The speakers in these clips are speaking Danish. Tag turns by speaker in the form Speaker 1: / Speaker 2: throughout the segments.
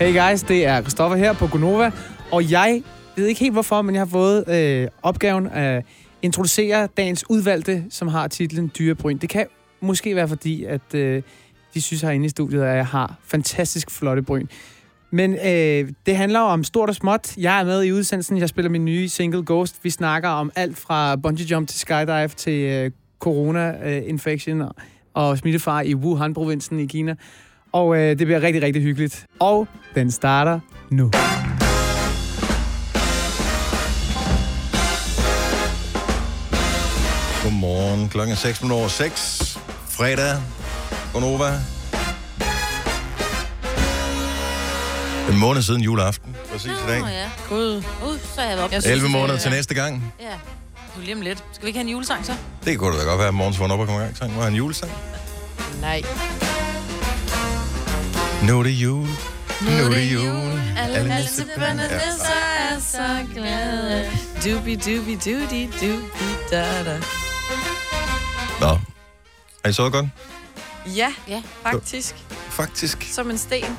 Speaker 1: Hey guys, det er Christoffer her på Gonova, og jeg ved ikke helt hvorfor, men jeg har fået øh, opgaven at introducere dagens udvalgte, som har titlen Dyrebryn. Det kan måske være fordi, at øh, de synes herinde i studiet, at jeg har fantastisk flotte bryn. Men øh, det handler jo om stort og småt. Jeg er med i udsendelsen, jeg spiller min nye single Ghost. Vi snakker om alt fra bungee jump til skydive til øh, corona-infection og, og smittefar i Wuhan-provinsen i Kina. Og øh, det bliver rigtig, rigtig hyggeligt. Og den starter nu.
Speaker 2: Godmorgen. Klokken er 6 minutter over 6. Fredag. Gonova. En måned siden juleaften. Præcis i dag.
Speaker 3: Nå ja.
Speaker 4: Gud.
Speaker 3: Uh, så er jeg oppe.
Speaker 4: Jeg synes,
Speaker 2: 11
Speaker 4: det-
Speaker 2: måneder til næste gang.
Speaker 3: Ja. Du lige om lidt. Skal vi ikke have en julesang så?
Speaker 2: Det kunne da godt være, at morgens vågner op og kommer i gang. Sang. Nu har en julesang.
Speaker 4: Nej.
Speaker 2: Nu er det jul. Nu er det jul.
Speaker 3: Alle nissebørnene nisser er så glade.
Speaker 4: Doobie doobie doody doobie da da.
Speaker 2: Nå. Er I sovet godt?
Speaker 4: Ja,
Speaker 3: Ja.
Speaker 4: faktisk.
Speaker 2: Faktisk.
Speaker 4: Som en sten.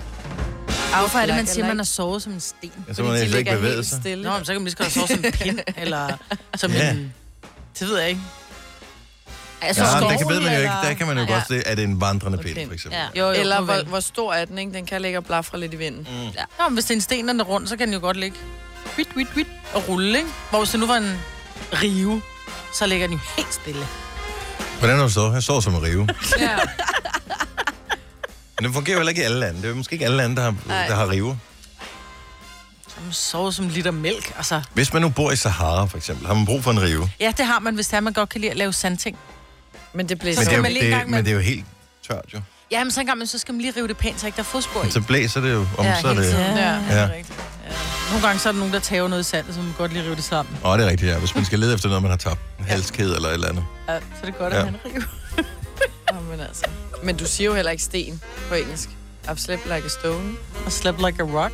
Speaker 3: Hvorfor er det, man siger, at man har sovet som en sten?
Speaker 2: Jeg tror, man ikke bevæget sig.
Speaker 4: stille.
Speaker 3: Nå, men så kan man lige så godt sove som en pind, eller som
Speaker 2: Ja.
Speaker 3: en... Det ved jeg ikke. Ej, Jeg
Speaker 2: Ja,
Speaker 3: synes,
Speaker 2: men
Speaker 3: skov,
Speaker 2: det kan ved man jo
Speaker 4: Altså, eller-
Speaker 2: ikke. Der kan man jo
Speaker 3: Ja.
Speaker 2: godt se, at det er en vandrende pind,
Speaker 4: Okay.
Speaker 2: for eksempel.
Speaker 3: Ja. Jo, jo,
Speaker 4: Eller
Speaker 3: nu
Speaker 4: hvor,
Speaker 3: vel.
Speaker 4: hvor stor er den, ikke? Den kan ligge og blafre lidt i vinden. Mm.
Speaker 3: Ja. Nå, men hvis det er en sten, den er rund, så kan den jo godt ligge hvidt, hvidt, hvidt og rulle, ikke? Hvor hvis det nu var en rive, så ligger den jo helt stille.
Speaker 2: Hvordan har du sovet? Jeg sover som en rive.
Speaker 4: Ja.
Speaker 2: Men den fungerer jo heller ikke i alle lande. Det er jo måske ikke alle lande, der har,
Speaker 4: Nej.
Speaker 2: der har rive.
Speaker 3: Så man sover som en liter mælk, altså.
Speaker 2: Hvis man nu bor i Sahara, for eksempel, har man brug for en rive.
Speaker 3: Ja, det har man, hvis det er, man godt kan lide at lave sandting.
Speaker 4: Men det bliver
Speaker 2: Men det, er jo,
Speaker 3: man lige en
Speaker 2: det,
Speaker 3: gang
Speaker 2: men
Speaker 3: med-
Speaker 2: det er jo helt tørt, jo.
Speaker 3: Ja, men så engang, men så skal man lige rive det pænt, så ikke der er fodspor i.
Speaker 2: Så blæser det jo om, ja, så er det...
Speaker 3: Ja.
Speaker 4: Ja,
Speaker 3: helt sikkert.
Speaker 4: det
Speaker 2: Ja.
Speaker 4: er rigtigt.
Speaker 3: Nogle gange så er der nogen, der tager noget i sandet, så man kan godt lige rive det sammen.
Speaker 2: Åh, det er rigtigt, ja. Hvis man skal lede efter noget, man har tabt. En halskæde eller et eller andet.
Speaker 3: Ja, så er det godt,
Speaker 2: Ja.
Speaker 3: at han river.
Speaker 4: Nå, men, altså. men du siger jo heller ikke sten på engelsk. I've slept like a stone.
Speaker 3: Og slap like a rock.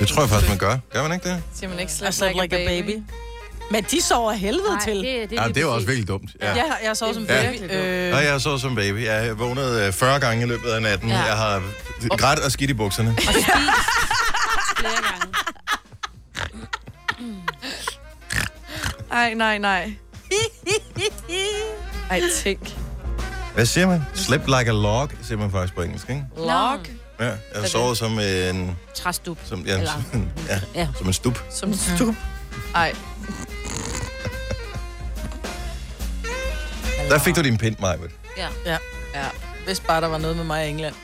Speaker 2: Det tror jeg faktisk, man gør. Gør man ikke det?
Speaker 4: Siger man ikke
Speaker 3: Og
Speaker 4: slept,
Speaker 3: slap Altså, like a baby. Men de sover helvede
Speaker 5: Nej,
Speaker 3: til.
Speaker 5: Det, det,
Speaker 2: Ja, det er jo også virkelig dumt. Ja.
Speaker 3: Ja, jeg sover som
Speaker 2: Ja.
Speaker 3: baby. Øh,
Speaker 2: Nå, jeg så som baby. Jeg vågnede øh, 40 gange i løbet af natten. Ja.
Speaker 3: Ja.
Speaker 2: Jeg har grædt og skidt i bukserne.
Speaker 5: flere gange.
Speaker 4: Ej, nej, nej. Ej, tænk.
Speaker 2: Hvad siger man? Slip like a log, siger man faktisk på engelsk, ikke?
Speaker 4: Log
Speaker 2: Ja, jeg har sovet som en...
Speaker 5: Træstup.
Speaker 2: Som, ja,
Speaker 5: Eller-
Speaker 2: som, en- ja,
Speaker 5: Ja.
Speaker 2: som en stup.
Speaker 4: som stup. Ej,
Speaker 2: Der fik du din pind, Majbet.
Speaker 3: ja. ja. Hvis bare der var noget med mig i England.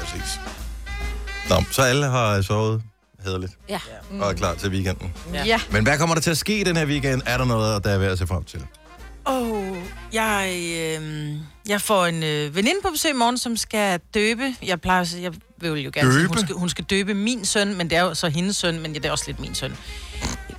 Speaker 2: Præcis. Nå, så alle har sovet hederligt
Speaker 5: Ja.
Speaker 2: og er klar til weekenden.
Speaker 3: Mm. Ja.
Speaker 4: ja.
Speaker 2: Men hvad kommer der til at ske i den her weekend? Er der noget, der er værd at se frem til?
Speaker 3: Åh, oh, jeg, øh, jeg får en øh, veninde på besøg i morgen, som skal døbe. Jeg plejer at sige- jeg vil jo gerne sige,
Speaker 2: Døbe?
Speaker 3: hun skal, hun skal døbe min søn, men det er jo så hendes søn, men det er også lidt min søn.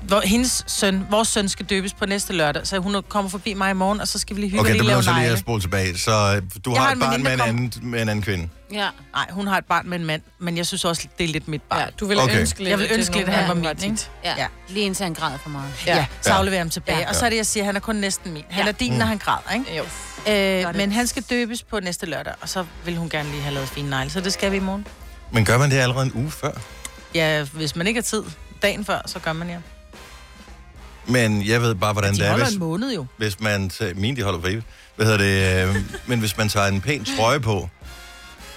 Speaker 3: Hvor, hendes søn, vores søn skal døbes på næste lørdag, så hun kommer forbi mig i morgen, og så skal vi lige hygge
Speaker 2: Okay,
Speaker 3: okay,
Speaker 2: det
Speaker 3: lige
Speaker 2: bliver
Speaker 3: lave
Speaker 2: så lige at
Speaker 3: negle.
Speaker 2: spole tilbage. Så øh, du har,
Speaker 3: har
Speaker 2: et
Speaker 3: en
Speaker 2: barn
Speaker 3: veninde,
Speaker 2: med en,
Speaker 3: der
Speaker 2: anden, med en anden kvinde.
Speaker 5: Ja.
Speaker 3: Nej, hun har et barn med en mand, men jeg synes også, det er lidt mit barn.
Speaker 4: ja.
Speaker 3: Ja,
Speaker 4: Du vil
Speaker 2: Okay.
Speaker 4: okay. ønske lidt, øh,
Speaker 3: Jeg vil
Speaker 4: at det
Speaker 3: ønske
Speaker 4: nogle
Speaker 3: lidt, at han
Speaker 4: gange
Speaker 3: var
Speaker 4: dit.
Speaker 3: min, ikke?
Speaker 5: ja.
Speaker 3: Ja.
Speaker 5: ja. Lige indtil han græder for meget.
Speaker 4: Ja.
Speaker 3: ja så
Speaker 2: Ja.
Speaker 3: afleverer jeg ham tilbage.
Speaker 5: Ja.
Speaker 3: Og så er det, jeg siger, at han er kun næsten min. Han
Speaker 5: Ja.
Speaker 3: er din,
Speaker 2: Mm.
Speaker 3: når han græder, ikke?
Speaker 4: Jo.
Speaker 3: Øh, men han skal døbes på næste lørdag, og så vil hun gerne lige have lavet fine negle, så det skal vi i morgen.
Speaker 2: Men gør man det allerede en uge før?
Speaker 3: Ja, hvis man ikke har tid dagen før, så gør man ja.
Speaker 2: Men jeg ved bare, hvordan
Speaker 3: De
Speaker 2: det er,
Speaker 3: holder
Speaker 2: hvis,
Speaker 3: en måned jo.
Speaker 2: hvis man... Tager, mine, de holder for evigt. Hvad hedder det? Øh, men hvis man tager en pæn trøje på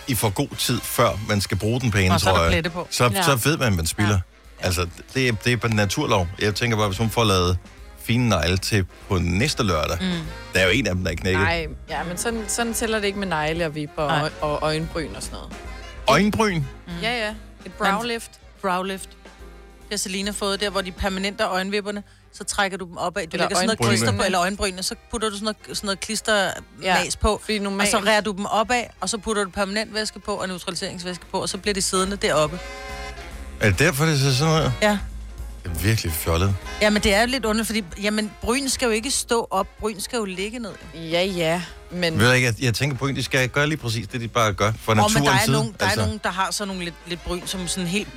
Speaker 2: i for god tid, før man skal bruge den pæne
Speaker 3: Og så er der
Speaker 2: trøje,
Speaker 3: pletter på.
Speaker 2: så,
Speaker 5: Ja.
Speaker 2: så ved man, at man spilder. Altså, det er, det er på naturlov. Jeg tænker bare, hvis hun får lavet fine negle til på næste lørdag, mm. der er jo en af dem, der er knækket.
Speaker 4: Nej, ja, men sådan, sådan tæller det ikke med negle og vipper og,
Speaker 3: Nej.
Speaker 4: og øjenbryn og sådan noget.
Speaker 2: Øjenbryn.
Speaker 4: Mm. Ja, ja. Et browlift.
Speaker 3: Browlift. Det har Selina fået der, hvor de permanente øjenvipperne, så trækker du dem opad. Du
Speaker 4: Eller
Speaker 3: eller lægger sådan noget
Speaker 2: øjenbrynene.
Speaker 3: klister på, eller øjenbrynene, så putter du sådan noget, sådan noget klistermas
Speaker 4: Ja,
Speaker 3: ja, på,
Speaker 4: fordi
Speaker 3: og
Speaker 4: normalt-
Speaker 3: så rærer du dem opad, og så putter du permanent væske på og neutraliseringsvæske på, og så bliver de siddende deroppe.
Speaker 2: Er det derfor, det ser sådan ud?
Speaker 3: Ja.
Speaker 2: Det er virkelig fjollet.
Speaker 3: Ja, men det er jo lidt underligt, fordi jamen, bryn skal jo ikke stå op, bryn skal jo ligge ned.
Speaker 4: Ja, ja. Men
Speaker 2: Ved jeg, ikke, jeg, jeg tænker på, at de skal gøre lige præcis det, de bare gør fra
Speaker 3: Åh,
Speaker 2: naturens
Speaker 3: men der er,
Speaker 2: side.
Speaker 3: nogen, der altså. er nogen, der har sådan nogle lidt, lidt bryn, som sådan helt...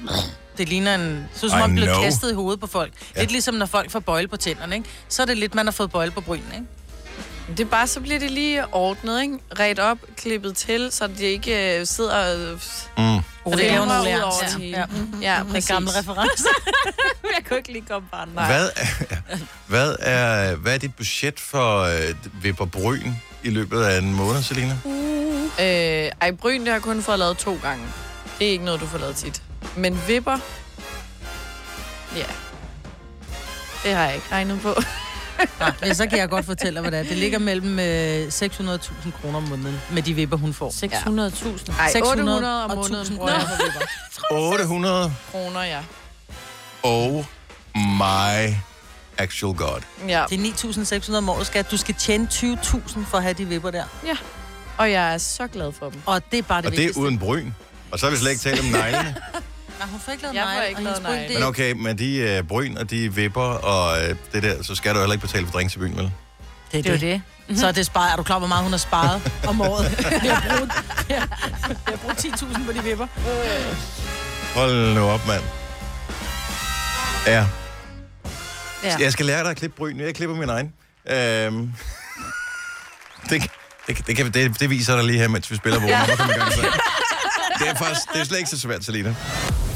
Speaker 3: Det ligner en... Så som
Speaker 2: I
Speaker 3: om man blev
Speaker 2: know.
Speaker 3: kastet i hovedet på folk. Ja. Lidt ligesom når folk får bøjle på tænderne, ikke? Så er det lidt, man har fået bøjle på brynene, ikke?
Speaker 4: Det er bare, så bliver det lige ordnet, ikke? Ret op, klippet til, så det ikke øh, sidder... Øh,
Speaker 2: Mm.
Speaker 3: Så det er jo
Speaker 4: flimrer
Speaker 3: nogle
Speaker 4: ud over
Speaker 3: lærere.
Speaker 4: det hele.
Speaker 3: Ja.
Speaker 4: Ja,
Speaker 3: Med
Speaker 4: præcis.
Speaker 3: gamle referencer. jeg kunne ikke lige komme på andre.
Speaker 2: Hvad er, hvad, er, hvad er dit budget for øh, Vipper Bryn i løbet af en måned, Selina?
Speaker 4: Øh, ej, bryn, det har jeg kun fået lavet to gange. Det er ikke noget, du får lavet tit. Men vipper... Ja. Det har jeg ikke regnet på.
Speaker 3: Ja, så kan jeg godt fortælle dig, hvad det er. Det ligger mellem øh, 600.000 kroner om måneden med de vipper, hun får.
Speaker 5: 600.000.
Speaker 4: Ej,
Speaker 3: 600
Speaker 4: 800 om
Speaker 3: og
Speaker 4: måneden,
Speaker 3: 1000
Speaker 4: bruger jeg for vipper.
Speaker 2: 800.
Speaker 4: Kroner, ja.
Speaker 2: Oh my actual god.
Speaker 4: Ja,
Speaker 3: Det er 9.600 om året, skat. Du skal tjene 20.000 for at have de vipper der.
Speaker 4: og jeg er så glad for dem.
Speaker 3: Og det er bare det
Speaker 2: Og det er
Speaker 3: vigtigste.
Speaker 2: uden bryn. Og så har vi slet ikke talt om neglene.
Speaker 3: Nej, hun får ikke lavet
Speaker 4: Jeg får
Speaker 3: negle,
Speaker 4: ikke
Speaker 3: og
Speaker 4: lavet
Speaker 3: hendes bryg,
Speaker 4: negle.
Speaker 3: det
Speaker 2: Men
Speaker 3: er-
Speaker 2: okay, men de øh, bryn og de vipper og øh, det der, så skal du heller ikke betale for drinks i byen, vel?
Speaker 3: Det er
Speaker 5: Det er
Speaker 3: det.
Speaker 5: jo det.
Speaker 3: Så er det sparet. Er du klar, hvor meget hun har sparet om året? Vi har brugt, vi har brugt 10.000 på de vipper.
Speaker 2: Hold nu op, mand. Ja.
Speaker 5: Ja.
Speaker 2: Jeg skal lære dig at klippe bryn. Jeg klipper min egen. Øhm. Det, det, det, kan, det, det viser jeg dig lige her, mens vi spiller vågen. Det er faktisk det er slet ikke så svært, Selina.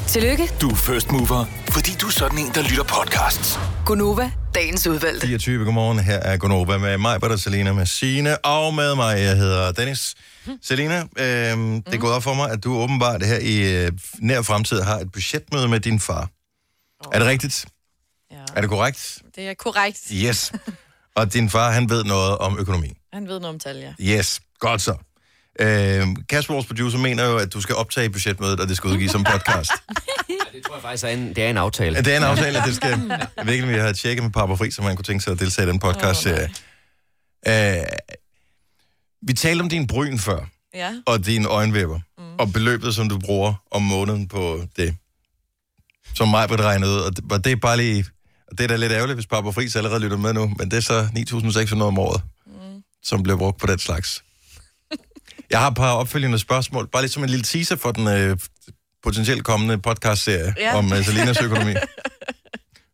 Speaker 6: Tillykke,
Speaker 7: Du er first mover, fordi du er sådan en, der lytter podcasts.
Speaker 6: Gunova, dagens udvalgte.
Speaker 2: 24. Godmorgen. Her er Gonova med mig, Britta, Selina, med Signe og med mig. Jeg hedder Dennis. Selina, øhm, det er gået op for mig, at du åbenbart her i øh, nær fremtid har et budgetmøde med din far. Er det rigtigt?
Speaker 4: Ja.
Speaker 2: Er det korrekt?
Speaker 4: Det er korrekt.
Speaker 2: Yes. Og din far, han ved noget om økonomi.
Speaker 4: Han ved noget om tal, ja.
Speaker 2: Yes, godt så. Øhm, Kasper, vores producer, mener jo, at du skal optage budgetmødet, og det skal udgives som podcast.
Speaker 8: Det tror jeg faktisk er en, det er en aftale.
Speaker 2: Ja, det er en aftale, at det skal... Jeg ved ikke, om vi har tjekket med Papa Fri, som man kunne tænke sig at deltage i den podcast. Oh, øh, vi talte om din bryn før,
Speaker 4: Ja.
Speaker 2: og dine øjenvipper, mm. og beløbet, som du bruger om måneden på det, som mig blev regnet ud, og det, og det er bare lige... Og det er da lidt ærgerligt, hvis Papa Fri allerede lytter med nu, men det er så 9.600 om året, mm. som bliver brugt på den slags. Jeg har et par opfølgende spørgsmål, bare lige som en lille teaser for den øh, potentielt kommende podcastserie ja.
Speaker 4: Ja.
Speaker 2: om øh, Selinas økonomi.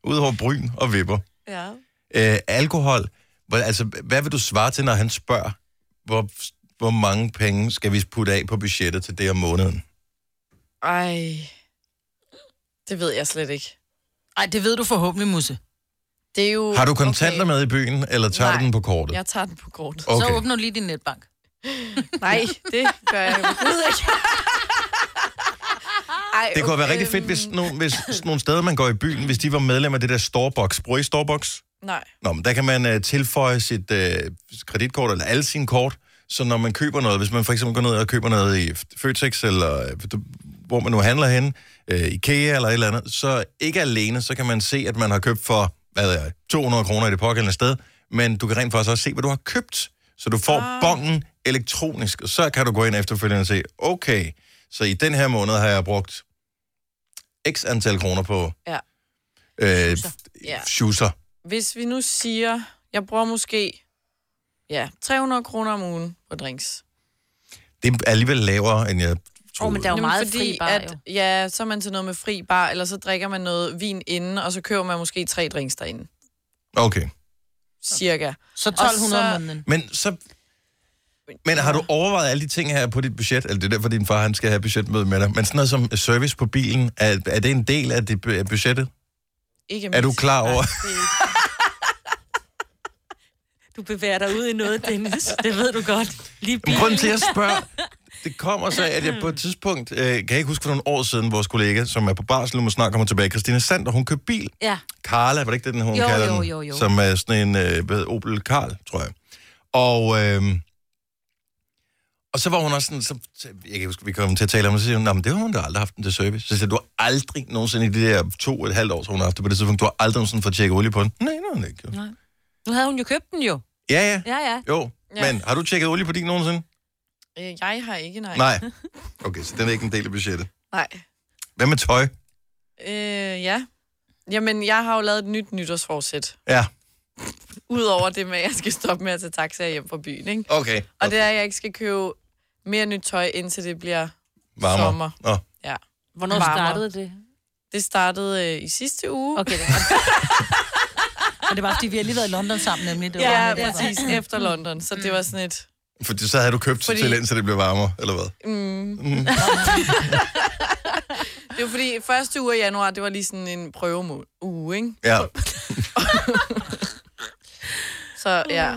Speaker 2: Udover bryn og vipper.
Speaker 4: Ja.
Speaker 2: Øh, alkohol, hvor, altså, hvad vil du svare til, når han spørger, hvor, hvor mange penge skal vi putte af på budgettet til det om måneden?
Speaker 4: Ej. Det ved jeg slet ikke.
Speaker 3: Ej, det ved du forhåbentlig, Musse.
Speaker 4: Det er jo...
Speaker 2: Har du kontanter
Speaker 4: Uh, okay.
Speaker 2: med i byen, eller tager
Speaker 4: Nej.
Speaker 2: du den på kortet?
Speaker 4: Jeg tager den på kortet.
Speaker 3: Okay. Så
Speaker 2: Okay.
Speaker 3: åbner du lige din netbank.
Speaker 4: Nej, det gør jeg jo overhovedet ikke. Ej,
Speaker 2: Det kunne være rigtig
Speaker 4: øhm,
Speaker 2: fedt, hvis nogle, hvis sådan nogle steder, man går i byen, hvis de var medlem af det der Starbucks. Bruger I Starbucks?
Speaker 4: Nej.
Speaker 2: Nå, men der kan man øh, tilføje sit øh, kreditkort, eller alle sine kort, så når man køber noget, hvis man for eksempel går ned og køber noget i Føtex, eller øh, du- hvor man nu handler hen, øh, Ikea eller et eller andet, så ikke alene, så kan man se, at man har købt for, hvad ved jeg, 200 kroner i det pågældende sted, men du kan rent faktisk også se, hvad du har købt, så du får ah. bongen elektronisk, og så kan du gå ind efterfølgende og se, okay, så i den her måned har jeg brugt x antal kroner på
Speaker 4: Ja.
Speaker 2: øh,
Speaker 4: Ja.
Speaker 2: shoeser.
Speaker 4: Hvis vi nu siger, jeg bruger måske ja, 300 kroner om ugen på drinks.
Speaker 2: Det er alligevel lavere, end jeg
Speaker 5: Åh,
Speaker 2: troede.
Speaker 5: oh, men der er jo
Speaker 4: Jamen,
Speaker 5: meget fri bar, jo.
Speaker 4: Ja, så er man til noget med fri bar, eller så drikker man noget vin inden, og så køber man måske tre drinks derinde.
Speaker 2: Okay.
Speaker 4: Cirka.
Speaker 3: Så 1.200 så...
Speaker 4: så-
Speaker 3: om måneden.
Speaker 2: Men så... Men har du overvejet alle de ting her på dit budget? Eller det er derfor, din far han skal have budgetmøde med dig. Men sådan noget som service på bilen, er, er det en del af dit bu- af budgettet?
Speaker 4: Ikke
Speaker 2: Er du
Speaker 4: mindst.
Speaker 2: klar over-
Speaker 4: Nej, det er ikke-
Speaker 5: Du bevæger dig ud i noget, Dennis. Det ved du godt. Lige
Speaker 2: Men grunden til, at jeg spørger, det kommer så, af, at jeg på et tidspunkt, øh, kan jeg ikke huske for nogle år siden, vores kollega, som er på barsel, nu må snart kommer tilbage, Christina Sander, hun købte bil.
Speaker 5: Ja.
Speaker 2: Carla, var det ikke det, den hun
Speaker 5: Jo,
Speaker 2: kalder
Speaker 5: jo,
Speaker 2: den?
Speaker 5: jo, jo.
Speaker 2: Som er sådan en øh, hvad, Opel Karl, tror jeg. Og, øh, og så var hun også sådan, så, så- jeg kan ikke huske, vi kom til at tale om det, så siger hun, "Nå, men det har hun da aldrig haft den til service. Så siger jeg, du har aldrig nogensinde i de der to og et halvt år, så hun har haft det på det tidspunkt, du har aldrig nogensinde fået tjekket olie på den. Nej, nej, nej. ikke.
Speaker 5: Nu havde hun jo købt den jo.
Speaker 2: Ja, ja,
Speaker 5: Ja, ja.
Speaker 2: jo.
Speaker 4: Ja.
Speaker 2: Men har du tjekket olie på din nogensinde?
Speaker 4: Øh, Jeg har ikke, nej.
Speaker 2: Nej. Okay, så den er ikke en del af budgettet.
Speaker 4: Nej.
Speaker 2: Hvad med tøj?
Speaker 4: Øh, ja. Jamen, jeg har jo lavet et nyt nytårsforsæt.
Speaker 2: Ja,
Speaker 4: Udover det med, at jeg skal stoppe med at tage taxa hjem fra byen, ikke?
Speaker 2: okay.
Speaker 4: Og det er, at jeg ikke skal købe mere nyt tøj, indtil det bliver
Speaker 2: Varmere.
Speaker 4: sommer.
Speaker 2: Nå.
Speaker 4: Ja.
Speaker 5: Hvornår
Speaker 4: Varmere.
Speaker 5: startede det?
Speaker 4: Det startede øh, i sidste uge.
Speaker 5: Okay, det
Speaker 3: Men det var, fordi vi har lige været i London sammen, nemlig. Det var
Speaker 4: Ja,
Speaker 3: det,
Speaker 4: præcis. Efter London. Så det var sådan et... mm.
Speaker 2: Fordi så havde du købt Fordi...
Speaker 4: Fordi-
Speaker 2: til ind, så det blev varmere, eller hvad?
Speaker 4: Det var fordi første uge af januar, det var lige sådan en prøveuge, uge, ikke?
Speaker 2: Ja.
Speaker 4: Så ja.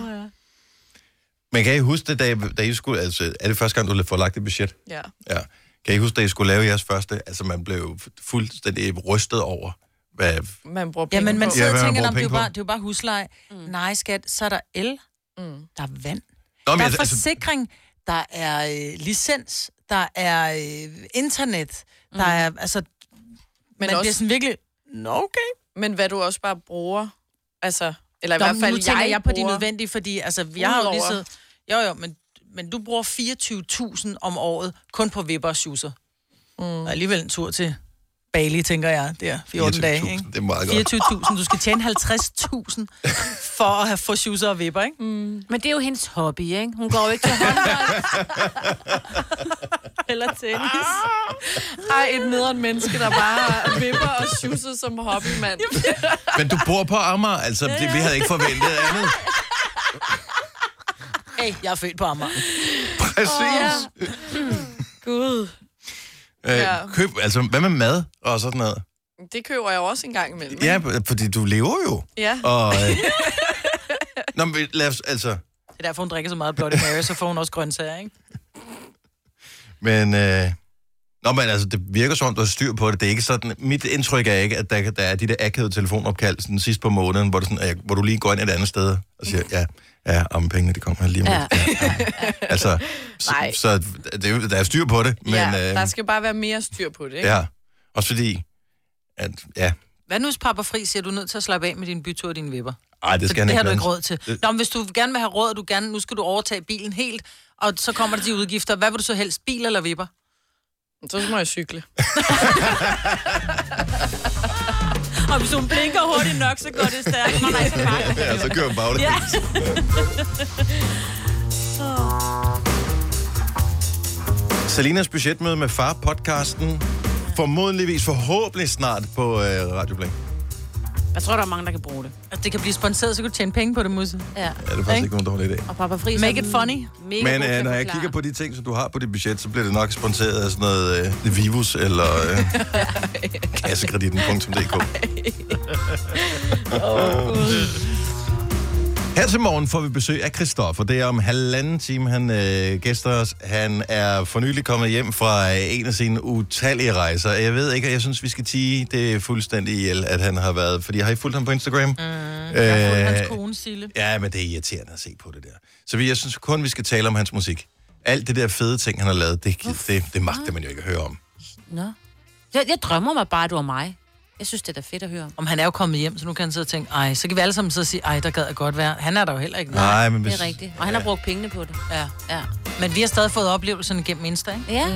Speaker 2: Men kan I huske det, da I, da I skulle... Altså, er det første gang, du får lagt et budget?
Speaker 4: ja.
Speaker 2: Ja. Kan I huske, da I skulle lave jeres første? Altså, man blev fuldstændig rystet over, hvad...
Speaker 4: Man bruger
Speaker 3: Ja,
Speaker 4: penge
Speaker 3: men man
Speaker 4: på.
Speaker 2: Ja,
Speaker 3: sidder
Speaker 2: hvad
Speaker 3: og
Speaker 2: man
Speaker 3: tænker,
Speaker 2: bruger
Speaker 3: om det er jo
Speaker 2: penge på."
Speaker 3: bare, det er jo bare husleje. Mm. Nej, skat, så er der el, mm. der er vand,
Speaker 2: Nå,
Speaker 3: der er
Speaker 2: altså,
Speaker 3: forsikring, der er øh, licens, der er øh, internet, der er, altså,
Speaker 4: Men,
Speaker 3: man
Speaker 4: også,
Speaker 3: bliver sådan virkelig, nå okay.
Speaker 4: men hvad du også bare bruger, altså... Eller i
Speaker 3: Nå,
Speaker 4: hvert
Speaker 3: men
Speaker 4: fald,
Speaker 3: nu tænker jeg, jeg på de
Speaker 4: bruger-
Speaker 3: nødvendige, fordi altså, jeg har jo lige
Speaker 4: Udover-
Speaker 3: siddet, jo jo, men, men du bruger 24.000 om året kun på vipper og schusser. Mm. Og alligevel en tur til Bali, tænker jeg, der 14 dage,
Speaker 2: 24.000,
Speaker 3: ikke?
Speaker 2: det er meget godt.
Speaker 3: 24.000, du skal tjene 50.000 for at have få schusser og vipper, ikke?
Speaker 5: Men det er jo hendes hobby, ikke? Hun går jo ikke til håndbold. Eller tennis.
Speaker 4: Ej, et nederen menneske, der bare vipper og schusser som hobbymand.
Speaker 2: Men du bor på Amager, altså, det, vi havde ikke forventet andet.
Speaker 3: Hey, jeg er født på Amager.
Speaker 2: Præcis.
Speaker 4: Gud.
Speaker 2: Oh, ja.
Speaker 4: Ja.
Speaker 2: øh, køb, altså, hvad med mad og sådan noget?
Speaker 4: Det køber jeg jo også en gang imellem.
Speaker 2: Ja, fordi du lever jo.
Speaker 4: Ja.
Speaker 2: Og, øh... Nå, men lad os, altså...
Speaker 3: Det er derfor, hun drikker så meget Bloody Mary, så får hun også grøntsager, ikke?
Speaker 2: Men, øh... Nå, men altså, det virker som om, du har styr på det. Det er ikke sådan... Mit indtryk er ikke, at der, der er de der akavede telefonopkald sådan, sidst på måneden, hvor, det sådan, øh, hvor du lige går ind et andet sted og siger, ja, ja, om pengene, de kommer lige om lidt. Ja. Ja, ja. Altså, så,
Speaker 4: Nej.
Speaker 2: så det, er jo- der er styr på det, men...
Speaker 4: ja,
Speaker 2: øh,
Speaker 4: der skal bare være mere styr på det, ikke?
Speaker 2: ja. Også fordi, at, ja,
Speaker 3: Hvad nu, hvis pappa fri siger, du er nødt til at slappe af med din bytur og dine vipper?
Speaker 2: ej, det
Speaker 3: Så
Speaker 2: skal
Speaker 3: det
Speaker 2: han
Speaker 3: har
Speaker 2: ikke Øh,
Speaker 3: du ikke
Speaker 2: blande-
Speaker 3: råd til. Nå, men hvis du gerne vil have råd, og du gerne, nu skal du overtage bilen helt, og så kommer der de udgifter. Hvad vil du så helst, bil eller vipper?
Speaker 4: Så må jeg cykle.
Speaker 5: Og hvis hun blinker hurtigt nok, så går det stærkt. Nå, nej, så bare.
Speaker 2: Ja, så kører baglæns.
Speaker 5: Ja.
Speaker 2: Salinas budgetmøde med far podcasten formodentligvis forhåbentlig snart på øh, Radio Blink.
Speaker 5: Jeg tror, der er mange, der kan bruge det.
Speaker 3: Altså, det kan blive sponsoreret, så kan du tjene penge på det, Musse.
Speaker 5: Ja.
Speaker 2: Ja, det er faktisk ikke nogen dårlig idé.
Speaker 5: Og Papa Friis
Speaker 3: Make it funny.
Speaker 5: Mega
Speaker 2: Men øh, når jeg kigger på de ting, som du har på dit budget, så bliver det nok sponsoreret af sådan noget øh, Vivus eller øh, kassekreditten.dk. Her til morgen får vi besøg af Christoffer. Det er om halvanden time, han øh, gæster os. Han er for nylig kommet hjem fra øh, en af sine utallige rejser. Jeg ved ikke, og jeg synes, vi skal tige det fuldstændig ihjel, at han har været. Fordi har I fulgt ham på Instagram? Øh, Mm,
Speaker 3: Jeg har fundet hans kone, Sille.
Speaker 2: Ja, men det er irriterende at se på det der. Så vi, jeg synes kun, vi skal tale om hans musik. Alt det der fede ting, han har lavet, det, det, det magter man jo ikke at høre om.
Speaker 5: Nå. Jeg, jeg drømmer mig bare, at du er mig. Jeg synes, det er da fedt at høre om.
Speaker 3: Om han er jo kommet hjem, så nu kan han sidde og tænke, ej, så kan vi alle sammen sidde og sige, ej, der gad jeg godt være. Han er der jo heller ikke.
Speaker 2: Nej, men
Speaker 5: Det
Speaker 2: hvis...
Speaker 5: er rigtigt. Og han har brugt pengene på det.
Speaker 3: Ja.
Speaker 5: Ja.
Speaker 3: Men vi har stadig fået oplevelserne gennem Insta, ikke? Mm.
Speaker 5: Ja.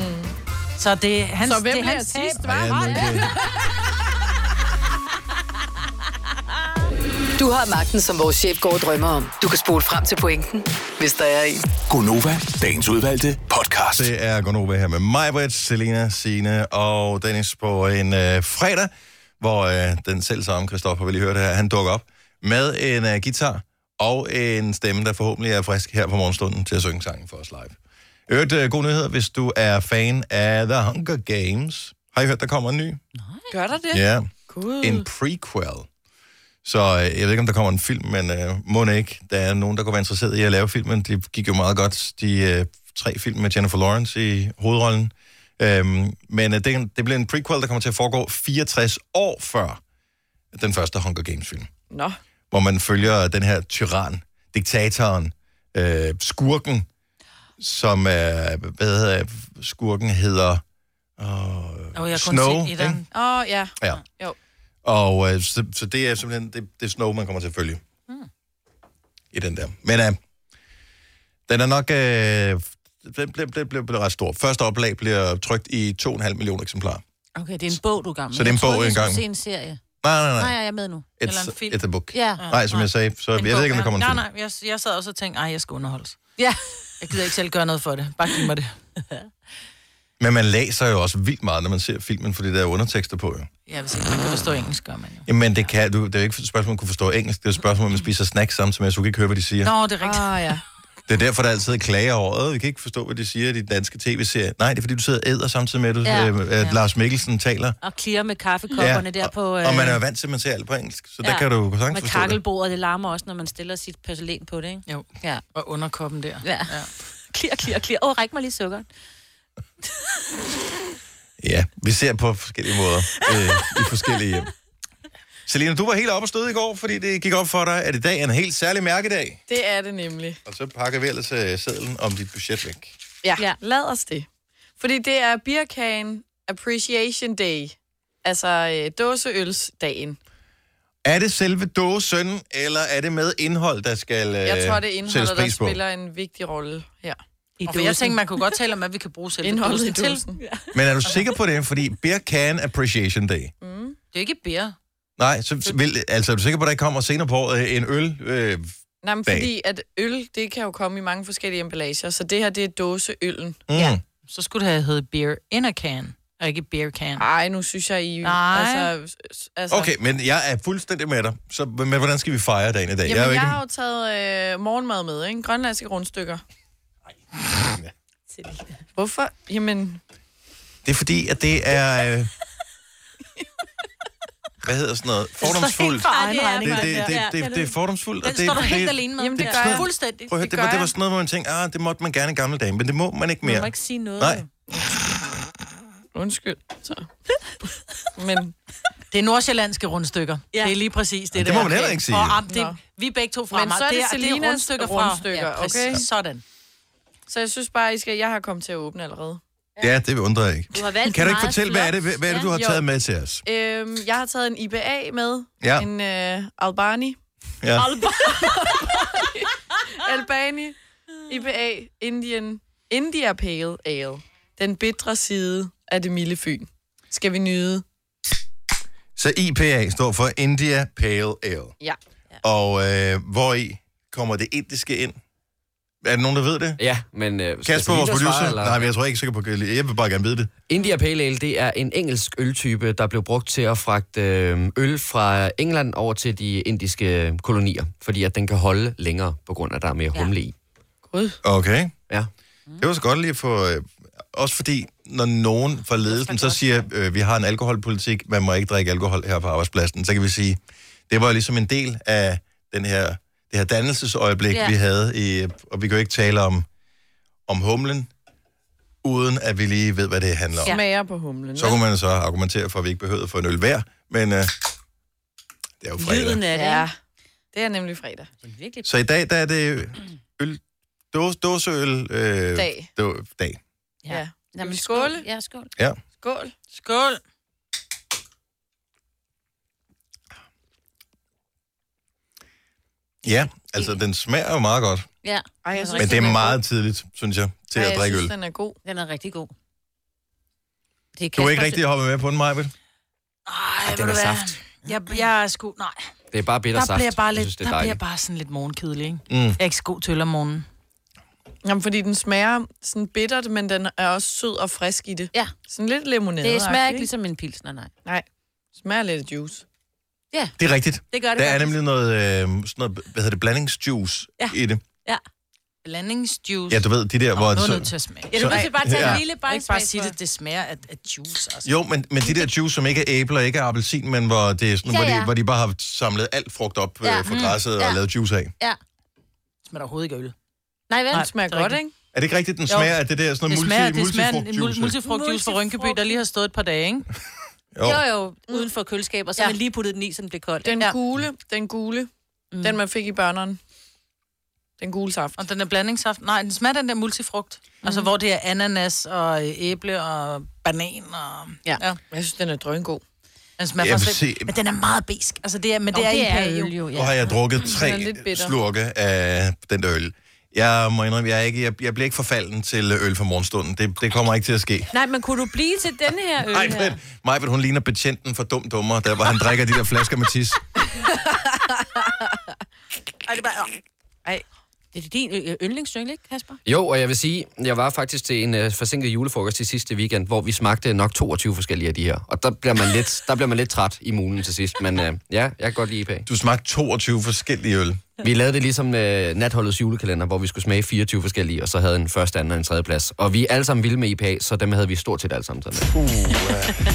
Speaker 3: Så det er hans,
Speaker 4: Så hvem
Speaker 3: det er
Speaker 4: bliver
Speaker 3: hans tab.
Speaker 4: sidst, hva'?
Speaker 2: Ja, men det-
Speaker 6: Du har magten, som vores chef går og drømmer om. Du kan spole frem til pointen, hvis der er en.
Speaker 7: Gonova, dagens udvalgte podcast.
Speaker 2: Det er Gonova her med mig, Britt, Selina, Sine og Dennis på en øh, fredag, hvor øh, den selv samme Christoffer, vi lige hørte her, han dukker op med en øh, guitar og en stemme, der forhåbentlig er frisk her på morgenstunden til at synge sangen for os live. I Øvrigt, øh, god nyhed, hvis du er fan af The Hunger Games. Har I hørt, der kommer en ny?
Speaker 4: Gør der det?
Speaker 2: Ja.
Speaker 4: Gud.
Speaker 2: en prequel. Så øh, jeg ved ikke, om der kommer en film, men øh, må det ikke. Der er nogen, der kunne være interesseret i at lave filmen. Det gik jo meget godt, de øh, tre film med Jennifer Lawrence i hovedrollen. Øhm, men øh, det, det bliver en prequel, der kommer til at foregå 64 år før den første Hunger Games-film
Speaker 4: Nå.
Speaker 2: hvor man følger den her tyran, diktatoren, øh, skurken, som er, hvad hedder skurken hedder
Speaker 3: Åh, jeg har kun
Speaker 2: Snow,
Speaker 3: set etteren.
Speaker 2: ikke?
Speaker 4: Åh, oh, ja.
Speaker 2: Ja.
Speaker 4: Jo.
Speaker 2: Og øh, så, så det er simpelthen det, det er Snow, man kommer til at følge. Mm. I den der. Men øh, den er nok... Øh, den bliver, bliver, bliver, bliver ret stor. Første oplag bliver trykt i 2,5 millioner eksemplarer.
Speaker 5: Okay, det er en bog, du er gammel.
Speaker 2: Så det er en
Speaker 5: Jeg troede,
Speaker 2: bog
Speaker 5: vi
Speaker 2: engang.
Speaker 5: skulle se en serie.
Speaker 2: Nej, nej,
Speaker 5: Nej,
Speaker 2: nej.
Speaker 5: jeg er med nu.
Speaker 2: It's,
Speaker 3: eller en film.
Speaker 2: It's a book.
Speaker 5: Ja.
Speaker 2: Nej, som jeg sagde, så jeg ved ikke, om der kommer en
Speaker 3: Nej,
Speaker 2: film.
Speaker 3: nej, jeg, jeg sad også og tænkte, ej, jeg skal underholdes.
Speaker 5: Ja.
Speaker 3: Jeg gider ikke selv gøre noget for det. Bare giv mig det.
Speaker 2: Men man læser jo også vildt meget, når man ser filmen, fordi der er undertekster på. Jo.
Speaker 3: Ja, hvis ikke man kan forstå engelsk, gør man jo.
Speaker 2: Jamen, det, kan, du, det er jo ikke et spørgsmål, om man kunne forstå engelsk. Det er et spørgsmål, om man spiser snacks sammen, som jeg så kan ikke høre, hvad de siger.
Speaker 3: Nå, det er rigtigt.
Speaker 4: Ah, ja.
Speaker 2: Det er derfor, der altid er klager over, "Åh, vi kan ikke forstå, hvad de siger i de danske tv-serier. Nej, det er fordi, du sidder og æder samtidig med, at, ja.
Speaker 5: Ja.
Speaker 2: øh, at ja. Lars Mikkelsen taler.
Speaker 5: Og clear med kaffekopperne ja, der
Speaker 2: og,
Speaker 5: på... øh,
Speaker 2: og man er jo
Speaker 4: øh,
Speaker 2: vant til, at man ser alt på engelsk, så ja. der kan du jo sagtens
Speaker 5: Med
Speaker 2: forstå det.
Speaker 5: kakkelbordet, det larmer også, når man stiller sit porcelæn på det, ikke?
Speaker 3: Jo,
Speaker 5: Ja.
Speaker 3: og underkoppen der.
Speaker 5: Ja. ja. Klir, klir, klir. Åh, ræk mig lige sukker.
Speaker 2: Ja, vi ser på forskellige måder øh, i forskellige hjem. Selina, du var helt oppe og støde i går, fordi det gik op for dig, at i dag er en helt særlig mærkedag.
Speaker 4: Det er det nemlig.
Speaker 2: Og så pakker vi ellers øh, sædlen om dit budget væk.
Speaker 4: Ja,
Speaker 5: Ja.
Speaker 4: ja. lad os det. Fordi det er Birkan Appreciation Day. Altså øh, dåseølsdagen.
Speaker 2: Er det selve dåsen, eller er det med indhold, der skal øh,
Speaker 4: Jeg tror, det er
Speaker 2: sættes
Speaker 4: indholdet, der
Speaker 2: pris på?
Speaker 4: spiller en vigtig rolle her.
Speaker 5: I
Speaker 3: Og for jeg tænkte, man kunne godt tale om, hvad vi kan bruge selv
Speaker 4: Indholdet i
Speaker 3: til.
Speaker 4: dåsen.
Speaker 3: Det
Speaker 2: Men er du sikker på det? Fordi beer can appreciation day.
Speaker 3: er jo ikke bære.
Speaker 2: Nej, så så vil, altså, er du sikker på, at der kommer senere på året øh, en øl? Øh,
Speaker 4: Nej, men
Speaker 2: Dag.
Speaker 4: fordi at øl, det kan jo komme i mange forskellige emballager, så det her, det er dåseøllen.
Speaker 2: mm. ja.
Speaker 3: Så skulle det have heddet beer in a can, og ikke beer can.
Speaker 4: Ej, nu synes jeg, I...
Speaker 3: Nej.
Speaker 4: Altså, s- altså,
Speaker 2: Okay, men jeg er fuldstændig med dig. Så, men hvordan skal vi fejre dagen i dag?
Speaker 4: Jamen, jeg,
Speaker 2: jo
Speaker 4: jeg har jo taget øh, morgenmad med, ikke? Grønlandske rundstykker. Hvorfor? Jamen,
Speaker 2: Det er fordi, at det er... Øh... Hvad hedder sådan noget? Fordomsfuldt.
Speaker 5: Ej, det er
Speaker 2: Det, det, det,
Speaker 5: Ja,
Speaker 2: det, det, det er fordomsfuldt. og
Speaker 3: Den
Speaker 2: det,
Speaker 3: står du helt
Speaker 2: det,
Speaker 3: alene med.
Speaker 4: Jamen, det
Speaker 3: Der.
Speaker 4: gør jeg.
Speaker 3: Fuldstændig.
Speaker 2: Prøv at høre, det,
Speaker 4: Det
Speaker 2: var,
Speaker 4: gør
Speaker 2: det var
Speaker 4: jeg.
Speaker 2: sådan noget, hvor man tænkte, ah, det måtte man gerne i gamle dage, men det må man ikke
Speaker 5: Man
Speaker 2: mere.
Speaker 5: må ikke sige noget.
Speaker 2: Nej.
Speaker 5: jo.
Speaker 4: undskyld. Så. Men
Speaker 3: Det er nordsjællandske rundstykker.
Speaker 5: Ja.
Speaker 3: Ja. Det er lige præcis det,
Speaker 2: Men det må man heller ikke sige.
Speaker 3: Og, am, det,
Speaker 4: Nå.
Speaker 3: vi er begge to fra
Speaker 4: Men
Speaker 3: Amager.
Speaker 4: så er det Selinas
Speaker 3: rundstykker
Speaker 4: rundstykker,
Speaker 3: Ja, præcis.
Speaker 4: okay?
Speaker 3: Sådan.
Speaker 4: Så jeg synes bare, I skal, jeg har kommet til at åbne allerede.
Speaker 2: Ja, det undrer jeg ikke.
Speaker 5: Du har valgt
Speaker 2: Kan du ikke
Speaker 5: meget
Speaker 2: fortælle, hvad er det,
Speaker 5: flot.
Speaker 2: hvad er det du har
Speaker 4: Jo.
Speaker 2: taget med til os?
Speaker 4: Øhm, jeg har taget en IBA med.
Speaker 2: Ja.
Speaker 4: En øh, Albani.
Speaker 2: Ja.
Speaker 4: Albani. IBA. Indian. India Pale Ale. Den bitre side af det milde Fyn. Skal vi nyde?
Speaker 2: Så IPA står for India Pale Ale.
Speaker 4: Ja.
Speaker 2: Og øh, hvor i kommer det indiske ind? Er der nogen, der ved det?
Speaker 8: Ja, men... Øh, skal
Speaker 2: Kasper, vores
Speaker 8: Selina svare,
Speaker 2: producer?
Speaker 8: eller?
Speaker 2: Nej, men jeg tror ikke sikker på, jeg vil bare gerne vide det.
Speaker 8: India Pale Ale, det er en engelsk øltype, der blev brugt til at fragte øh, øl fra England over til de indiske kolonier, fordi at den kan holde længere, på grund af, at der er mere humle i.
Speaker 2: Okay.
Speaker 8: Ja.
Speaker 2: Det var så godt lige at få... Øh, også fordi, når nogen fra ledelsen så siger, øh, vi har en alkoholpolitik, man må ikke drikke alkohol her på arbejdspladsen, så kan vi sige, det var jo ligesom en del af den her, det her dannelsesøjeblik,
Speaker 5: Ja.
Speaker 2: vi havde, i, og vi kan jo ikke tale om, om humlen, uden at vi lige ved, hvad det handler om.
Speaker 4: ja. Smager på humlen.
Speaker 2: Så kunne man så argumentere for, at vi ikke behøvede for en øl hver, men øh, det er jo fredag.
Speaker 5: Lyden af det.
Speaker 4: Ja. Det er nemlig fredag.
Speaker 5: ikke? Virkelig.
Speaker 2: Så i dag, der er det øl, dåse, dåseøl øh,
Speaker 4: Dag.
Speaker 2: Då, dag.
Speaker 5: Ja.
Speaker 4: Ja. ja.
Speaker 5: Nå, men
Speaker 4: skål.
Speaker 5: skål. Ja, skål.
Speaker 4: Skål.
Speaker 3: Skål.
Speaker 2: Ja, altså den smager jo meget godt,
Speaker 5: Ja,
Speaker 4: Ej, jeg
Speaker 2: men
Speaker 5: Rigtig
Speaker 2: det er
Speaker 5: god.
Speaker 2: meget tidligt, synes jeg, til
Speaker 4: Ej,
Speaker 2: at drikke
Speaker 4: jeg
Speaker 2: øl.
Speaker 4: synes, den er god.
Speaker 5: den er rigtig god. Det
Speaker 2: Du er
Speaker 5: Kasper-
Speaker 2: ikke rigtig hoppet med på den, Maja.
Speaker 3: Ej, ved
Speaker 8: den
Speaker 3: du
Speaker 8: er
Speaker 3: hvad?
Speaker 8: saft.
Speaker 3: Jeg, jeg er sgu... Nej,
Speaker 8: Det er bare bitter
Speaker 3: der
Speaker 8: saft.
Speaker 3: bliver jeg bare
Speaker 8: Jeg
Speaker 3: lidt,
Speaker 8: synes, det
Speaker 3: der
Speaker 8: er
Speaker 3: bliver jeg
Speaker 8: dejligt.
Speaker 3: bare sådan lidt morgenkedelig, ikke?
Speaker 2: Mm.
Speaker 3: Jeg er ikke så god til øl om morgenen.
Speaker 4: Jamen, fordi den smager sådan bittert, men den er også sød og frisk i det.
Speaker 5: Ja.
Speaker 4: Sådan lidt limonade.
Speaker 5: Det smager ikke ligesom en pilsner, nej.
Speaker 4: Nej. Smager lidt af juice.
Speaker 2: Det er rigtigt.
Speaker 5: Det gør det
Speaker 2: Der er
Speaker 5: faktisk.
Speaker 2: nemlig noget, øh, sådan noget hvad hedder det, blandingsjuice ja.
Speaker 5: Ja.
Speaker 2: i det.
Speaker 3: Blandingsjuice.
Speaker 2: Ja, du ved, de der, hvor...
Speaker 3: Nå, nu er jeg nødt
Speaker 2: Så,
Speaker 3: til at smage.
Speaker 5: Ja, du
Speaker 2: Så-
Speaker 5: kan så bare tage
Speaker 2: Ja.
Speaker 5: en lille
Speaker 3: Jeg kan
Speaker 5: bite
Speaker 3: ikke bare sige det, det smager af, af juice. Altså.
Speaker 2: jo, men, men de der juice, som ikke er æbler, ikke er appelsin, men hvor, det er sådan,
Speaker 5: Ja,
Speaker 2: hvor, de,
Speaker 5: ja.
Speaker 2: hvor de bare har samlet alt frugt op
Speaker 5: Ja,
Speaker 2: øh, fra
Speaker 5: mm,
Speaker 2: græsset og
Speaker 5: ja.
Speaker 2: lavet juice af.
Speaker 3: Det smager overhovedet ikke af øl.
Speaker 5: Nej, vel?
Speaker 4: Den smager
Speaker 3: det er
Speaker 4: godt,
Speaker 3: rigtigt.
Speaker 4: ikke?
Speaker 2: Er det ikke rigtigt, den smager af det der sådan
Speaker 3: Det
Speaker 2: noget multi,
Speaker 3: smager, det smager en mul-
Speaker 2: multifrugtjuice?
Speaker 3: multifrugtjuice fra Rynkeby, der lige har stået et par dage, ikke?
Speaker 2: Jo.
Speaker 5: Jo, jo, uden for køleskab, og så
Speaker 3: Ja.
Speaker 5: ja. man lige puttet den i, så den blev kold.
Speaker 4: Mm. Den gule, den gule, mm. den man fik i børneren. Den gule saft.
Speaker 3: Og den er blandingssaft. Nej, den smager den der multifrugt. Mm. Altså, hvor det er ananas og øh, æble og banan og...
Speaker 4: Ja. ja. Jeg synes, den er drøngod.
Speaker 3: Den smager
Speaker 2: Ja,
Speaker 3: ja,
Speaker 2: men
Speaker 3: faktisk...
Speaker 2: se-
Speaker 3: lidt- Men den er meget besk. Altså, det er, men det er, i en periode.
Speaker 5: jo.
Speaker 2: Nu har jeg drukket
Speaker 4: Den er
Speaker 2: tre
Speaker 4: lidt bitter.
Speaker 2: slurke af den der øl. Jeg må indrømme, jeg, er ikke, jeg, jeg bliver ikke forfalden til øl for morgenstunden. Det, det kommer ikke til at ske.
Speaker 5: Nej, men kunne du blive til denne her øl
Speaker 2: Nej,
Speaker 5: her?
Speaker 2: men Majbet, hun ligner betjenten for dum dummer, der hvor han drikker de der flasker med tis.
Speaker 4: Ej.
Speaker 5: Det er din ø- ø- yndlingsjungle, ikke, Kasper?
Speaker 8: Jo, og jeg vil sige, jeg var faktisk til en øh, forsinket julefrokost i sidste weekend, hvor vi smagte nok 22 forskellige af de her. Og der bliver man lidt, der bliver man lidt træt i mulen til sidst, men øh, ja, jeg kan godt lide IPA.
Speaker 2: Du smagte 22 forskellige øl.
Speaker 8: Vi lavede det ligesom øh, natholdets julekalender, hvor vi skulle smage 24 forskellige, og så havde en første, anden og en tredje plads. Og vi er alle sammen vilde med IPA, så dem havde vi stort set alle sammen taget med.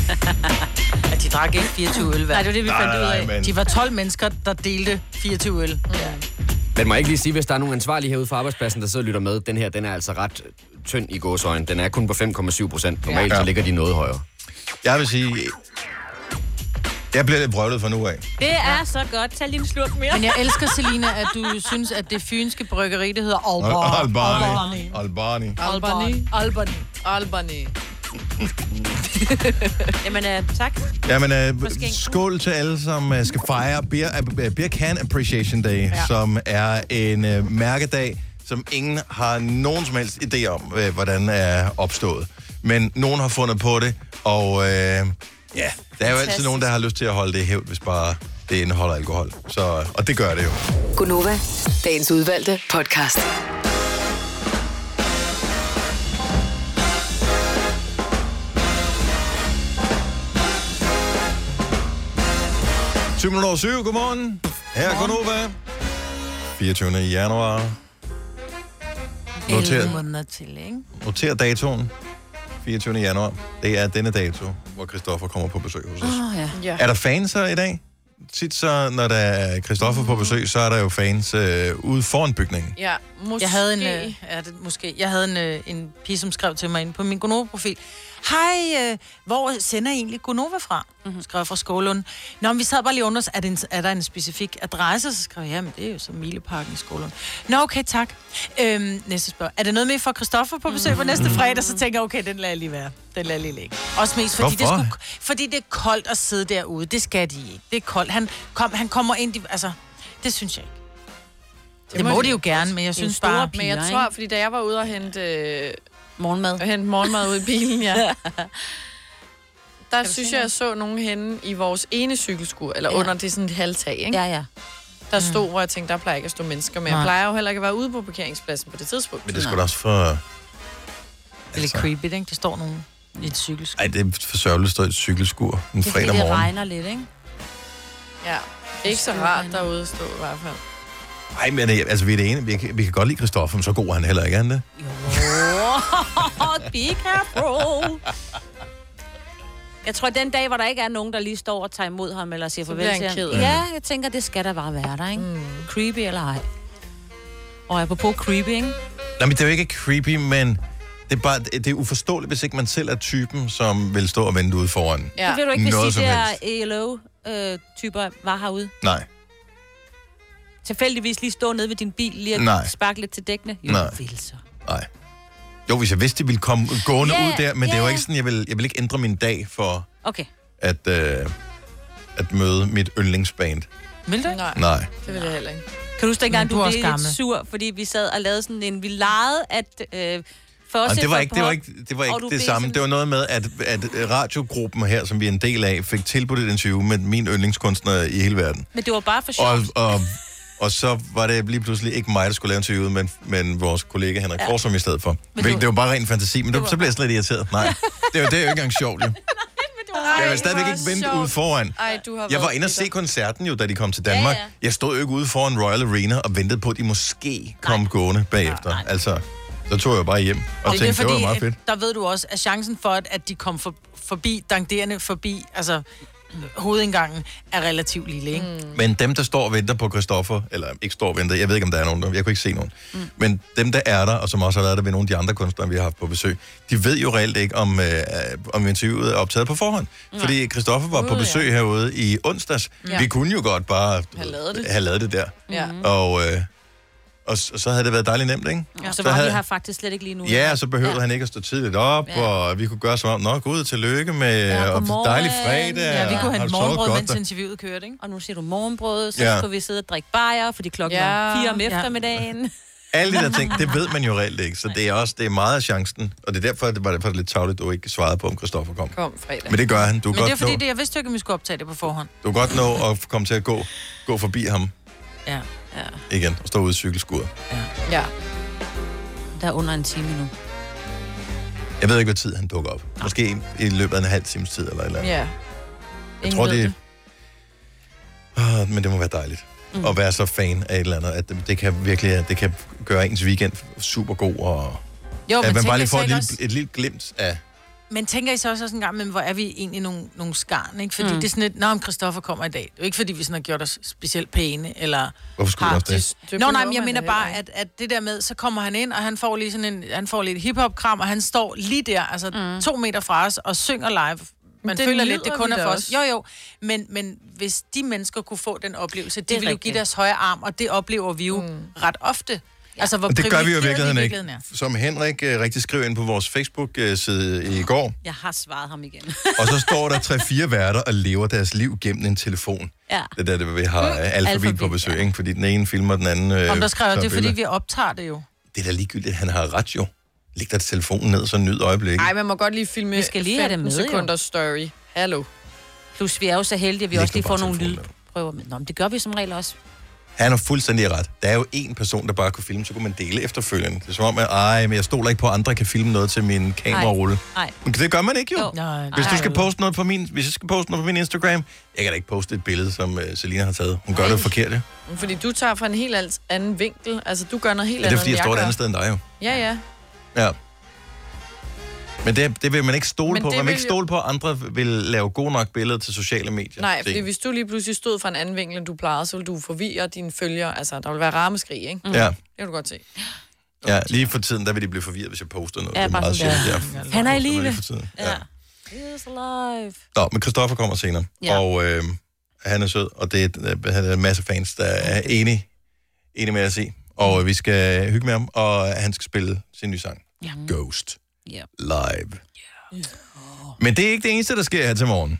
Speaker 3: At de drak ikke 24 øl hver.
Speaker 5: Nej, det var det, vi
Speaker 2: Nej,
Speaker 5: fandt
Speaker 2: nej,
Speaker 5: ud
Speaker 2: nej,
Speaker 5: af.
Speaker 2: men...
Speaker 3: De var 12 mennesker, der delte 24 øl. Ja.
Speaker 8: Men må jeg ikke lige sige, hvis der er nogen ansvarlige herude fra arbejdspladsen, der sidder og lytter med, den her, den er altså ret tynd i gåsøjen. Den er kun på 5,7 procent. Normalt ja. så
Speaker 2: Ja.
Speaker 8: ligger de noget højere.
Speaker 2: Jeg vil sige... Jeg bliver lidt brøvlet fra nu af.
Speaker 5: Det er så godt. Tag lige en slurk mere.
Speaker 4: Men jeg elsker Selina,
Speaker 3: At du synes, at det fynske bryggeri, det hedder Aalborg.
Speaker 2: Albani. Albani.
Speaker 4: Albany.
Speaker 3: Albany.
Speaker 4: Albany.
Speaker 5: Jamen, øh, tak.
Speaker 2: Jamen, øh,
Speaker 5: skænken.
Speaker 2: skål til alle, som øh, skal fejre Beer, øh, beer Can Appreciation Day, ja. som er en øh, mærkedag, som ingen har nogen som helst idé om, øh, hvordan er opstået. Men nogen har fundet på det, og øh, ja, der er jo altid nogen, der har lyst til at holde det i hævd, hvis bare det indeholder alkohol. Så, og det gør det jo.
Speaker 6: Gunova, dagens udvalgte podcast.
Speaker 2: Syv minutter over syv, godmorgen. Her er Gunova. 24. januar. Noteret.
Speaker 3: måneder til, ikke?
Speaker 2: Noter datoen. 24. januar. Det er denne dato, hvor Christoffer kommer på besøg hos os.
Speaker 3: Åh, oh, ja.
Speaker 4: Ja.
Speaker 2: Er der fans her i dag? Tit så, når der er Christoffer på besøg, så er der jo fans øh, ude foran bygningen.
Speaker 4: Ja, måske.
Speaker 3: Jeg havde en, øh, ja, det, måske, jeg havde en, øh, en pige, som skrev til mig inde på min Gonova-profil. Hej, øh, hvor sender I egentlig Gonova fra?
Speaker 4: Mhm.
Speaker 3: Mm-hmm. Skrev jeg fra Skålund. Nå, men vi sad bare lige under os, er, det en, er der en specifik adresse? Så skrev jeg, jamen det er jo så Mileparken i Skålund. Nå, okay, tak. Øhm, næste spørg. Er der noget med for Christoffer på besøg på
Speaker 4: Mhm.
Speaker 3: næste fredag? Så tænker jeg, okay, den lader jeg lige være. Den lader jeg lige ligge. Også mest fordi det,
Speaker 2: Hvorfor?
Speaker 3: skulle, fordi det er koldt at sidde derude. Det skal de ikke. Det er koldt. Han, kom, han kommer ind, i, altså, det synes jeg ikke. Det, det må de jo gerne, men jeg
Speaker 5: Det er jo
Speaker 3: synes
Speaker 5: store
Speaker 3: bare...
Speaker 5: piger,
Speaker 4: Men jeg
Speaker 5: ikke?
Speaker 4: tror, fordi da jeg var ude og hente, øh,
Speaker 5: Morgenmad.
Speaker 4: og hente morgenmad ud i bilen, ja, der synes jeg, jeg så nogen henne i vores ene cykelskur, eller
Speaker 5: Ja.
Speaker 4: under det sådan et halvtag, ikke?
Speaker 5: Ja, ja.
Speaker 4: der stod, hvor jeg tænkte, der plejer ikke at stå mennesker med. Jeg
Speaker 3: Nej.
Speaker 4: plejer jo heller ikke at være ude på parkeringspladsen på det tidspunkt.
Speaker 2: Men det skulle da også for...
Speaker 3: Det er lidt creepy, ikke? Der står nogen i et cykelsk.
Speaker 2: Ej, det er for sørgeligt at stå i et cykelskur en
Speaker 5: Det er fordi,
Speaker 2: fredag
Speaker 5: det
Speaker 2: morgen.
Speaker 5: regner lidt, ikke?
Speaker 4: Ja, det er ikke så rart derude at stå i hvert fald.
Speaker 2: Nej, men øh, altså, vi er det ene. Vi kan, vi kan godt lide Christoffer, men så god er han heller ikke, er han det?
Speaker 5: Oh, be careful. Jeg tror, den dag, hvor der ikke er nogen, der lige står og tager imod ham, eller siger
Speaker 4: bliver
Speaker 5: farvel
Speaker 4: han
Speaker 5: til
Speaker 4: ked
Speaker 5: ham.
Speaker 4: af
Speaker 5: Ja, jeg tænker, det skal der bare være der, ikke? Mm. Creepy eller ej. Og apropos creepy, ikke?
Speaker 2: Nej, men det er jo ikke creepy, men det er, bare, det er uforståeligt, hvis ikke man selv er typen, som vil stå og vente ude foran.
Speaker 4: Ja.
Speaker 5: Ja, det vil du ikke,
Speaker 2: noget
Speaker 5: hvis de
Speaker 2: som
Speaker 5: der
Speaker 2: helst.
Speaker 5: ELO-typer øh, var herude.
Speaker 2: Nej.
Speaker 5: Tilfældigvis lige stå nede ved din bil, lige
Speaker 2: Nej.
Speaker 5: at sparke lidt til dækkene. Jo,
Speaker 2: Nej.
Speaker 5: vil så.
Speaker 2: Nej. Jo, hvis jeg vidste, de ville komme gående
Speaker 5: Ja,
Speaker 2: yeah, ud der, men yeah. det
Speaker 5: ja,
Speaker 2: var
Speaker 5: ja.
Speaker 2: ikke sådan, jeg ville, jeg ville ikke ændre min dag for
Speaker 5: Okay.
Speaker 2: at, øh, at møde mit yndlingsband.
Speaker 3: Vil du ikke?
Speaker 4: Nej,
Speaker 2: Nej.
Speaker 4: det vil jeg heller ikke.
Speaker 5: Kan du huske dengang,
Speaker 3: Men
Speaker 5: du,
Speaker 3: du er
Speaker 5: du
Speaker 3: også
Speaker 5: blev lidt
Speaker 3: gammel.
Speaker 5: sur, fordi vi sad og lavede sådan en... Vi legede, at... Øh, for
Speaker 2: Jamen,
Speaker 5: os
Speaker 2: det var ikke det, var ikke, det, var
Speaker 5: Og du
Speaker 2: ikke det
Speaker 5: blev
Speaker 2: samme.
Speaker 5: sådan-
Speaker 2: Det var noget med, at, at radiogruppen her, som vi er en del af, fik tilbudt et interview med min yndlingskunstner i hele verden.
Speaker 5: Men det var bare for sjov.
Speaker 2: Og, og, og så var det lige pludselig ikke mig, der skulle lave interviewet, men, men vores kollega Henrik ja. Forsum i stedet for. Hvilket, det var bare ren fantasi, men det, så blev jeg slet irriteret. Nej, det er jo, det er jo ikke engang sjovt. Jo. Jeg vil stadigvæk ikke vente ude foran.
Speaker 4: Ej, du har
Speaker 2: Jeg var
Speaker 4: været
Speaker 2: inde og
Speaker 4: bitter.
Speaker 2: se koncerten jo, da de kom til Danmark. Ja,
Speaker 5: Ja,
Speaker 2: ja.
Speaker 5: ja.
Speaker 2: Jeg stod jo ikke ude foran Royal Arena og ventede på, at de måske kom nej. gående bagefter. Nej, nej. Altså, så tog jeg bare hjem og
Speaker 3: det
Speaker 2: tænkte,
Speaker 3: er
Speaker 2: det,
Speaker 3: fordi,
Speaker 2: var meget
Speaker 3: at
Speaker 2: fedt.
Speaker 3: der ved du også, at chancen for, at, at de kom for, forbi, danderende forbi, altså hovedindgangen, er relativt lille, ikke? Mm.
Speaker 2: Men dem, der står og venter på Christoffer, eller ikke står og venter, jeg ved ikke, om der er nogen, der, jeg kunne ikke se nogen, mm. men dem, der er der, og som også har været der ved nogle af de andre kunstnere, vi har haft på besøg, de ved jo reelt ikke, om, øh, om interviewet er optaget på forhånd. Nej. Fordi Christoffer var på besøg ja. herude i onsdags. Ja. Vi kunne jo godt bare
Speaker 4: Have lavet det.
Speaker 2: have lavet det der.
Speaker 4: Ja.
Speaker 2: Og, øh, og, s- og så havde det været dejligt nemt, ikke?
Speaker 5: Ja, så
Speaker 2: der
Speaker 5: var havde...
Speaker 2: havde-
Speaker 5: vi her faktisk slet ikke lige nu.
Speaker 2: Ja, og så behøvede ja. han ikke at stå tidligt op, ja. og vi kunne gøre som om, nå, gud, tillykke med ja, og
Speaker 5: godmorgen."
Speaker 2: dejlig fredag.
Speaker 3: Ja, vi
Speaker 2: og
Speaker 3: kunne
Speaker 2: har
Speaker 3: hente
Speaker 2: du sovet
Speaker 3: morgenbrød,
Speaker 2: godt,
Speaker 3: mens
Speaker 2: og-
Speaker 3: interviewet kørte, ikke?
Speaker 5: Og nu siger du morgenbrød, så
Speaker 2: Ja.
Speaker 5: ja. skulle vi sidde og drikke bajer, fordi klokken
Speaker 4: Ja.
Speaker 5: ja. var fire om
Speaker 4: Ja.
Speaker 5: eftermiddagen.
Speaker 2: Alle de der ting, det ved man jo reelt ikke, så det er også det er meget af chancen. Og det er derfor, det var det var lidt tavligt, du ikke svarede på, om Christoffer kom.
Speaker 4: Kom fredag.
Speaker 2: Men det gør han. Du
Speaker 3: Men
Speaker 2: kan
Speaker 3: det er
Speaker 2: godt,
Speaker 3: fordi,
Speaker 2: nå,
Speaker 3: det, jeg vidste jo ikke, om vi skulle optage det på forhånd.
Speaker 2: du kan godt nå at komme til at gå, gå forbi ham.
Speaker 3: Ja.
Speaker 2: igen og står ude i cykelskuret.
Speaker 4: Ja.
Speaker 5: Der er under en time nu.
Speaker 2: Jeg ved ikke, hvad tid han dukker op. Måske i løbet af en halv times tid eller et eller andet.
Speaker 4: Ja.
Speaker 2: Jeg tror, det... Ah, men det må være dejligt. Mm. At være så fan af et eller andet, at det kan virkelig det kan gøre ens weekend super god, og
Speaker 3: Jo,
Speaker 2: at man
Speaker 3: tænker
Speaker 2: bare
Speaker 3: I
Speaker 2: lige
Speaker 3: så
Speaker 2: får et
Speaker 3: ikke
Speaker 2: lille,
Speaker 3: også-
Speaker 2: et lille glimt af...
Speaker 3: Men tænker I så også sådan en gang, men hvor er vi egentlig nogle, nogle skarn, ikke? Fordi mm. det er sådan lidt, nå, om Christoffer kommer i dag. Det er jo ikke, fordi vi sådan har gjort os specielt pæne, eller...
Speaker 2: Hvorfor skulle
Speaker 3: har-
Speaker 2: man også det?
Speaker 3: Nå, nej, men jeg mener bare, at, at det der med, så kommer han ind, og han får lige sådan en, han får lidt hiphop-kram, og han står lige der, altså mm. to meter fra os, og synger live. Man
Speaker 4: det
Speaker 3: føler lidt, det
Speaker 4: nyder
Speaker 3: kun
Speaker 4: vi
Speaker 3: er
Speaker 4: da
Speaker 3: for os.
Speaker 4: også.
Speaker 3: Jo, jo. Men, men hvis de mennesker kunne få den oplevelse, det,
Speaker 5: er
Speaker 3: det ville jo give
Speaker 5: rigtigt.
Speaker 3: deres højre arm, og det oplever vi jo mm. ret ofte. Ja. Altså, hvor
Speaker 2: Og det gør vi jo i
Speaker 3: privilegeret
Speaker 2: virkeligheden ikke.
Speaker 3: er.
Speaker 2: Som Henrik øh, rigtig skrev ind på vores Facebook-side i går,
Speaker 5: Jeg har svaret ham igen.
Speaker 2: og så står der tre-fire værter og lever deres liv gennem en telefon.
Speaker 5: ja.
Speaker 2: Det er der, det, vi har mm. alfabet, alfabet
Speaker 5: Alfabet,
Speaker 2: på besøg, ikke? fordi den ene filmer, den anden... Øh,
Speaker 3: Om der skriver,
Speaker 2: tager
Speaker 3: det er fordi,
Speaker 2: billeder.
Speaker 3: vi optager det jo.
Speaker 2: Det er da ligegyldigt, han har ret jo. Læg dig telefonen ned, så nyd øjeblikket.
Speaker 4: Nej, man må godt lige filme
Speaker 5: Vi skal lige have det
Speaker 4: 15
Speaker 5: med, jo.
Speaker 4: sekunder story. Hallo.
Speaker 5: Plus, vi er jo så heldige, at vi
Speaker 2: Læg
Speaker 5: også
Speaker 2: nu
Speaker 5: lige får
Speaker 2: bare
Speaker 5: nogle
Speaker 2: telefonen
Speaker 5: lydprøver med. Nå, men det gør vi som regel også.
Speaker 2: Han har fuldstændig ret. Der er jo én person, der bare kunne filme, så kunne man dele efterfølgende. Det er som om, at ej, men jeg stoler ikke på, at andre kan filme noget til min kamerarulle.
Speaker 5: Nej.
Speaker 2: Men det gør man ikke jo.
Speaker 5: Jo.
Speaker 3: Nej,
Speaker 2: Hvis du
Speaker 5: Ej.
Speaker 2: skal poste noget på min, hvis jeg skal poste noget på min Instagram, jeg kan da ikke poste et billede, som uh, Selina har taget. Hun gør det jo forkert, ja.
Speaker 4: Fordi du tager fra en helt alt- anden vinkel. Altså, du gør noget helt
Speaker 2: Det er
Speaker 4: andet,
Speaker 2: fordi,
Speaker 4: end
Speaker 2: jeg står et
Speaker 4: gør.
Speaker 2: andet sted end dig jo.
Speaker 4: Ja, ja.
Speaker 2: Ja. Men det, det vil man ikke stole
Speaker 4: Men
Speaker 2: på.
Speaker 4: det
Speaker 2: Man vil
Speaker 4: vil
Speaker 2: ikke
Speaker 4: jo-
Speaker 2: stole på, at andre vil lave gode nok billeder til sociale medier.
Speaker 4: Nej, fordi
Speaker 2: Se.
Speaker 4: hvis du lige pludselig stod fra en anden vinkel, end du plejede, så ville du forvirre dine følgere. Altså, der ville være rammeskrig, ikke? Det
Speaker 2: Ja,
Speaker 4: kan du godt se.
Speaker 2: ja, lige for tiden, der vil de blive forvirret, hvis jeg poster noget.
Speaker 5: Ja,
Speaker 2: det er
Speaker 5: bare
Speaker 2: meget
Speaker 5: sådan,
Speaker 2: sjældent. jeg
Speaker 5: Han er i
Speaker 2: poster noget
Speaker 5: live.
Speaker 2: lige for tiden. Ja.
Speaker 5: He is alive.
Speaker 2: Nå, men Christoffer kommer senere, ja.
Speaker 5: Ja.
Speaker 2: og øh, han er sød, og det er, øh, han er en masse fans, der er enige, enige med os i. Og øh, vi skal hygge med ham, og han skal spille sin nye sang,
Speaker 5: Ja.
Speaker 2: Ghost,
Speaker 5: Ja.
Speaker 2: live. Men det er ikke det eneste, der sker her til morgen.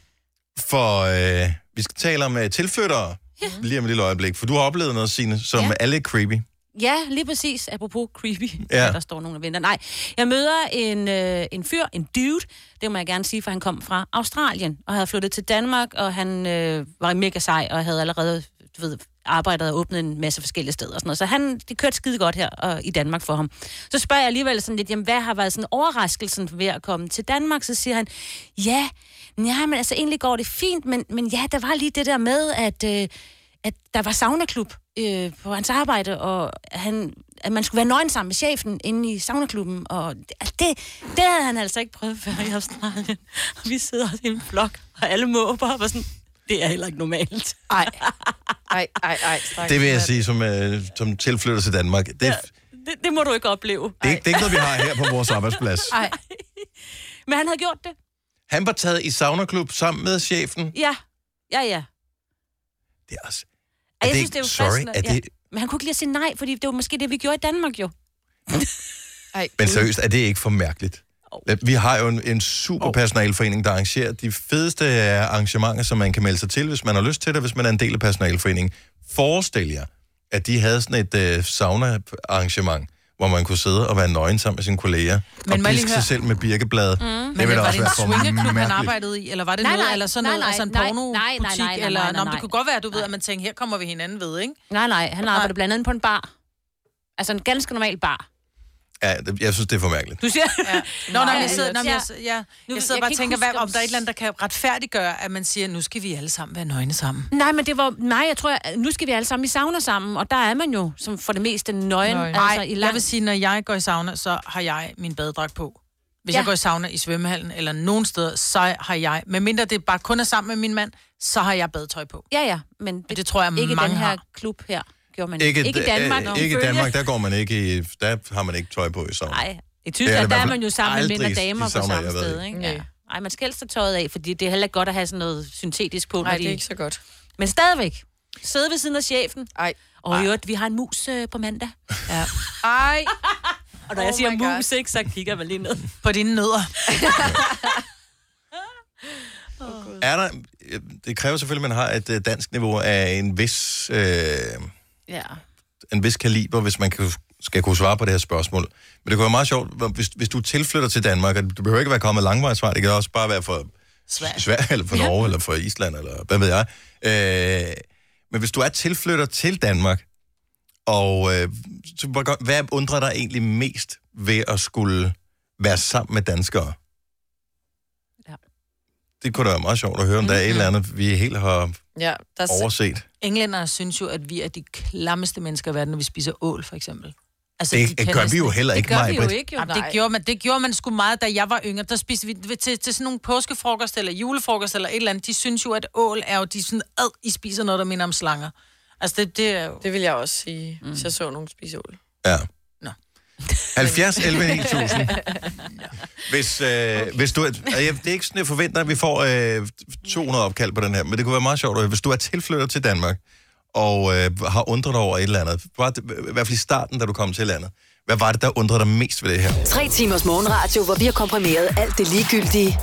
Speaker 2: For øh, vi skal tale om øh, tilflyttere lige om et lille øjeblik, for du har oplevet noget, Signe, som
Speaker 5: Ja.
Speaker 2: alle er creepy.
Speaker 5: Ja, lige præcis. Apropos creepy,
Speaker 2: Ja.
Speaker 5: ja. der står nogen og venter. Nej, jeg møder en, øh, en fyr, en dude, det må jeg gerne sige, for han kom fra Australien og havde flyttet til Danmark, og han øh, var mega sej og havde allerede du ved, arbejdet og åbnet en masse forskellige steder og sådan noget. Så han, det kørte skide godt her og, i Danmark for ham. Så spørger jeg alligevel sådan lidt, jamen hvad har været sådan overraskelsen ved at komme til Danmark? Så siger han, ja, nej, men altså egentlig går det fint, men, men ja, der var lige det der med, at... Øh, at der var saunaklub øh, på hans arbejde, og han, at man skulle være nøgen sammen med chefen inde i saunaklubben. Og altså det, det havde han altså ikke prøvet før i Australien. Og vi sidder også i en flok, og alle måber og var sådan, det er heller ikke normalt.
Speaker 4: Ej, ej, ej, ej. Stak.
Speaker 2: Det vil jeg sige, som, øh, som tilflytter til Danmark. Det, ja. det,
Speaker 5: Det, det må du ikke opleve.
Speaker 2: er ikke- det er ikke noget, vi har her på vores arbejdsplads.
Speaker 4: Ej,
Speaker 5: Men han havde gjort det.
Speaker 2: Han var taget i saunaklub sammen med chefen.
Speaker 5: Ja, ja, ja.
Speaker 2: Det er også...
Speaker 5: Og
Speaker 2: Er det
Speaker 5: jeg synes,
Speaker 2: ikke-
Speaker 5: det er jo
Speaker 2: sorry,
Speaker 5: fristende,
Speaker 2: er det-
Speaker 5: ja. Men han kunne ikke lige at sige nej, fordi det var måske det, vi gjorde i Danmark jo.
Speaker 4: ej.
Speaker 2: Men seriøst, er det ikke for mærkeligt? Vi har jo en, en super personalforening, der arrangerer de fedeste øh, arrangementer, som man kan melde sig til, hvis man har lyst til det, hvis man er en del af personalforeningen. Forestil jer, at de havde sådan et øh, sauna-arrangement, hvor man kunne sidde og være nøgen sammen med sine kolleger,
Speaker 3: må
Speaker 2: og
Speaker 3: jeg lige
Speaker 2: piske sig
Speaker 3: høre-
Speaker 2: selv med birkeblade. Mm. Det ville
Speaker 3: var
Speaker 2: også
Speaker 3: det en
Speaker 2: være for
Speaker 3: swingerklub, han
Speaker 2: mærkeligt.
Speaker 3: arbejdede i, eller var det
Speaker 5: Nej,
Speaker 3: noget,
Speaker 5: nej,
Speaker 3: eller sådan
Speaker 5: nej,
Speaker 3: noget,
Speaker 5: nej,
Speaker 3: altså en
Speaker 5: nej,
Speaker 3: pornobutik,
Speaker 5: nej, nej, nej, nej,
Speaker 3: eller,
Speaker 5: nej,
Speaker 3: Nå, men det
Speaker 5: nej.
Speaker 3: kunne godt være, du ved, at man tænkte, her kommer vi hinanden ved, ikke?
Speaker 5: Nej, nej, han arbejdede blandt andet på en bar. Altså en ganske normal bar.
Speaker 2: Ja, det- jeg synes, det er for mærkeligt.
Speaker 5: Du siger... Ja.
Speaker 3: Nå, nej,
Speaker 5: Nej,
Speaker 3: jeg sidder, nå, men
Speaker 5: ja.
Speaker 3: jeg, ja,
Speaker 5: Nu-
Speaker 3: jeg sidder
Speaker 5: jeg
Speaker 3: bare
Speaker 5: kan
Speaker 3: og
Speaker 5: ikke
Speaker 3: tænker,
Speaker 5: huske,
Speaker 3: hvad, om
Speaker 5: om-
Speaker 3: der er et eller andet, der kan retfærdiggøre, at man siger, nu skal vi alle sammen være nøgne sammen.
Speaker 5: Nej, men det var... Nej, jeg tror, jeg, nu skal vi alle sammen i sauna sammen, og der er man jo som for det meste nøgen.
Speaker 4: Nøgen.
Speaker 5: Nøgen.
Speaker 3: Nej,
Speaker 5: Altså,
Speaker 3: altså,
Speaker 5: i
Speaker 3: jeg
Speaker 5: lang...
Speaker 3: vil sige, når jeg går i sauna, så har jeg min badedragt på. Hvis ja.
Speaker 5: Ja.
Speaker 3: jeg går i sauna i svømmehallen eller nogen steder, så har jeg, medmindre det bare kun er sammen med min mand, så har jeg badetøj på.
Speaker 5: Ja, ja, men det,
Speaker 3: Det tror jeg,
Speaker 5: ikke
Speaker 3: mange
Speaker 5: den her
Speaker 3: har.
Speaker 5: klub her gjorde man ikke. Ikke i
Speaker 2: d-
Speaker 5: Danmark.
Speaker 2: øh, ikke i Danmark, der går man ikke i, der har man ikke tøj på i sauna.
Speaker 5: Nej, i
Speaker 2: Det er det
Speaker 5: Tyskland,
Speaker 2: i
Speaker 5: der
Speaker 2: hvert
Speaker 5: er
Speaker 2: fald
Speaker 5: man jo sammen med
Speaker 2: aldrig
Speaker 5: mænd og
Speaker 2: i
Speaker 5: damer på
Speaker 2: saunaer,
Speaker 5: samme
Speaker 2: jeg ved
Speaker 5: sted,
Speaker 2: ikke.
Speaker 5: ikke?
Speaker 4: Nej.
Speaker 5: Ja. Ej, man skal helst tage tøjet af, fordi det er heller ikke godt at have sådan noget syntetisk på.
Speaker 4: Nej,
Speaker 5: når
Speaker 4: det
Speaker 5: de...
Speaker 4: er ikke så godt.
Speaker 5: Men stadigvæk. Sidde ved siden af chefen.
Speaker 4: Ej.
Speaker 5: Og i øvrigt, vi har en mus øh, på mandag.
Speaker 4: Ej.
Speaker 5: Og når
Speaker 4: Oh
Speaker 5: jeg siger
Speaker 4: my God.
Speaker 5: mus, ikke, så kigger man lige ned.
Speaker 3: På dine nødder.
Speaker 2: Er der, øh, det kræver selvfølgelig, at man har et øh, dansk niveau af en vis... Øh,
Speaker 5: Ja.
Speaker 2: en vis kaliber, hvis man kan, skal kunne svare på det her spørgsmål. Men det kunne være meget sjovt, hvor- hvis, hvis du tilflytter til Danmark, og du behøver ikke være kommet langvejsvej, det kan også bare være for Sverige, Sverige eller for Norge, ja. eller for Island, eller hvad ved jeg. Øh, men hvis du er tilflytter til Danmark, Og øh, så hvor godt- hvad undrer dig egentlig mest ved at skulle være sammen med danskere?
Speaker 5: Ja.
Speaker 2: Det kunne da være meget sjovt at høre, om der er et eller
Speaker 8: Mm-hmm.
Speaker 2: andet, vi helt har
Speaker 8: Ja, der er
Speaker 2: overset.
Speaker 3: Englænderne synes jo, at vi er de klammeste mennesker i verden, når vi spiser ål, for eksempel. Altså,
Speaker 2: Det
Speaker 3: de
Speaker 2: gør
Speaker 3: kan
Speaker 2: vi jo
Speaker 3: næsten-
Speaker 2: heller
Speaker 8: det
Speaker 2: ikke,
Speaker 8: gør vi jo
Speaker 2: Maj-Brit.
Speaker 8: ikke, jo,
Speaker 3: Jamen, det,
Speaker 8: nej.
Speaker 3: gjorde man, det gjorde man sgu meget, da jeg var yngre. Der spiste vi til, til sådan nogle påskefrokost eller julefrokost eller et eller andet. De synes jo, at ål er jo, de er sådan, ad, I spiser noget, der minder om slanger. Altså, det, det er jo... Mm.
Speaker 8: Det vil jeg også sige, hvis jeg så nogen spise ål.
Speaker 2: Ja.
Speaker 3: Nå.
Speaker 2: 70 11 9000. Hvis, øh, okay. hvis du er, og jeg, det er ikke sådan, jeg forventer, at vi får øh, 200 opkald på den her, men det kunne være meget sjovt, at- hvis du er tilflytter til Danmark, og øh, har undret dig over et eller andet, bare, det- i hvert fald i starten, da du kom til landet, hvad var det, der undrede dig mest ved det her?
Speaker 6: Tre timers morgenradio, hvor vi har komprimeret alt det ligegyldige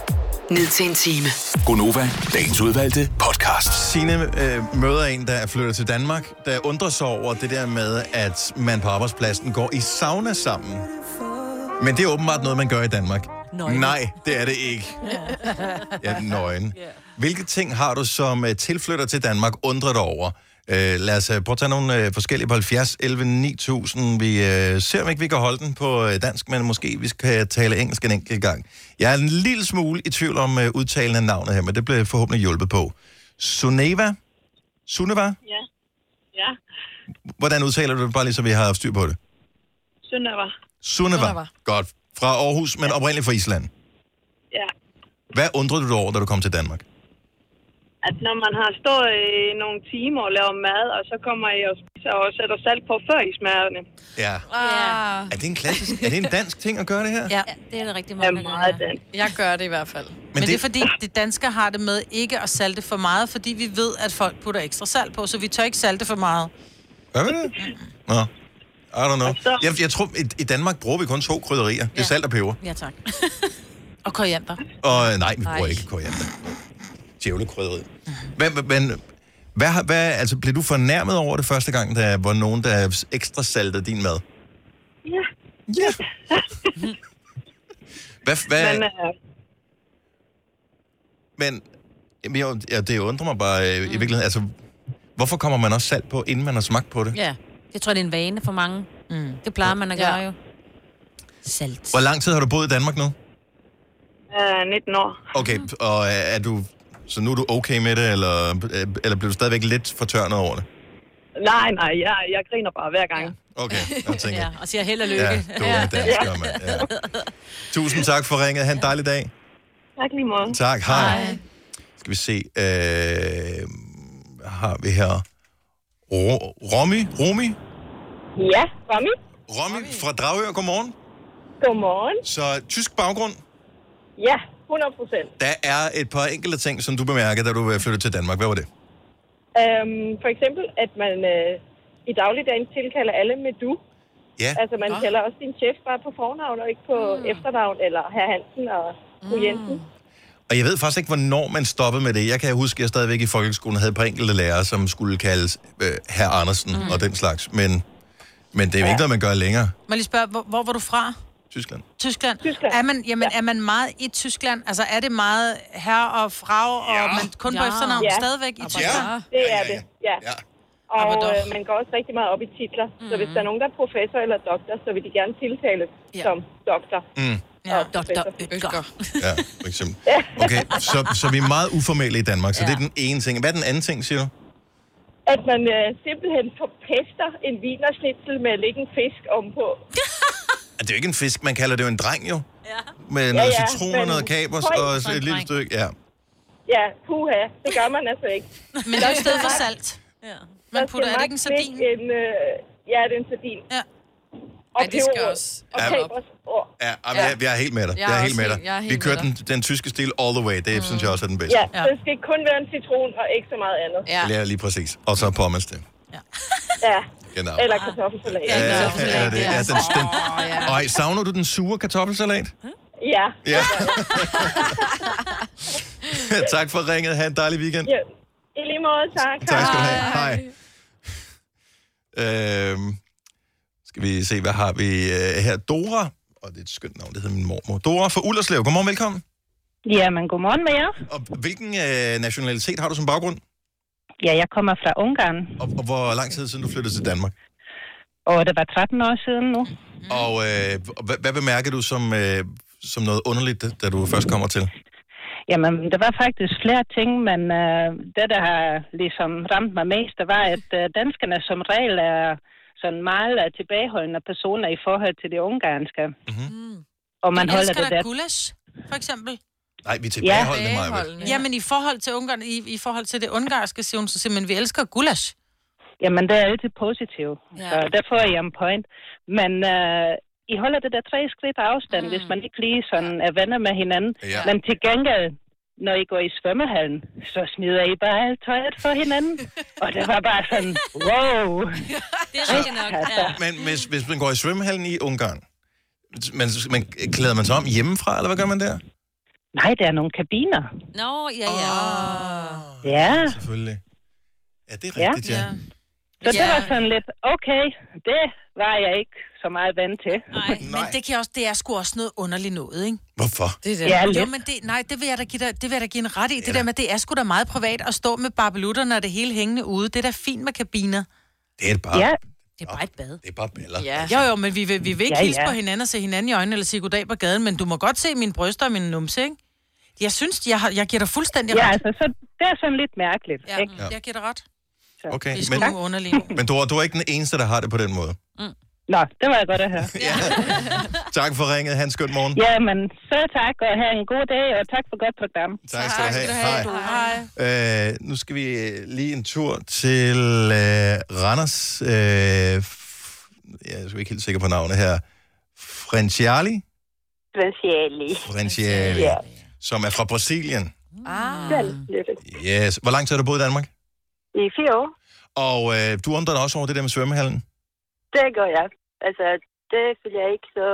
Speaker 6: ned til en time.
Speaker 9: Gonova, dagens udvalgte podcast.
Speaker 2: Signe øh, møder en, der er flyttet til Danmark, der undrer sig over det der med, at man på arbejdspladsen går i sauna sammen. Men det er åbenbart noget, man gør i Danmark.
Speaker 5: Nøgen.
Speaker 2: Nej, det er det ikke. Ja, nøgen. Hvilke ting har du som øh, tilflytter til Danmark undret dig over? Øh, lad os øh, prøve at tage nogle øh, forskellige på 70, 11, 9000. Vi øh, ser, om ikke vi kan holde den på øh, dansk, men måske vi skal tale engelsk en enkelt gang. Jeg er en lille smule i tvivl om øh, udtalen af navnet her, men det bliver forhåbentlig hjulpet på. Suneva? Suneva?
Speaker 10: Ja,
Speaker 2: Hvordan udtaler du det? Bare lige så vi har haft styr på det.
Speaker 10: Sønderva.
Speaker 2: Suneva.
Speaker 8: Suneva.
Speaker 2: Godt. Fra Aarhus, men oprindeligt fra Island.
Speaker 10: Ja.
Speaker 2: Hvad undrede du dig over, da du kom til Danmark?
Speaker 10: At når man har stået i nogle timer og laver mad, og så kommer I og spiser og sætter salt på før i smerterne.
Speaker 2: Ja.
Speaker 8: Ah,
Speaker 2: Er det en klassisk, er det en dansk ting at gøre det her?
Speaker 5: Ja, det er der rigtig
Speaker 10: Det
Speaker 5: mange,
Speaker 10: er
Speaker 5: der
Speaker 10: meget
Speaker 5: gør.
Speaker 10: den.
Speaker 8: jeg gør det i hvert fald.
Speaker 3: Men, Men det... det er fordi, det danskere har det med ikke at salte for meget, fordi vi ved, at folk putter ekstra salt på, så vi tør ikke salte for meget.
Speaker 2: Gør vi det? Nå. I don't know.
Speaker 10: så-
Speaker 2: Jeg, jeg tror, i, i Danmark bruger vi kun to krydderier. Det er salt og peber.
Speaker 5: Ja, tak.
Speaker 3: Og koriander.
Speaker 2: Og øh, nej, vi bruger ikke koriander. Djævle krydderiet. Men, men hvad, har- hvad, altså, blev du fornærmet over det første gang, der var nogen, der ekstra saltede din mad?
Speaker 10: Ja,
Speaker 2: Ja. hvad, hvad,
Speaker 10: men
Speaker 2: men,
Speaker 10: øh,
Speaker 2: men jamen, jo, ja, det undrer mig bare øh, i virkeligheden. Altså, hvorfor kommer man også salt på, inden man har smagt på det?
Speaker 5: Ja. Jeg tror, det er en vane for mange. Mm. Det plejer man at gøre
Speaker 8: Ja.
Speaker 5: jo. Salt.
Speaker 2: Hvor lang tid har du boet i Danmark nu?
Speaker 10: øh, 19 år.
Speaker 2: Okay, og er er du... Så nu er du okay med det, eller, øh, eller bliver du stadigvæk lidt fortørnet over det?
Speaker 10: Nej, nej, jeg, jeg griner bare held gang.
Speaker 2: Okay, jeg tænker.
Speaker 5: Ja, og siger held og lykke.
Speaker 2: Ja, du er dansker, mand. Ja. Tusind tak for ringet. Ha' en dejlig dag.
Speaker 10: Tak lige måde.
Speaker 2: Tak, hej. hej. Skal vi se. Øh, hvad har vi her? Ro- Romy? Romy?
Speaker 10: Ja, Rami.
Speaker 2: Romy fra Dragør, godmorgen.
Speaker 10: Godmorgen.
Speaker 2: Så tysk baggrund.
Speaker 10: Ja, 100 procent.
Speaker 2: Der er et par enkelte ting, som du bemærkede, da du øh, flyttede til Danmark. Hvad var det?
Speaker 10: Øhm, for eksempel, at man øh, i dagligdagen tilkalder alle med du.
Speaker 2: Ja,
Speaker 10: Altså, man kalder også sin chef bare på fornavn og ikke på
Speaker 5: Mm.
Speaker 10: efternavn, eller herr Hansen og fru Jensen.
Speaker 2: Og jeg ved faktisk ikke, hvornår man stoppede med det. Jeg kan huske, at jeg stadigvæk i folkeskolen havde et par enkelte lærere, som skulle kaldes øh, herr Andersen mm. og den slags. Men, men det er jo ikke noget, man gør længere.
Speaker 3: Må jeg lige spørge, hvor, hvor var du fra?
Speaker 2: Tyskland.
Speaker 3: Tyskland?
Speaker 10: Tyskland.
Speaker 3: Er man, jamen, ja. er man meget i Tyskland? Altså, er det meget herre og frag, og man kun ja. på
Speaker 5: Ja.
Speaker 3: efternavn
Speaker 10: Ja.
Speaker 3: stadigvæk i Tyskland? Ja.
Speaker 10: Det er det, ja.
Speaker 2: ja.
Speaker 10: Og
Speaker 3: hvor dog.
Speaker 10: øh, man går også rigtig meget op i titler. Mm. Så hvis der er nogen, der er professor eller doktor, så vil de gerne tiltale
Speaker 3: Ja.
Speaker 10: ja. som doktor.
Speaker 2: Mm.
Speaker 3: Ja.
Speaker 10: og
Speaker 5: Dr.
Speaker 10: professor.
Speaker 5: Øtker.
Speaker 2: ja, for eksempel. Okay, så, så vi er meget uformelle i Danmark, så ja. det er den ene ting. Hvad er den anden ting, siger du?
Speaker 10: At man øh, simpelthen forpester en vinersnitzel med at lægge en fisk ovenpå.
Speaker 2: Ah, Det er jo ikke en fisk, man kalder det jo en dreng, jo. Ja. Med noget
Speaker 10: ja,
Speaker 2: citron og
Speaker 10: men-
Speaker 2: noget kapers
Speaker 10: Høj,
Speaker 2: og så
Speaker 5: en
Speaker 2: et lille
Speaker 5: dreng.
Speaker 2: stykke. Ja.
Speaker 10: Ja, puha, det gør man altså ikke.
Speaker 3: Men det er jo stedet for salt.
Speaker 5: Ja.
Speaker 10: Der
Speaker 3: Man
Speaker 10: skal
Speaker 3: putter, er det ikke en
Speaker 10: maks.
Speaker 3: sardin?
Speaker 10: ligge En, øh, ja, det er en sardin.
Speaker 3: Ja.
Speaker 10: Og
Speaker 8: Ej, det skal
Speaker 10: peberrod.
Speaker 8: også
Speaker 10: Og
Speaker 8: op.
Speaker 10: kapers. Og,
Speaker 2: Ja, ja. Jeg, jeg er helt med dig. Jeg er,
Speaker 8: er
Speaker 2: helt
Speaker 8: også
Speaker 2: med dig.
Speaker 8: helt- jeg er helt
Speaker 2: vi
Speaker 8: med
Speaker 2: kører
Speaker 8: dig.
Speaker 2: den, den tyske stil all the way. Det mm. synes jeg også er den bedste.
Speaker 10: ja,
Speaker 2: Ja.
Speaker 10: ja, så det skal kun være en citron og ikke så meget andet.
Speaker 8: Ja.
Speaker 2: Lærer lige præcis. Og så pommes det.
Speaker 10: Ja,
Speaker 2: Genau.
Speaker 10: eller kartoffelsalat.
Speaker 2: Ja,
Speaker 10: Ja.
Speaker 2: ja,
Speaker 8: kartoffelsalat,
Speaker 2: ja, det,
Speaker 8: ja.
Speaker 2: ja, den, den. Ej, savner du den sure kartoffelsalat?
Speaker 10: ja.
Speaker 2: Ja. tak for ringet. Ha' en dejlig weekend.
Speaker 10: ja. I lige måde, tak.
Speaker 2: Tak skal du have. Hej. Øhm, skal vi se, hvad har vi øh, her? Dora. Og det er et skønt navn, det hedder min mormor. Dora fra Ullerslev. Godmorgen, velkommen.
Speaker 10: Jamen, godmorgen med jer.
Speaker 2: Og hvilken øh, nationalitet har du som baggrund?
Speaker 10: Ja, jeg kommer fra Ungarn.
Speaker 2: Og, og hvor lang tid siden du flyttede til Danmark?
Speaker 11: Og det var 13 år siden nu.
Speaker 3: Mm.
Speaker 2: Og øh, hvad, hvad bemærker du som, øh, som noget underligt, da du først kommer til?
Speaker 11: Jamen, der var faktisk flere ting, men øh, det, der har ligesom ramt mig mest, det var, at øh, danskerne som regel er sådan meget øh, tilbageholdende personer i forhold til det ungarske. Mm-hmm. Og man
Speaker 3: Jeg
Speaker 11: holder
Speaker 3: elsker
Speaker 11: det
Speaker 3: da
Speaker 11: der.
Speaker 3: gulasch, for eksempel.
Speaker 2: Nej, vi er
Speaker 11: tilbageholdende,
Speaker 2: Maja.
Speaker 3: Ja. Jamen, i forhold til, Ungarn, i, i forhold til det ungarske, siger hun så simpelthen, vi elsker gulasch.
Speaker 11: Jamen, det er altid positivt. Ja. Så der får jeg en point. Men øh, I holder det der tre skridt afstand, mm. hvis man ikke lige sådan er venner med hinanden.
Speaker 2: Ja.
Speaker 11: Men til gengæld, når I går i svømmehallen, så smider I bare alt tøjet for hinanden. Og det var bare sådan, wow. Altså,
Speaker 5: Det er rigtigt nok, ja.
Speaker 2: Men hvis, hvis man går i svømmehallen i Ungarn, man, man, klæder man sig om hjemmefra, eller hvad gør man der?
Speaker 11: Nej, der er nogle kabiner.
Speaker 5: Nå, ja, ja.
Speaker 2: Ah.
Speaker 11: Ja.
Speaker 2: Selvfølgelig. Ja, det er rigtigt, ja. ja.
Speaker 11: Så det var sådan lidt, okay, det var jeg ikke så meget vant til.
Speaker 5: Nej.
Speaker 3: Men det, kan også, det er sgu også noget underligt noget, ikke?
Speaker 2: Hvorfor?
Speaker 4: Det
Speaker 11: Ja, lidt.
Speaker 3: Jo, men det, nej, det vil jeg da give dig, det vil jeg da give en ret i. Det der med, det er sgu da meget privat at stå med barbelutterne og det hele hængende ude. Det er da fint med kabiner.
Speaker 2: Det er bare,
Speaker 11: Ja.
Speaker 5: Det er bare et bad.
Speaker 2: det er bare baller.
Speaker 4: Ja.
Speaker 3: Jo, jo, men vi vil, vi vil ikke
Speaker 11: Ja,
Speaker 3: ja, hilse
Speaker 11: ja.
Speaker 3: på hinanden og se hinanden i øjnene eller sige goddag på gaden, men du må godt se mine bryster og mine numse, ikke? Jeg synes, jeg, har, jeg giver dig fuldstændig
Speaker 11: Ja,
Speaker 3: ret.
Speaker 11: altså, så det er sådan lidt mærkeligt. Ja. Ikke?
Speaker 3: Ja, jeg giver dig ret.
Speaker 2: Okay,
Speaker 3: Det er sgu
Speaker 2: men,
Speaker 3: nogle underlige.
Speaker 2: men du, er- du er ikke den eneste, der har det på den måde.
Speaker 11: Nå, det var jeg godt at høre.
Speaker 2: Tak for ringet. Hans, skøn morgen.
Speaker 11: Ja, men så tak, og have en god dag, og tak for godt program.
Speaker 2: Tak skal du have. Hej.
Speaker 3: Hej.
Speaker 2: Øh, nu skal vi øh, lige en tur til øh, Randers. Øh, f- jeg er sgu ikke helt sikker på navnet her. Frenciali?
Speaker 12: Speciale.
Speaker 2: Frenciali.
Speaker 12: Ja.
Speaker 2: Som er fra Brasilien.
Speaker 12: Selv.
Speaker 2: Yes. Hvor lang tid har du boet i Danmark?
Speaker 12: I fire år,
Speaker 2: Og øh, du undrer dig også over det der med svømmehallen?
Speaker 12: det gør jeg. Altså, det vil jeg ikke så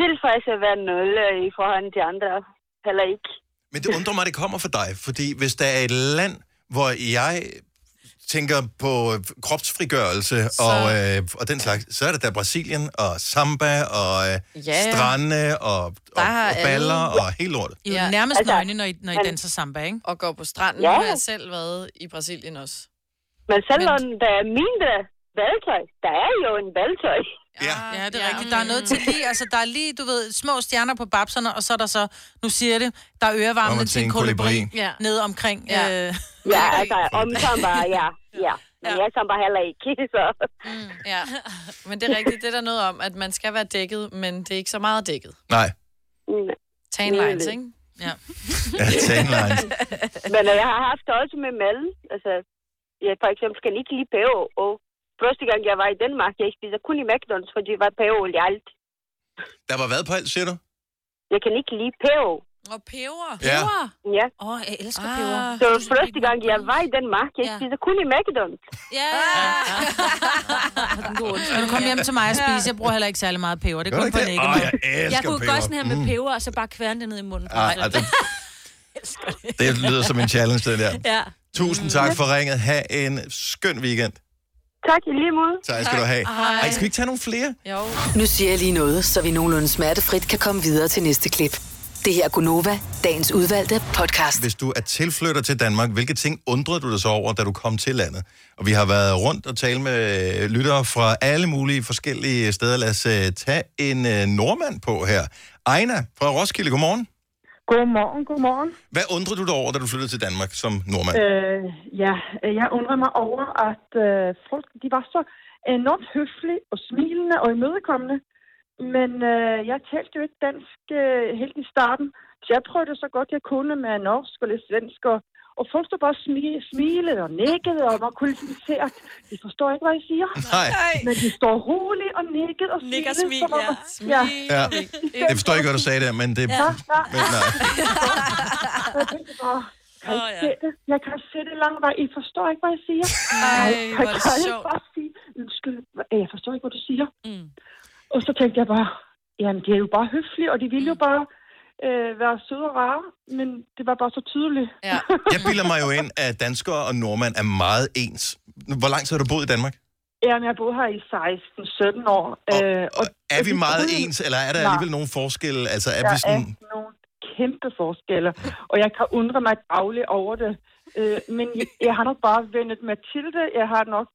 Speaker 12: tilfreds at være nul øh, i forhold til andre. Heller ikke.
Speaker 2: Men det undrer mig, at det kommer for dig, fordi hvis der er et land, hvor jeg tænker på øh, kropsfrigørelse så... og, øh, og den slags, så er det da Brasilien og samba og øh,
Speaker 4: Ja,
Speaker 2: ja.
Speaker 4: ja.
Speaker 2: strande og, og,
Speaker 4: Der har
Speaker 2: og baller
Speaker 4: alle-
Speaker 2: og helt lortet.
Speaker 3: I er
Speaker 4: Ja.
Speaker 3: jo nærmest
Speaker 12: Altså,
Speaker 3: nøgne, når I, når I
Speaker 12: men-
Speaker 3: danser samba, ikke?
Speaker 4: Og går på stranden.
Speaker 12: Ja.
Speaker 4: Ja. Nu har jeg selv været i Brasilien også.
Speaker 12: Men selvom der er mindre valgtøj, der er jo en valgtøj.
Speaker 2: Ja.
Speaker 3: Ja, det er Ah, ja, rigtigt. Der er noget til lige, altså der er lige, du ved, små stjerner på babserne, og så er der så, nu siger jeg det, der er
Speaker 2: Når
Speaker 3: ørevarmene
Speaker 2: man
Speaker 3: til
Speaker 2: tænker
Speaker 3: en
Speaker 2: en
Speaker 3: kolibri
Speaker 2: kolibri.
Speaker 4: Ja.
Speaker 3: nede omkring.
Speaker 4: Ja.
Speaker 3: Øh,
Speaker 12: Ja, altså, om sommer, ja. ja. Men jeg sommer heller ikke, så...
Speaker 4: Mm, Ja. Men det er rigtigt, det er der noget om, at man skal være dækket, men det er ikke så meget dækket.
Speaker 2: Nej,
Speaker 12: Mm.
Speaker 4: Tan lines, ikke?
Speaker 2: ja, tanlines.
Speaker 12: Men øh, jeg har haft det også med mad. Altså, jeg for eksempel kan ikke lide pæve. Og første gang jeg var i Danmark, jeg spiser kun i McDonald's, fordi det var pæveolie alt.
Speaker 2: Der var hvad på alt, siger du?
Speaker 12: Jeg kan ikke lide pæve.
Speaker 4: Og peber.
Speaker 2: Ja.
Speaker 12: Ja.
Speaker 5: Åh, oh, jeg elsker
Speaker 4: Ah.
Speaker 5: peber.
Speaker 12: Så første gang jeg var i Danmark, jeg
Speaker 5: Ja.
Speaker 12: spiser kun i McDonald's.
Speaker 5: Ja.
Speaker 3: Når du kommer hjem til mig og spise, jeg bruger heller ikke særlig meget peber. Det er
Speaker 2: Gør du
Speaker 3: kun for
Speaker 2: ikke
Speaker 3: at
Speaker 2: det?
Speaker 3: ikke
Speaker 2: Åh,
Speaker 3: mig.
Speaker 2: jeg elsker
Speaker 5: Jeg kunne
Speaker 2: peber.
Speaker 5: godt sådan her med peber, og så bare kværne det ned i munden.
Speaker 2: Ej, ej, det, Ah, altså, det lyder som en challenge, det der.
Speaker 5: Ja.
Speaker 2: Tusind tak for ringet. Ha' en skøn weekend.
Speaker 12: Tak i lige måde.
Speaker 2: Tak skal du have. Ej, skal vi ikke tage nogle flere?
Speaker 4: Jo.
Speaker 6: Nu siger jeg lige noget, så vi nogenlunde smertefrit kan komme videre til næste klip. Det her er Gunova, dagens udvalgte podcast.
Speaker 2: hvis du er tilflytter til Danmark, hvilke ting undrede du dig så over, da du kom til landet? Og vi har været rundt og talt med øh, lyttere fra alle mulige forskellige steder. Lad os øh, tage en øh, nordmand på her. Ejna fra Roskilde, godmorgen.
Speaker 13: Godmorgen, godmorgen.
Speaker 2: Hvad undrede du dig over, da du flyttede til Danmark som nordmand?
Speaker 13: Øh, ja, øh, jeg undrede mig over, at øh, folk de var så enormt høflige og smilende og imødekommende. Men øh, jeg talte jo ikke dansk øh, helt i starten, så jeg prøvede så godt jeg kunne med norsk og lidt svensk. Og, og folk stod bare og smi- smilede og nikkede og var kvalificeret. De forstår ikke, hvad jeg siger.
Speaker 2: Nej,
Speaker 13: Men de står roligt og nikkede og smilede.
Speaker 4: Nikker smil,
Speaker 13: som om-
Speaker 4: ja.
Speaker 13: ja.
Speaker 2: ja. Jeg forstår ikke, hvad du sagde der, men det... Ja. Men, nej.
Speaker 13: Jeg tænkte bare, kan I se det? Jeg kan se det langt vej. I forstår ikke, hvad jeg siger.
Speaker 4: Ej,
Speaker 13: Jeg
Speaker 4: hvor er det
Speaker 13: kan ikke
Speaker 4: sjovt.
Speaker 13: bare sige, undskyld, hva- jeg forstår ikke, hvad du siger. Mm. Og så tænkte jeg bare, jamen, de er jo bare høflige, og de ville jo
Speaker 4: Mm.
Speaker 13: bare øh, være søde og rare, men det var bare så tydeligt.
Speaker 4: Ja.
Speaker 2: Jeg bilder mig jo ind, at danskere og nordmænd er meget ens. Hvor lang tid har du boet i Danmark?
Speaker 13: Jamen, jeg boede her i 16-17 år.
Speaker 2: Og,
Speaker 13: øh,
Speaker 2: og er vi
Speaker 13: de
Speaker 2: meget
Speaker 13: troede-
Speaker 2: ens, eller er der
Speaker 13: Nej.
Speaker 2: alligevel nogen forskelle? Altså, er
Speaker 13: Der
Speaker 2: vi sådan...
Speaker 13: er nogle kæmpe forskelle, og jeg kan undre mig dagligt over det. Øh, men jeg, jeg har nok bare vendet mig til det. Jeg har nok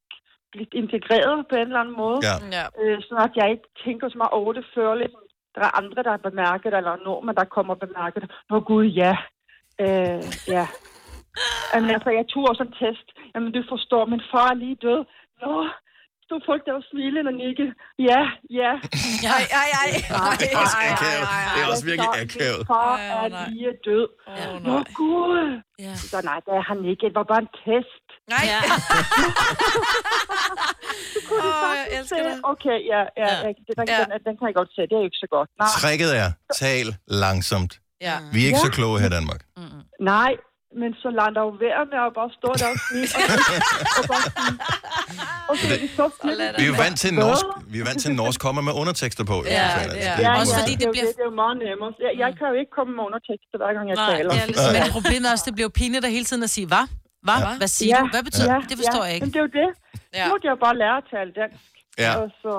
Speaker 13: lidt integreret på en eller anden måde.
Speaker 2: Ja.
Speaker 4: Ja.
Speaker 13: Øh, sådan at jeg ikke tænker så meget over det før. Ligesom, der er andre, der har bemærket det, eller når man der kommer og bemærker det. Nå gud, ja. Øh, ja. Jamen, altså, jeg tog også en test. Jamen, du forstår, min far er lige død. Nå, stod folk der og smilede og nikkede. Ja, ja.
Speaker 4: Ej, ej, ej.
Speaker 2: Det er også akavet. Det er også virkelig akavet.
Speaker 13: Min far er lige død. Nå gud. Så nej, det er han ikke. Det var bare en test.
Speaker 4: Nej. Ja.
Speaker 13: Åh, oh, jeg elsker det. Okay, ja, ja, ja. Den, den, den, kan jeg godt se. Det er jo ikke så godt. Nej,
Speaker 2: Tricket er, tal langsomt.
Speaker 4: ja.
Speaker 2: Vi er ikke
Speaker 13: Ja.
Speaker 2: så kloge her i Danmark.
Speaker 13: nej men så lader der jo være med at bare stå der og smile. og, og bare sige, okay, vi så
Speaker 2: Vi er jo vant til norsk, vi er vant til norsk komma med undertekster på. jo, for fanden, altså. Det er jo
Speaker 3: Også
Speaker 2: meget-
Speaker 3: fordi Mm.
Speaker 13: det, bliver... det, det er jo meget nemmere. Jeg, jeg kan jo ikke komme med undertekster, hver gang jeg
Speaker 3: Nej,
Speaker 13: taler.
Speaker 3: det er lidt, men problemet er også, det bliver jo pinligt at hele tiden at sige, hvad? Hvad? Ja. Hvad siger du? Hvad betyder det? Det forstår jeg ikke.
Speaker 13: Men det er jo det. Ja. Nu måtte jeg jo bare lære at tale dansk.
Speaker 2: Ja.
Speaker 13: Og så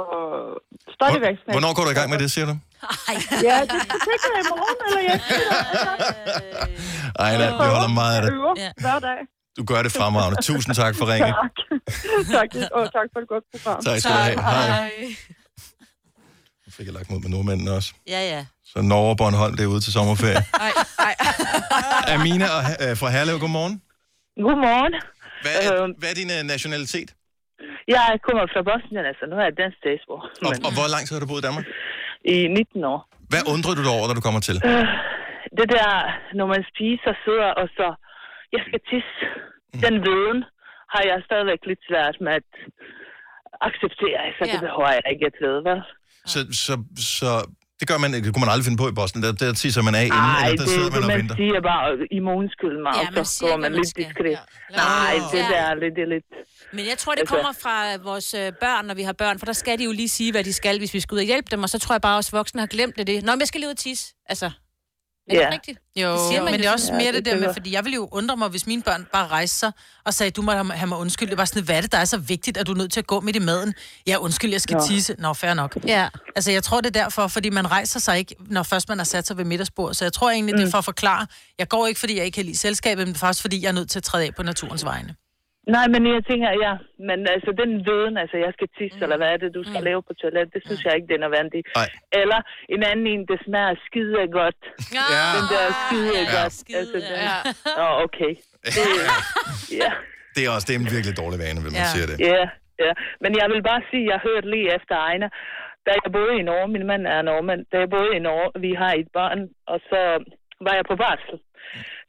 Speaker 13: stadigvæk snart.
Speaker 2: Hvornår går du i gang med det, siger du?
Speaker 13: Ja, det det tænker jeg i morgen, eller jeg
Speaker 2: Ej, nej, vi holder meget af det.
Speaker 13: øver hver dag.
Speaker 2: Du gør det fremragende. Tusind tak for ringen.
Speaker 13: Tak. tak, og tak for et godt program.
Speaker 2: Tak skal du have. Hej. Nu fik jeg lagt mod med nordmændene også.
Speaker 5: Ja, ja.
Speaker 2: Så Norge og Bornholm, det er ude til sommerferie.
Speaker 4: Ej, ej.
Speaker 2: Amina og, øh, fra Herlev, godmorgen.
Speaker 14: Godmorgen.
Speaker 2: Hvad er, hvad er din øh, nationalitet?
Speaker 14: Jeg kommer fra Bosnien, altså nu er jeg dansk statsborger.
Speaker 2: Og, og hvor lang tid har du boet i Danmark?
Speaker 14: I 19 år.
Speaker 2: Hvad undrer du dig over, når du kommer til?
Speaker 14: Øh, Det der, når man spiser, sidder og så, jeg skal tisse.
Speaker 2: Mm.
Speaker 14: Den viden har jeg stadigvæk lidt svært med at acceptere, altså ja. det behøver jeg ikke at vide, vel?
Speaker 2: Så, så, så det gør man, det kunne man aldrig finde på i Boston. Der, der tisser man af inden,
Speaker 14: Nej,
Speaker 2: eller der
Speaker 14: det er
Speaker 2: sidder
Speaker 14: det,
Speaker 2: man og
Speaker 14: man
Speaker 2: venter.
Speaker 14: siger bare, i morgen skyld mig,
Speaker 5: Ja, man
Speaker 14: og så
Speaker 5: siger ikke,
Speaker 14: går man
Speaker 5: hvad man
Speaker 14: lidt
Speaker 5: skal.
Speaker 14: diskret.
Speaker 5: Ja.
Speaker 14: Nej,
Speaker 5: Nå.
Speaker 14: det
Speaker 5: Ja.
Speaker 14: der er lidt, det er lidt...
Speaker 5: Men jeg tror, det
Speaker 14: Altså-
Speaker 5: kommer fra vores øh, børn, når vi har børn, for der skal de jo lige sige, hvad de skal, hvis vi skal ud og hjælpe dem, og så tror jeg bare, at os voksne har glemt det. det. Nå, men jeg skal lige ud og tisse. Altså, er det
Speaker 3: Ja.
Speaker 5: ikke rigtigt?
Speaker 3: Jo,
Speaker 5: det siger man
Speaker 3: men det
Speaker 5: jo
Speaker 3: er også
Speaker 5: sådan.
Speaker 3: mere det der med, fordi jeg ville jo undre mig, hvis mine børn bare rejste sig og sagde, du må have mig- have mig undskyld. Det var sådan, hvad er det, der er så vigtigt, at du er nødt til at gå midt i maden? Ja, undskyld, jeg skal
Speaker 5: Nå.
Speaker 3: tisse. Nå, fair nok.
Speaker 5: Ja.
Speaker 3: Altså, jeg tror, det er derfor, fordi man rejser sig ikke, når først man har sat sig ved middagsbord. Så jeg tror egentlig,
Speaker 5: Mm.
Speaker 3: det er for at forklare. Jeg går ikke, fordi jeg ikke kan lide selskabet, men faktisk, fordi jeg er nødt til at træde af på naturens vegne.
Speaker 14: Nej, men jeg tænker, ja, men altså den viden, altså jeg skal tisse, mm. eller hvad er det, du skal mm. lave på toilet, det synes jeg ikke, det er nødvendigt.
Speaker 2: Nej.
Speaker 14: Eller en anden en, det smager skide godt.
Speaker 2: Ja.
Speaker 14: Den der skide
Speaker 2: Ja.
Speaker 14: godt. altså, den... ja. Nå, okay. Det, ja.
Speaker 2: Det er også det er en virkelig dårlig vane, hvis man
Speaker 14: ja.
Speaker 2: siger det.
Speaker 14: Ja, ja. Men jeg vil bare sige, jeg hørte lige efter Ejner, da jeg boede i Norge, min mand er nordmand, da jeg boede i Norge, vi har et barn, og så var jeg på barsel.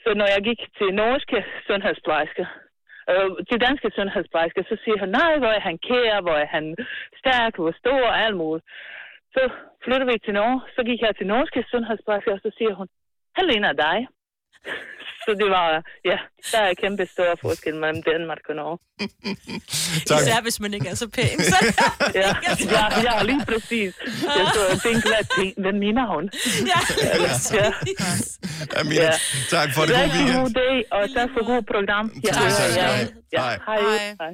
Speaker 14: Så når jeg gik til norske sundhedsplejersker, øh, til danske sundhedsplejersker, så siger hun, nej, hvor er han kære, hvor er han stærk, hvor stor, alt muligt. Så flyttede vi til Norge, så gik jeg til norske sundhedsplejersker, og så siger hun, han ligner dig. så det var, ja, der er kæmpe stor forskel mellem Danmark og Norge.
Speaker 2: Tak.
Speaker 5: Især hvis man ikke er så pæn. Så...
Speaker 14: Ja, ja, ja, lige præcis. Jeg så og tænkte, hvad, tæn- hvad minder hun?
Speaker 5: Ja,
Speaker 14: ja.
Speaker 2: Amina,
Speaker 14: Ja.
Speaker 2: tak for det gode
Speaker 14: Rigtig
Speaker 2: weekend.
Speaker 14: god dag, og tak for god program. Ja,
Speaker 2: Tak, tak skal du
Speaker 14: ja,
Speaker 2: have.
Speaker 14: ja.
Speaker 2: Hej.
Speaker 14: Hej. Hej.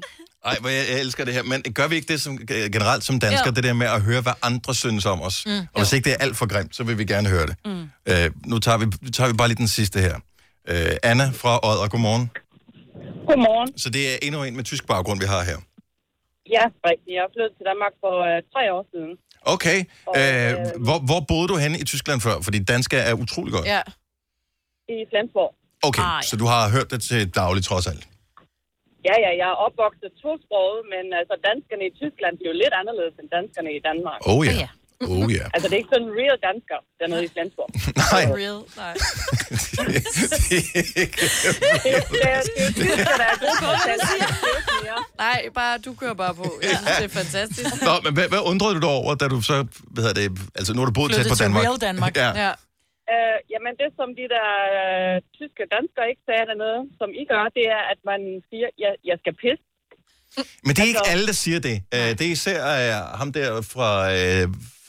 Speaker 2: Ej, hvor jeg, jeg elsker det her. Men gør vi ikke det som, øh, generelt som danskere,
Speaker 14: Jo.
Speaker 2: det der med at høre, hvad andre synes om os?
Speaker 14: Mm.
Speaker 2: Mm. Og hvis ikke det er alt for grimt, så vil vi gerne høre det. Mm. Øh, nu tager vi, nu tager vi bare lige den sidste her. Øh, Anna fra Odder, godmorgen.
Speaker 10: Godmorgen.
Speaker 2: Så det er endnu en med tysk baggrund, vi har her.
Speaker 10: Ja, rigtigt. Jeg flyttede til Danmark for øh, tre år siden.
Speaker 2: Okay, øh, hvor, hvor boede du henne i Tyskland før? Fordi dansk er utrolig godt.
Speaker 10: Ja. I Flensborg.
Speaker 2: Okay, så du har hørt det til daglig trods alt.
Speaker 10: Ja, ja, jeg er opvokset tosproget, men altså danskerne i Tyskland er jo lidt anderledes end danskerne i Danmark.
Speaker 2: Oh
Speaker 5: Ah,
Speaker 2: ja. Oh ja.
Speaker 10: Altså, det er ikke sådan real dansker dernede i Flensborg.
Speaker 2: Nej.
Speaker 10: Real, nej.
Speaker 4: Det er
Speaker 12: altså
Speaker 4: Nej, bare, du kører bare på. Jeg synes, det er fantastisk.
Speaker 2: Nå, men hvad, hvad undrede du dig over, da du så, hvad hedder det, altså nu har du boet tæt
Speaker 4: Flyttede
Speaker 2: på
Speaker 4: til
Speaker 2: Danmark.
Speaker 4: real Danmark.
Speaker 2: Ja.
Speaker 4: Ja.
Speaker 10: Øh, jamen, det som de der øh, tyske danskere ikke sagde dernede, som I gør, det er, at man siger, jeg, jeg skal pisse.
Speaker 2: Men det er ikke alle, der siger det. Uh, det er især uh, ham der fra, uh,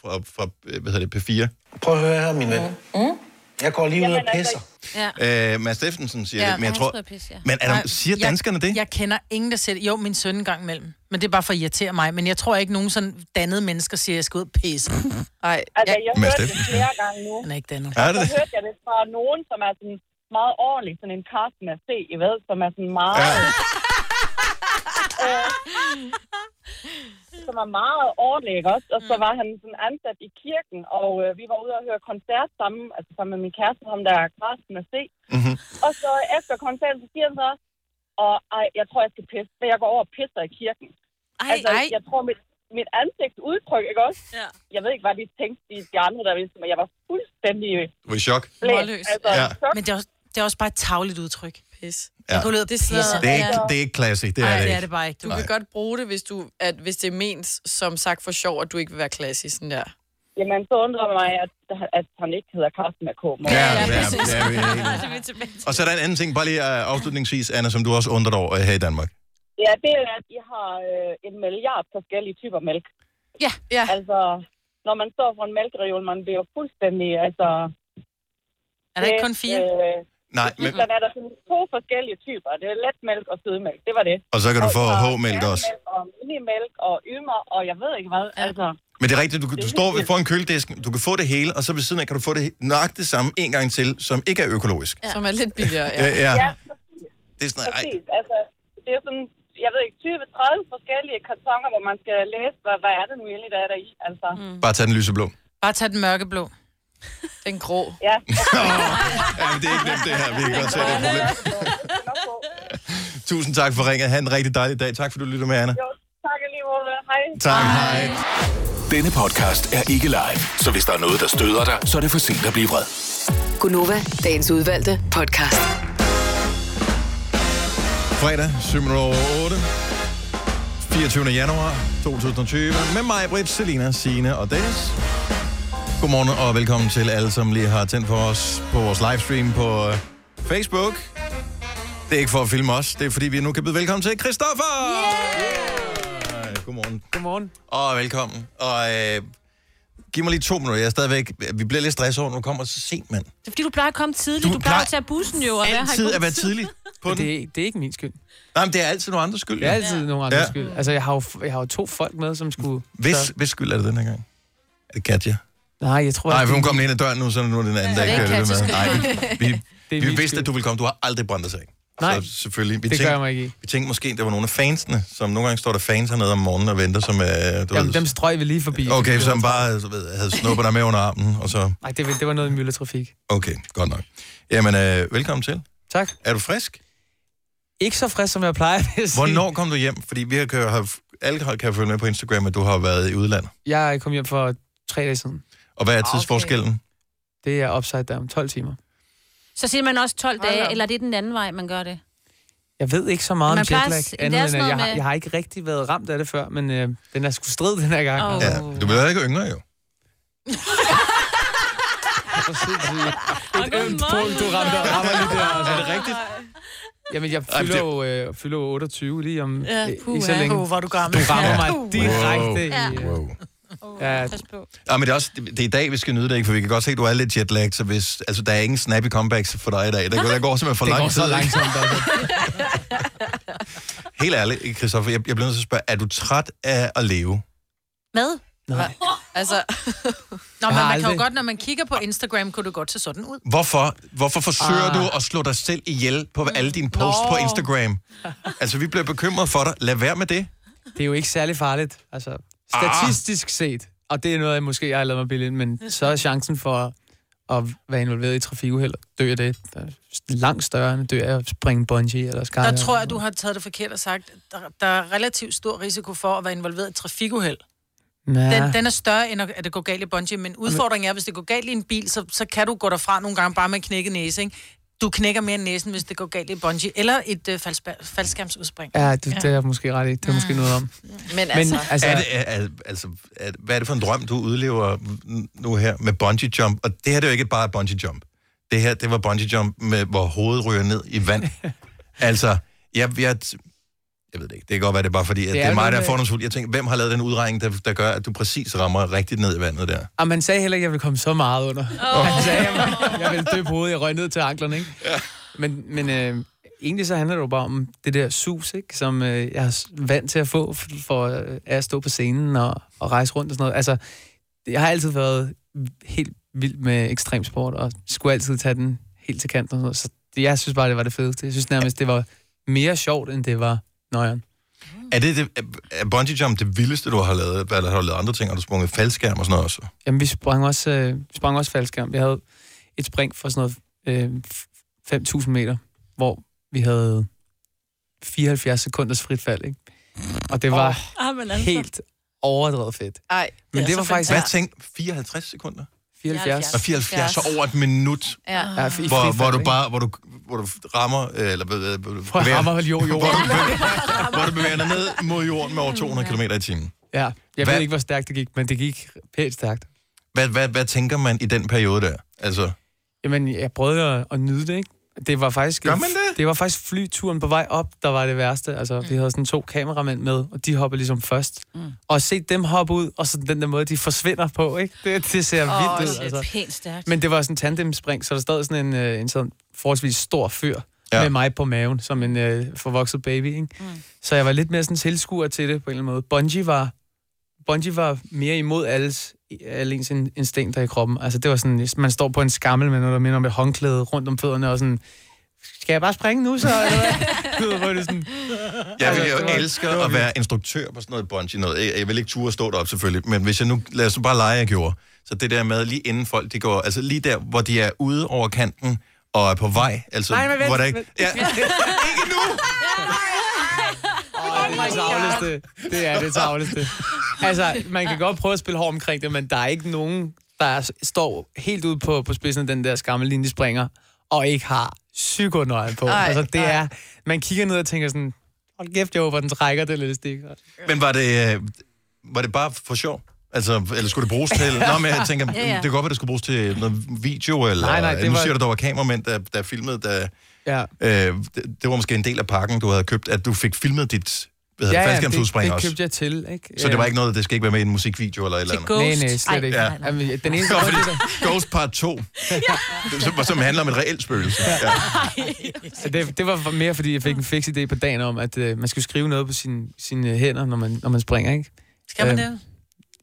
Speaker 2: fra, fra øh, hvad hedder det, P4. Prøv at høre her, min ven. Mm. Jeg går lige ud og pisser.
Speaker 5: Ja.
Speaker 2: Uh, Mads Steffensen siger det, men jeg tror...
Speaker 3: altså- ja.
Speaker 2: Men er der, siger danskerne det?
Speaker 3: Jeg, jeg kender ingen, der siger det. Jo, min søn engang imellem. Men det er bare for at irritere mig. Men jeg tror ikke, nogen sådan dannede mennesker siger, at jeg skal ud og pisse.
Speaker 4: Nej.
Speaker 10: Altså, jeg
Speaker 3: Mads
Speaker 10: hørte det
Speaker 3: Steffensen.
Speaker 10: flere gange nu.
Speaker 3: Han er ikke dannet.
Speaker 10: Og så hørte jeg det fra nogen, som er sådan meget ordentlig, sådan en Øh, Carsten at se, I ved, som er sådan meget... Ja. som er meget ordentlig, ikke også? Og så var han sådan ansat i kirken, og øh, vi var ude og høre koncert sammen, altså sammen med min kæreste, ham der er Carsten og C.
Speaker 2: Mhm.
Speaker 10: Mm-hmm. Og så efter koncerten, så siger han så, og ej, jeg tror, jeg skal pisse, men jeg går over og pisser i kirken. Ej, altså,
Speaker 15: ej.
Speaker 10: jeg tror, mit, mit ansigtsudtryk, ikke også? Ja. Jeg ved ikke, hvad de tænkte, de, de andre, der vidste, men jeg var fuldstændig
Speaker 2: Du var i chok.
Speaker 10: blæst. Altså,
Speaker 2: Ja.
Speaker 10: chok.
Speaker 3: Men det er, også, det er også bare et tagligt udtryk. Pis.
Speaker 2: Ja.
Speaker 3: Ja. Jeg kunne lide
Speaker 4: Det
Speaker 3: det
Speaker 4: er sådan noget-
Speaker 3: pisse.
Speaker 2: Det er ikke,
Speaker 4: Ja.
Speaker 2: det er ikke classy. Det er
Speaker 4: Ej,
Speaker 2: det,
Speaker 4: det
Speaker 2: ikke.
Speaker 4: er det bare ikke. Du
Speaker 2: Nej.
Speaker 4: kan godt bruge det, hvis, du, at, hvis det er ment som sagt for sjov, at du ikke vil være klassisk sådan der.
Speaker 10: Jamen, så undrer mig, at, at han ikke hedder Carsten med K.
Speaker 2: Ja, ja, ja, ja, ja, ja. Og så er der en anden ting, bare lige øh, afslutningsvis, Anna, som du også undrer dig over øh, her i Danmark.
Speaker 10: Ja, det er, at de har øh, en milliard forskellige typer mælk.
Speaker 5: Ja,
Speaker 4: ja.
Speaker 10: Altså, når man står for en mælkereol, man bliver jo fuldstændig, altså...
Speaker 3: Er der ikke kun fire?
Speaker 10: Øh,
Speaker 2: Nej, men,
Speaker 10: men... er der sådan to forskellige typer. Det er letmælk og sødmælk. Det var det.
Speaker 2: og så kan du få
Speaker 10: så
Speaker 2: H-mælk også.
Speaker 10: kærnemælk Og minimælk og ymer, og jeg ved ikke hvad. Altså,
Speaker 2: Men det er rigtigt, du, kan- du står ved- foran køledisken, du kan få det hele, og så ved siden af kan du få det he- nøjagtigt det samme en gang til, som ikke er økologisk.
Speaker 4: Ja. Som er lidt billigere.
Speaker 2: Ja, ja.
Speaker 10: ja
Speaker 2: Det er sådan, ej,
Speaker 10: Præcis. Altså, det er sådan, jeg ved ikke, 20-30 forskellige kartonger, hvor man skal læse, hvad, hvad er det nu egentlig, der er der i. Altså, mm.
Speaker 2: bare tag den lyseblå.
Speaker 3: Bare tag den mørkeblå.
Speaker 4: Den grå.
Speaker 10: Ja.
Speaker 2: Ja, men det er ikke nemt det her, vi kan godt se det er et problem. Tusind tak for ringet. Ha' en rigtig dejlig dag. Tak for du lytter med, Anna.
Speaker 10: Jo, tak alligevel. Hej.
Speaker 2: Tak, hej.
Speaker 7: Denne podcast er ikke live, så hvis der er noget, der støder dig, så er det for sent at blive vred.
Speaker 6: Gunova, dagens udvalgte podcast.
Speaker 2: Fredag, 7 over 8. 24. januar 2020. Med mig, Britt, Selina, Signe og Dennis. Godmorgen og velkommen til alle, som lige har tændt for os på vores livestream på øh, Facebook. Det er ikke for at filme os, det er fordi, vi nu kan byde velkommen til Christoffer! Yeah! Godmorgen.
Speaker 1: Godmorgen.
Speaker 2: Og velkommen. Og øh, giv mig lige to minutter, jeg er stadigvæk... Vi bliver lidt stresset over, når du kommer så sent, mand.
Speaker 5: Det er fordi, du plejer at komme tidligt.
Speaker 2: Du
Speaker 5: Du, du plejer
Speaker 2: plejer
Speaker 5: at tage bussen jo. Og
Speaker 2: Altid at være tidlig på den.
Speaker 1: Det, er- det er ikke min skyld.
Speaker 2: Nej, men det er altid nogle andres skyld.
Speaker 1: Det er
Speaker 2: jo.
Speaker 1: altid ja. nogen andres ja. skyld. Altså, jeg har, jo, f- jeg har jo to folk med, som skulle...
Speaker 2: Hvis, hvis skyld er det den her gang? Er det Katja?
Speaker 1: Nej, jeg tror...
Speaker 2: Nej,
Speaker 1: at
Speaker 2: for hun
Speaker 1: det-
Speaker 2: kom lige ind ad døren nu, så nu er det en anden,
Speaker 1: Ja,
Speaker 2: der
Speaker 1: det er
Speaker 2: ikke hører det med. Nej,
Speaker 1: Katjas
Speaker 2: vi, vi, vi
Speaker 1: min
Speaker 2: vidste,
Speaker 1: skyld.
Speaker 2: at du ville komme. Du har aldrig brændt dig af.
Speaker 1: Nej,
Speaker 2: så selvfølgelig. Vi
Speaker 1: det gør jeg mig ikke i.
Speaker 2: Vi tænkte måske, at der var nogle af fansene, som nogle gange står der fans hernede om morgenen og venter, som... Øh, du
Speaker 1: Jamen,
Speaker 2: ved,
Speaker 1: dem strøg vi lige forbi.
Speaker 2: okay, som bare du ved, havde snuppet dig med under armen, og så...
Speaker 1: Nej, det, var- det var noget myldretrafik.
Speaker 2: Okay, godt nok. Jamen, øh, velkommen til.
Speaker 1: Tak.
Speaker 2: Er du frisk?
Speaker 1: Ikke så frisk, som jeg plejer at sige.
Speaker 2: Hvornår kom du hjem? Fordi vi har, kan, har, alle hold kan følge med på Instagram, at du har været i udlandet.
Speaker 1: Jeg kom hjem for tre dage siden.
Speaker 2: Og
Speaker 5: Ah,
Speaker 2: hvad er tidsforskellen?
Speaker 1: Det er upside down. 12 timer.
Speaker 5: Så siger man også 12 dage, eller det er den anden vej, man gør det. Mm.
Speaker 1: Jeg ved ikke så meget
Speaker 5: Man
Speaker 1: om
Speaker 5: plejer at
Speaker 1: jetlag,
Speaker 5: s- det er
Speaker 1: andet end
Speaker 5: sådan
Speaker 1: at jeg,
Speaker 5: noget
Speaker 1: har,
Speaker 5: med-
Speaker 1: jeg har ikke rigtig været ramt af det før, men øh, den er sgu strid den her gang.
Speaker 5: Åh.
Speaker 2: Ja, du bliver ikke yngre, jo.
Speaker 1: Et ømt punkt, du ramte rammer lige der. Altså. Er det rigtigt? Jamen, jeg fylder jo, øh, fylder jo 28 lige om
Speaker 3: Ja,
Speaker 1: ja, puh, i
Speaker 3: puha.
Speaker 1: så længe.
Speaker 3: Puh, hvor er du gammel.
Speaker 1: Du rammer
Speaker 3: Ja.
Speaker 1: mig
Speaker 3: Puh.
Speaker 1: direkte
Speaker 3: Ja.
Speaker 1: i...
Speaker 2: Wow.
Speaker 1: Ja,
Speaker 2: Ja, men det er, også, det, det er i dag, vi skal nyde det, ikke? for vi kan godt se, at du er lidt jetlag, så hvis, altså, der er ingen snappy comebacks for dig i dag. Der, går- der går simpelthen for
Speaker 1: Det
Speaker 2: lang
Speaker 1: går
Speaker 2: tid.
Speaker 1: så langsomt, altså.
Speaker 2: Helt ærligt, Christoffer, jeg, jeg bliver nødt til at spørge, er du træt af at leve?
Speaker 5: Med?
Speaker 1: Nej.
Speaker 4: Altså...
Speaker 3: Nå, men
Speaker 2: Jeg har
Speaker 3: man kan jo
Speaker 2: aldrig-
Speaker 3: godt, når man kigger på Instagram, kunne det godt se sådan ud.
Speaker 2: Hvorfor, hvorfor forsøger
Speaker 3: Ah.
Speaker 2: ah. du at slå dig selv ihjel på alle dine posts
Speaker 3: Nå.
Speaker 2: på Instagram? Altså, vi bliver bekymret for dig. Lad være med det.
Speaker 1: Det er jo ikke særlig farligt. Altså,
Speaker 2: Ah.
Speaker 1: statistisk set, og det er noget, jeg måske jeg har lavet mig bilde ind, men så er chancen for at være involveret i trafikuheld, dø af det, der er langt større end at dø af at springe bungee eller skar.
Speaker 3: Der tror jeg, du har taget det forkert og sagt, at der, der er relativt stor risiko for at være involveret i et trafikuheld.
Speaker 1: Ja.
Speaker 3: Den, den er større, end at at det går galt i bungee, men udfordringen er, at hvis det går galt i en bil, så, så kan du gå derfra nogle gange bare med en knækket næse, ikke? Du knækker mere end næsen, hvis det går galt i bungee, eller et øh, faldspa- faldskærmsudspring.
Speaker 1: Ja, det, det er jeg måske ret i. Det er måske noget om.
Speaker 4: Men
Speaker 2: altså, er det, er, er- altså er, hvad er det for en drøm, du udlever nu her med bungee jump? Og det her det er jo ikke bare bungee jump. Det her, det var bungee jump, med, hvor hovedet ryger ned i vand. altså, jeg, jeg, jeg ved det ikke. Det kan godt være, det er bare fordi, at
Speaker 1: Det
Speaker 2: det
Speaker 1: er
Speaker 2: er, det
Speaker 1: jo
Speaker 2: er mig,
Speaker 1: noget
Speaker 2: der er
Speaker 1: med-
Speaker 2: fordomsfuld. Jeg tænker, hvem har lavet den udregning, der, der gør, at du præcis rammer rigtigt ned i vandet der?
Speaker 1: Og man sagde heller ikke, at jeg ville komme så meget under. Oh. Han sagde, at jeg- jeg ville dø på hovedet, jeg røg ned til anklerne, ikke? Ja. Men, men øh, egentlig så handler det jo bare om det der sus, ikke? Som øh, jeg er s- vant til at få for, for øh, af at stå på scenen og, og rejse rundt og sådan noget. Altså, jeg har altid været helt vild med ekstremsport, og skulle altid tage den helt til kanten og sådan noget. Så det- jeg synes bare, det var det fedeste. Jeg synes nærmest, det var mere sjovt, end det var nøjeren.
Speaker 2: Er, det det, er bungee jump det vildeste, du har lavet? Eller har du lavet andre ting? Har du sprunget faldskærm og sådan noget også?
Speaker 1: Jamen, vi sprang også, øh, sprang også faldskærm. Vi havde et spring for sådan noget øh, f- 5.000 meter, hvor vi havde 74 sekunders frit fald, ikke? Og det var
Speaker 5: Ah, men
Speaker 1: oh, helt overdrevet fedt.
Speaker 4: Ej,
Speaker 1: Men det, det var faktisk...
Speaker 2: Hvad tænkte 54 sekunder?
Speaker 1: 74.
Speaker 2: Og 74, så over et minut,
Speaker 4: Ja.
Speaker 1: Ja, i frit
Speaker 2: hvor,
Speaker 1: fald,
Speaker 2: hvor du
Speaker 1: ikke?
Speaker 2: bare hvor du, hvor du rammer, øh, eller hvad- hvad- hvad-
Speaker 1: Prøv at
Speaker 2: bevæger-
Speaker 1: ramme og holde jord i jorden.
Speaker 2: Hvor du, hvor du bevæger dig ned mod jorden med over 200 km i timen.
Speaker 1: Ja, jeg
Speaker 2: Hvad-
Speaker 1: ved ikke, hvor stærkt det gik, men det gik pænt stærkt.
Speaker 2: Hvad, hvad, hvad tænker man i den periode der? Altså,
Speaker 1: Jamen, jeg prøvede at, at nyde det, ikke? Det var faktisk...
Speaker 2: Gør man det?
Speaker 1: Det var faktisk flyturen på vej op, der var det værste. Altså, vi havde sådan to kameramænd med, og de hopper ligesom først. Mm. Og at se dem hoppe ud, og så den der måde, de forsvinder på, ikke? Det, det ser
Speaker 5: Åh,
Speaker 1: vildt ud,
Speaker 5: det er
Speaker 1: altså.
Speaker 5: pænt stærkt.
Speaker 1: Men det var sådan en tandemspring, så der stod sådan en, øh, en sådan forholdsvis stor fyr ja. med mig på maven, som en øh, forvokset baby, ikke? Mm. Så jeg var lidt mere sådan tilskuer til det, på en eller anden måde. Bungee var, bungee var mere imod alles, alle ens in- instinkter i kroppen. Altså, det var sådan, man står på en skammel med noget, der minder om et håndklæde rundt om fødderne, og sådan, skal jeg bare springe nu, så? Eller hvad? Du ved, hvor det er sådan...
Speaker 2: jeg vil
Speaker 1: Altså, det
Speaker 2: jo
Speaker 1: var-
Speaker 2: elske
Speaker 1: det var
Speaker 2: at
Speaker 1: vildt.
Speaker 2: være instruktør på sådan noget bungee noget. Jeg- Jeg vil ikke ture at stå deroppe selvfølgelig, men hvis jeg nu, lad os nu bare lege, jeg gjorde. Så det der med lige inden folk, de går, altså lige der, hvor de er ude over kanten og er på vej. Altså,
Speaker 1: Nej, men vent,
Speaker 2: hvor der ikke,
Speaker 1: vent.
Speaker 2: Ja, ikke nu!
Speaker 1: Åh, det er det tavleste. Det er det tavleste. Altså, man kan godt prøve at spille hård omkring det, men der er ikke nogen, der er- står helt ude på, på spidsen af den der skammelinje springer, og ikke har psykonøjen på.
Speaker 2: Ej,
Speaker 1: Ej, altså, det
Speaker 2: ej.
Speaker 1: er... Man kigger ned og tænker sådan, hold kæft, jeg håber, den trækker det lidt stik.
Speaker 2: Men var det, øh, var det bare for sjov? Altså, eller skulle det bruges til... Nå, men jeg tænker,
Speaker 1: Ja, ja.
Speaker 2: det kan godt være, det skulle bruges til noget video, eller...
Speaker 1: Nej, nej, det
Speaker 2: nu
Speaker 1: var-
Speaker 2: siger du, der var kameramænd, der, der filmede, der...
Speaker 1: Ja.
Speaker 2: Øh, det, det var måske en del af pakken, du havde købt, at du fik filmet dit hvad hedder ja, ja,
Speaker 1: det, det
Speaker 2: det,
Speaker 1: købte
Speaker 2: også.
Speaker 1: jeg til, ikke?
Speaker 2: Så det var ikke noget, det skal ikke være med i en musikvideo eller et eller andet?
Speaker 1: Nej, nej, slet ikke.
Speaker 2: Ja.
Speaker 1: Jamen, den eneste
Speaker 2: Nå,
Speaker 1: grund,
Speaker 2: fordi
Speaker 1: til,
Speaker 2: Ghost Part 2, som, som handler om et reelt spøgelse. Ja.
Speaker 1: Så det, det var mere, fordi jeg fik en fix idé på dagen om, at øh, man skulle skrive noget på sine, sine hænder, når man, når man springer, ikke?
Speaker 3: Skal man
Speaker 1: Øhm,
Speaker 3: det?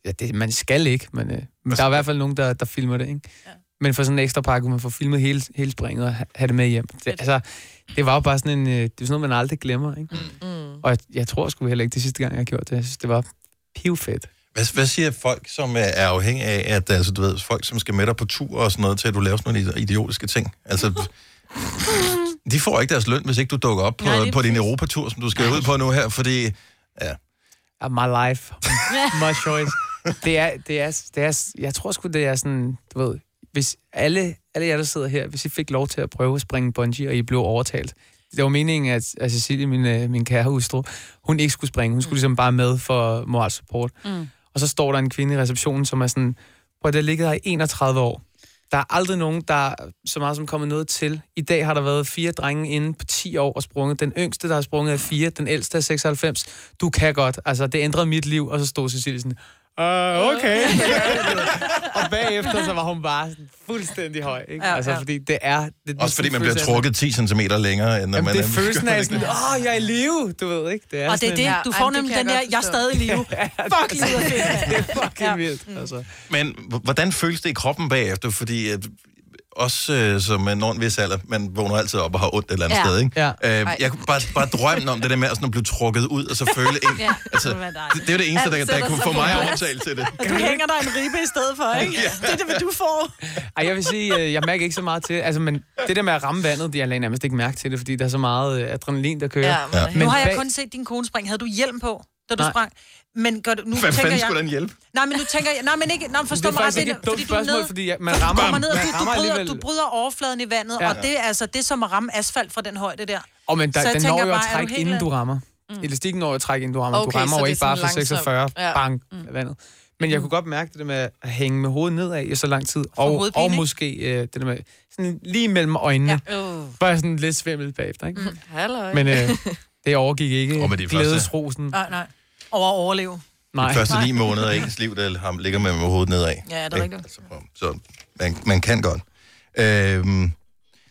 Speaker 1: Ja, det, man skal ikke, men, øh, men der er i hvert fald nogen, der, der filmer det, ikke? Ja. Men for sådan en ekstra pakke, kunne man få filmet hele, hele springet og ha- have det med hjem. Det, altså, det var jo bare sådan en... Øh, det er sådan noget, man aldrig glemmer, ikke? Mm. Og jeg, jeg tror sgu heller ikke, det er sidste gang, jeg har gjort det. Jeg synes, det var pivfedt.
Speaker 2: Hvad, hvad siger folk, som er er afhængige af, at altså, du ved, folk, som skal med dig på tur og sådan noget, til at du laver sådan nogle idiotiske ting? Altså, de får ikke deres løn, hvis ikke du dukker op på,
Speaker 1: Nej,
Speaker 2: Nej,
Speaker 1: lige
Speaker 2: på din Europatur, som du skal ud på nu her, fordi... Ja.
Speaker 1: Uh, my life. my choice. Det er, det er, det er, jeg tror sgu, det er sådan, du ved, hvis alle, alle jer, der sidder her, hvis I fik lov til at prøve at springe bungee, og I blev overtalt. Det var meningen, at, at Cecilie, min, øh, min kære hustru, hun ikke skulle springe. Hun skulle ligesom bare med for moral support.
Speaker 5: Mm.
Speaker 1: Og så står der en kvinde i receptionen, som er sådan, hvor der ligger her i 31 år. Der er aldrig nogen, der er så meget som kommet noget til. I dag har der været fire drenge inde på 10 år og sprunget. Den yngste, der har sprunget, er 4. Den ældste er 96. Du kan godt. Altså, det ændrede mit liv. Og så stod Cecilie sådan, "Øh, okay. og bagefter, så var hun bare sådan fuldstændig høj. Ikke?
Speaker 2: Ja,
Speaker 1: Ja, altså,
Speaker 2: ja.
Speaker 1: fordi det er... Det,
Speaker 2: Også fordi man bliver
Speaker 1: følelsen af-
Speaker 2: trukket 10 cm længere, end når
Speaker 1: Jamen,
Speaker 2: man
Speaker 1: det er følelsen af sådan, åh, oh, jeg er i live, du ved ikke. Det er
Speaker 3: Og det er
Speaker 1: sådan
Speaker 3: det,
Speaker 1: en- altså.
Speaker 3: du får nemlig den der, jeg er stadig i live. Fuck, livet er fedt. mand.
Speaker 1: det er fucking vildt, altså.
Speaker 2: Men h- hvordan føles det i kroppen bagefter? Fordi at også øh, som man når en vis alder, man vågner altid op og har ondt et eller andet
Speaker 1: Ja.
Speaker 2: sted, ikke?
Speaker 1: Ja.
Speaker 2: Øh,
Speaker 1: Ej.
Speaker 2: jeg kunne bare, bare drømme om det der med at, sådan at blive trukket ud, og så føle en...
Speaker 3: Ja,
Speaker 2: altså,
Speaker 3: det ville være dejligt.
Speaker 2: det, det er jo det eneste,
Speaker 3: Alt
Speaker 2: der, der
Speaker 3: sætter
Speaker 2: kunne
Speaker 3: sig
Speaker 2: få
Speaker 3: på
Speaker 2: mig
Speaker 3: plads.
Speaker 2: overtalt til det.
Speaker 3: Du hænger dig en ribbe i stedet for, ikke? Det er det, hvad du får.
Speaker 1: Ej, jeg vil sige, øh, jeg mærker ikke så meget til Altså, men det der med at ramme vandet, det jeg lagde nærmest ikke mærke til det, fordi der er så meget øh, adrenalin, der kører.
Speaker 3: Nu har jeg kun set din kone springe. Havde du hjelm på, da du
Speaker 1: Nej.
Speaker 3: sprang? Men gør du, nu
Speaker 2: Hvad
Speaker 3: tænker
Speaker 2: fanden
Speaker 3: jeg...
Speaker 2: skulle den hjælpe?
Speaker 3: Nej, men nu tænker jeg... Nej, men ikke... Nej, men forstå
Speaker 1: Det
Speaker 3: mig
Speaker 1: er
Speaker 3: ret,
Speaker 1: faktisk ikke et dumt
Speaker 3: fordi du er
Speaker 1: spørgsmål,
Speaker 3: nede-
Speaker 1: fordi jeg- man
Speaker 3: fordi du
Speaker 1: rammer-
Speaker 3: kommer ned, og
Speaker 1: man
Speaker 3: du, du,
Speaker 1: rammer
Speaker 3: bryder,
Speaker 1: alligevel.
Speaker 3: du bryder overfladen i vandet,
Speaker 1: Ja.
Speaker 3: og det er, altså, det er som at ramme asfalt fra den højde der.
Speaker 1: Og men
Speaker 3: Så
Speaker 1: der,
Speaker 3: jeg
Speaker 1: den
Speaker 3: tænker
Speaker 1: når jo at
Speaker 3: bare, er du
Speaker 1: trække,
Speaker 3: helt
Speaker 1: inden
Speaker 3: glad?
Speaker 1: du rammer. Mm. Elastikken når jo at trække, inden du rammer.
Speaker 3: Okay,
Speaker 1: du rammer
Speaker 3: så
Speaker 1: jo
Speaker 3: det er
Speaker 1: ikke bare
Speaker 3: sådan
Speaker 1: fra
Speaker 3: langsomt.
Speaker 1: 46,
Speaker 3: Ja.
Speaker 1: ja. bang, mm. vandet. Men jeg kunne godt mærke det der med at hænge med hovedet nedad i så lang tid. Og,
Speaker 3: hovedpine,
Speaker 1: og
Speaker 3: ikke? Øh.
Speaker 1: måske øh, det der med sådan lige mellem øjnene. Ja. Bare sådan lidt svimmel bagefter, ikke? Mm.
Speaker 4: Øh, Halløj.
Speaker 1: Men øh, det overgik ikke
Speaker 2: Og
Speaker 1: oh,
Speaker 2: med de
Speaker 1: det
Speaker 2: første-
Speaker 1: glædesrosen.
Speaker 3: Nej, nej. Og at overleve.
Speaker 1: Nej.
Speaker 2: De første ni
Speaker 3: Nej.
Speaker 2: måneder af ens liv, der ham ligger man med hovedet nedad.
Speaker 3: Ja, det
Speaker 2: Ikke? Altså,
Speaker 3: er rigtigt.
Speaker 2: Så man, man kan godt. Øhm,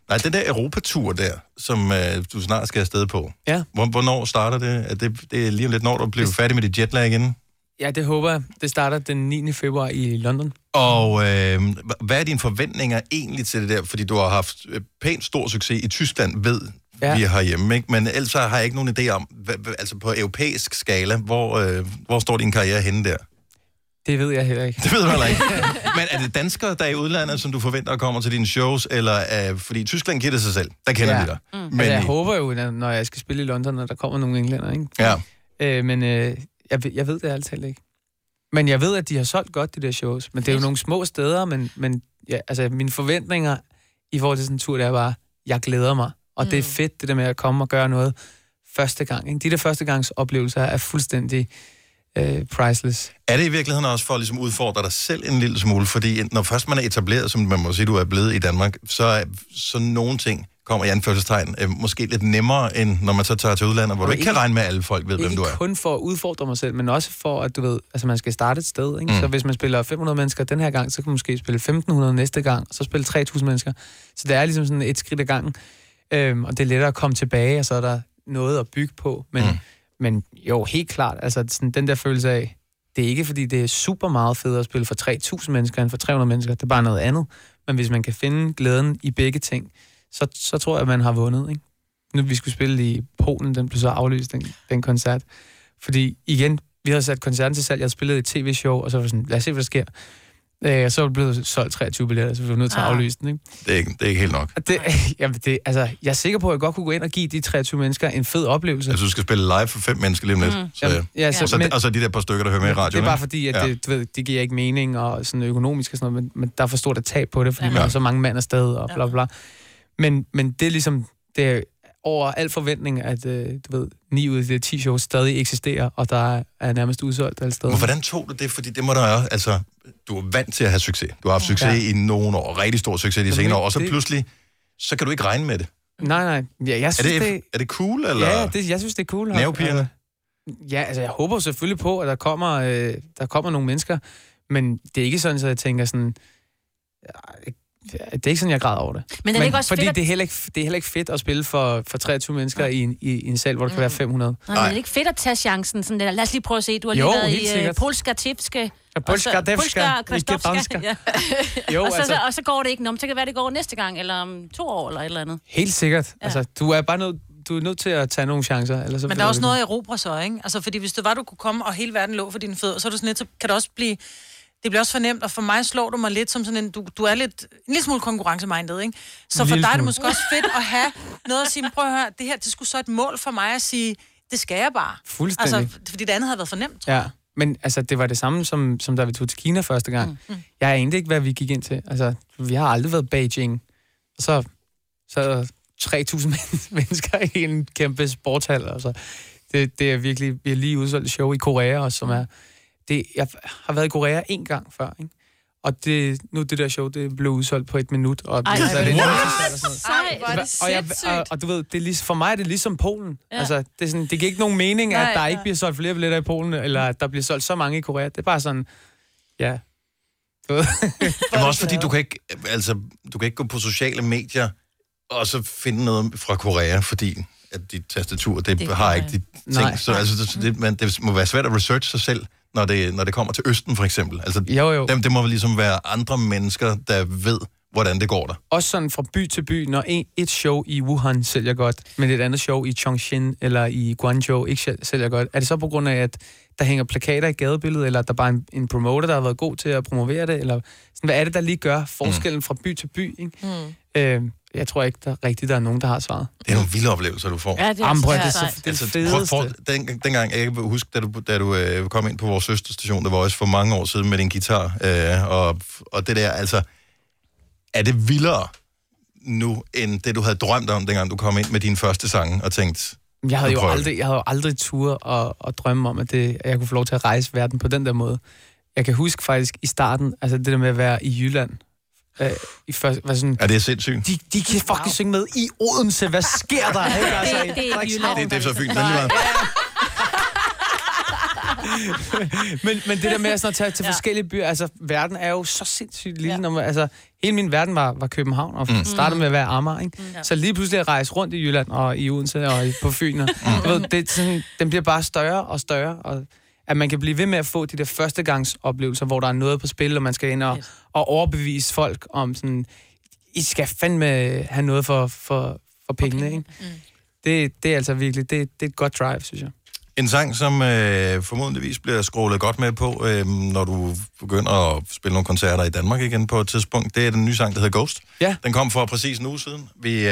Speaker 2: nej, den der Europatur der, som øh, du snart skal afsted på.
Speaker 1: Ja.
Speaker 2: Hvor, hvornår starter det? Er det? Det er lige om lidt, når du bliver færdig med dit jetlag igen.
Speaker 1: Ja, det håber jeg. Det starter den 9. februar i London.
Speaker 2: Og øh, hvad er dine forventninger egentlig til det der? Fordi du har haft øh, pænt stor succes i Tyskland ved ja. vi har hjemme. Ikke? Men ellers så har jeg ikke nogen idé om, hvad, hvad- altså på europæisk skala, hvor, øh, hvor står din karriere henne der?
Speaker 1: Det ved jeg heller ikke.
Speaker 2: Det ved du heller ikke. Men er det danskere, der er i udlandet, som du forventer kommer til dine shows? Eller, øh, fordi i Tyskland giver det sig selv. Der kender ja. de dig.
Speaker 1: Mm.
Speaker 2: Men
Speaker 1: Men altså, jeg
Speaker 2: i-
Speaker 1: håber jo, når- når jeg skal spille i London, at der kommer nogle englænder, ikke?
Speaker 2: Ja.
Speaker 1: Øh, men øh, jeg, ved- jeg ved det altid ikke. Men jeg ved, at de har solgt godt, de der shows. Men det er jo nogle små steder, men, men ja, altså, mine forventninger i forhold til sådan en tur, det er bare, jeg glæder mig. Og mm. det er fedt, det der med at komme og gøre noget første gang. Ikke? De der førstegangs oplevelser er fuldstændig øh, priceless.
Speaker 2: Er det i virkeligheden også for at ligesom udfordre dig selv en lille smule? Fordi når først man er etableret, som man må sige, du er blevet i Danmark, så, er- så nogle ting kommer i anførselstegn øh, måske lidt nemmere, end når man så tager til udlandet, hvor
Speaker 1: Og
Speaker 2: du ikke kan
Speaker 1: ikke-
Speaker 2: regne med, at alle folk ved, hvem
Speaker 1: ikke
Speaker 2: du er.
Speaker 1: kun for at udfordre mig selv, men også for, at du ved, altså man skal starte et sted. Ikke?
Speaker 2: Mm.
Speaker 1: Mm. Så hvis man spiller 500 mennesker den her gang, så kan man måske spille 1500 næste gang, og så spille 3000 mennesker. Så det er ligesom sådan et skridt ad gangen. Øhm, og det er lettere at komme tilbage, og så er der noget at bygge på. Men, mm. men jo, helt klart, altså sådan, den der følelse af, det er ikke fordi, det er super meget federe at spille for 3000 mennesker end for 300 mennesker. Det er bare noget andet. Men hvis man kan finde glæden i begge ting, så, så tror jeg, at man har vundet. Ikke? Nu vi skulle spille i Polen, den blev så aflyst, den, den koncert. Fordi igen, vi havde sat koncerten til salg, jeg havde spillet et tv-show, og så var det sådan, lad os se, hvad der sker. Øh, og så blev det solgt 23 billetter, så vi var nødt til at
Speaker 2: Ah.
Speaker 1: aflyse den. Ikke?
Speaker 2: Det er ikke, det er ikke helt nok.
Speaker 1: Og det, jamen det, altså, jeg er sikker på, at jeg godt kunne gå ind og give de 23 mennesker en fed oplevelse.
Speaker 2: Altså, du skal spille live for fem mennesker lige om lidt.
Speaker 1: Mm.
Speaker 2: Mm. Så,
Speaker 1: Jamen, ja,
Speaker 2: ja,
Speaker 1: så-
Speaker 2: så, og, så,
Speaker 1: men-
Speaker 2: og så de der par stykker, der hører med i radioen.
Speaker 1: Det er bare
Speaker 2: ikke?
Speaker 1: fordi, at ja. det, du ved, det giver ikke mening, og sådan økonomisk og sådan noget, men, men der er for stort et tab på det, fordi ja. man har så mange mand afsted, og bla bla, bla. Men, men det er ligesom, det er over al forventning, at øh, du ved, 9 ud af de der 10 shows stadig eksisterer, og der er, er nærmest udsolgt alle steder.
Speaker 2: Men hvordan tog du det? Fordi det må der jo, altså, du er vant til at have succes. Du har haft succes
Speaker 1: Ja.
Speaker 2: ja. i nogle år, rigtig stor succes i de
Speaker 1: Men
Speaker 2: senere år, og så
Speaker 1: det-
Speaker 2: pludselig, så kan du ikke regne med det.
Speaker 1: Nej, nej. Ja, jeg
Speaker 2: Er
Speaker 1: synes,
Speaker 2: det,
Speaker 1: det,
Speaker 2: er det cool, eller?
Speaker 1: Ja, det, jeg synes, det er cool.
Speaker 2: Nervepirrende?
Speaker 1: Ja, altså jeg håber selvfølgelig på, at der kommer, øh, der kommer nogle mennesker, men det er ikke sådan, at jeg tænker sådan... Ja, Det er ikke sådan, jeg græder over det.
Speaker 5: Men er det ikke også
Speaker 1: fordi
Speaker 5: fedt at-
Speaker 1: det, er heller ikke, det er heller ikke fedt at spille for, for 23 mennesker i en, i, i en sal, hvor der kan være 500.
Speaker 5: Mm. Nej, men er det ikke fedt at tage chancen? Sådan der. Lad os lige prøve at se. Du har
Speaker 1: Jo,
Speaker 5: lige været
Speaker 1: helt
Speaker 5: i
Speaker 1: sikkert.
Speaker 5: uh, polska, tipske... og så-
Speaker 1: polska, devska,
Speaker 5: polska,
Speaker 1: ikke
Speaker 5: krastovska,
Speaker 1: danska.
Speaker 5: Ja.
Speaker 1: Jo,
Speaker 5: jo, og, så,
Speaker 1: altså-
Speaker 5: altså... og så går det ikke. Nå, men så kan det være, det går næste gang, eller om to år, eller et eller andet.
Speaker 1: Helt sikkert. Ja. Altså, du er bare nødt, du er nødt til at tage nogle chancer. Ellers så
Speaker 3: Men der
Speaker 1: bliver
Speaker 3: er
Speaker 1: du
Speaker 3: også
Speaker 1: ikke-
Speaker 3: noget at erobre så, ikke? Altså, fordi hvis det var, du kunne komme, og hele verden lå for dine fødder, så, er du sådan lidt, så kan det også blive... Det bliver også fornemt, og for mig slår du mig lidt som sådan en... Du, du er lidt, en lille smule konkurrencemindet, ikke? Så
Speaker 5: En
Speaker 3: for
Speaker 5: lille
Speaker 3: dig er det
Speaker 5: smule.
Speaker 3: måske også fedt at have noget at sige, "Men prøv at høre, det her, det skulle så et mål for mig at sige, det skal jeg bare.
Speaker 1: Fuldstændig.
Speaker 3: Altså, fordi det andet havde været fornemt.
Speaker 1: Ja, men altså, det var det samme, som, som da vi tog til Kina første gang.
Speaker 3: Mm.
Speaker 1: Mm. Jeg anede ikke, hvad vi gik ind til. Altså, vi har aldrig været i Beijing. Og så, så er der 3.000 men- mennesker i en kæmpe sportshal. Altså, det, det er virkelig... Vi har lige udsolgt et show i Korea også, som er... Det, jeg har været i Korea en gang før, ikke? Og det, nu det der show, det blev udsolgt på et minut. Og
Speaker 5: Ej,
Speaker 1: så er det
Speaker 5: hvor
Speaker 1: en-
Speaker 5: er det sejt. Hvor er det
Speaker 1: og, jeg, og,
Speaker 5: sindssygt.
Speaker 1: og du ved, det er ligesom, for mig er det ligesom Polen.
Speaker 5: Ja.
Speaker 1: Ja. Altså, det, er sådan, det giver ikke nogen mening,
Speaker 5: Nej,
Speaker 1: at der
Speaker 5: ja.
Speaker 1: ikke bliver solgt flere billetter i Polen, eller at der bliver solgt så mange i Korea. Det er bare sådan, ja. Du ved.
Speaker 2: Jamen også fordi, du kan, ikke, altså, du kan ikke gå på sociale medier og så finde noget fra Korea, fordi at dit tastatur, det,
Speaker 1: Det
Speaker 2: det
Speaker 1: kan
Speaker 2: har
Speaker 1: være.
Speaker 2: ikke de ting.
Speaker 1: Nej.
Speaker 2: Så altså, det, det, man, det må være svært at researche sig selv, når det, når det kommer til Østen for eksempel. Altså,
Speaker 1: jo, jo.
Speaker 2: Dem, det må ligesom være andre mennesker, der ved, hvordan det går der.
Speaker 1: Også sådan fra by til by, når en, et show i Wuhan sælger godt, men et andet show i Chongqing eller i Guangzhou ikke sæl- sælger godt, er det så på grund af, at der hænger plakater i gadebilledet, eller at der bare er en, en promoter, der har været god til at promovere det, eller sådan, hvad er det, der lige gør forskellen fra by til by? Ikke?
Speaker 3: Mm.
Speaker 1: Øh, jeg tror ikke, der rigtigt der er nogen, der har svaret.
Speaker 2: Det er nogle vilde oplevelser, du får. Altså,
Speaker 1: Ja, det er altså- Jamen, prøv at- det er så- sejt. det er det
Speaker 2: prøv- prøv-
Speaker 1: fedeste.
Speaker 2: Den, dengang, jeg kan huske, da du, da du øh, kom ind på vores søsterstation, der var også for mange år siden med din guitar, øh, og, og det der, altså, er det vildere nu, end det, du havde drømt om, dengang du kom ind med din første sange og tænkte...
Speaker 1: Men Jeg
Speaker 2: "Nu
Speaker 1: havde jo
Speaker 2: prøver vi."
Speaker 1: aldrig, jeg havde jo aldrig tur at, at drømme om, at, det, at jeg kunne få lov til at rejse verden på den der måde. Jeg kan huske faktisk i starten, altså det der med at være i Jylland. Øh, i først, var sådan,
Speaker 2: Ja, det er sindssygt.
Speaker 1: de, de kan fucking wow. synge med i Odense. Hvad sker der? Ikke? Altså,
Speaker 5: Det- det er ikke Jylland.
Speaker 2: Det, det er så fint. Men,
Speaker 1: Nej.
Speaker 2: lige meget.
Speaker 1: men, men det der med at, sådan, at tage til ja. forskellige byer, altså verden er jo så sindssygt lille. Ja. Når man, altså, hele min verden var, var København, og
Speaker 2: Mm.
Speaker 1: mm. startede med at være Amager. Ikke? Mm. Så lige pludselig at rejse rundt i Jylland, og i Odense, og i- på Fyn. Og, mm. ved, det, er sådan, den bliver bare større og større, og at man kan blive ved med at få de der førstegangsoplevelser, hvor der er noget på spil, og man skal ind og, og overbevise folk om sådan, I skal fandme have noget for, for, for pengene, ikke? Mm. Det, det er altså virkelig, det, det er et godt drive, synes jeg.
Speaker 2: En sang, som øh, formodentligvis bliver scrollet godt med på, øh, når du begynder at spille nogle koncerter i Danmark igen på et tidspunkt, det er den nye sang, der hedder Ghost.
Speaker 1: Ja.
Speaker 2: Den kom for præcis en uge siden. Vi øh,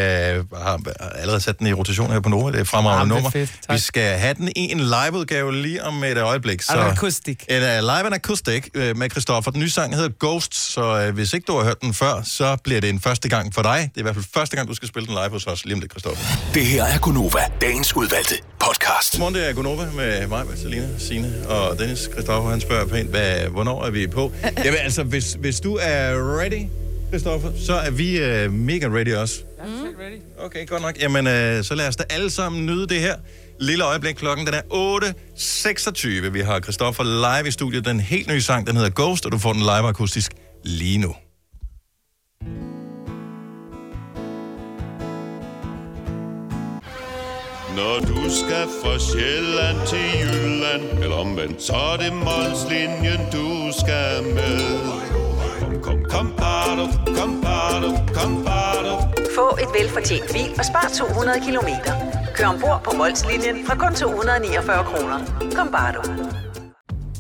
Speaker 2: har allerede sat den i rotation her på Nova. Det er et fremragende
Speaker 1: Ah,
Speaker 2: nummer.
Speaker 1: det er fedt. Tak.
Speaker 2: Vi skal have den i en liveudgave lige om et øjeblik. Så
Speaker 1: En akustik.
Speaker 2: En uh, live en akustik øh, med Christoffer. Den nye sang hedder Ghost, så øh, hvis ikke du har hørt den før, så bliver det en første gang for dig. Det er i hvert fald første gang, du skal spille den live hos os lige om lidt, Christoffer.
Speaker 7: Det her er Gunova, dagens udvalgte podcast.
Speaker 2: Godmorgen, det er Gunova med mig, med Selina, Signe og Dennis. Christoffer, han spørger pænt, hvad, hvornår er vi på? Jamen altså, hvis, hvis du er ready, Christoffer, så er vi øh, mega ready også.
Speaker 3: Mm.
Speaker 1: ready.
Speaker 2: Okay, godt nok. Jamen, øh, så lad os da alle sammen nyde det her. Lille øjeblik, klokken den er 8.26. Vi har Christoffer live i studiet. Den helt nye sang, den hedder Ghost, og du får den live akustisk lige nu.
Speaker 15: Når du skal fra Sjælland til Jylland Eller omvendt, så er det Molslinjen, du skal med Kom, kom, kom, bardo, kom, bardo, kom, bardo.
Speaker 16: Få et velfortjent bil og spar 200 kilometer. Kør ombord på Molslinjen fra kun 249 kroner. Kom bare du.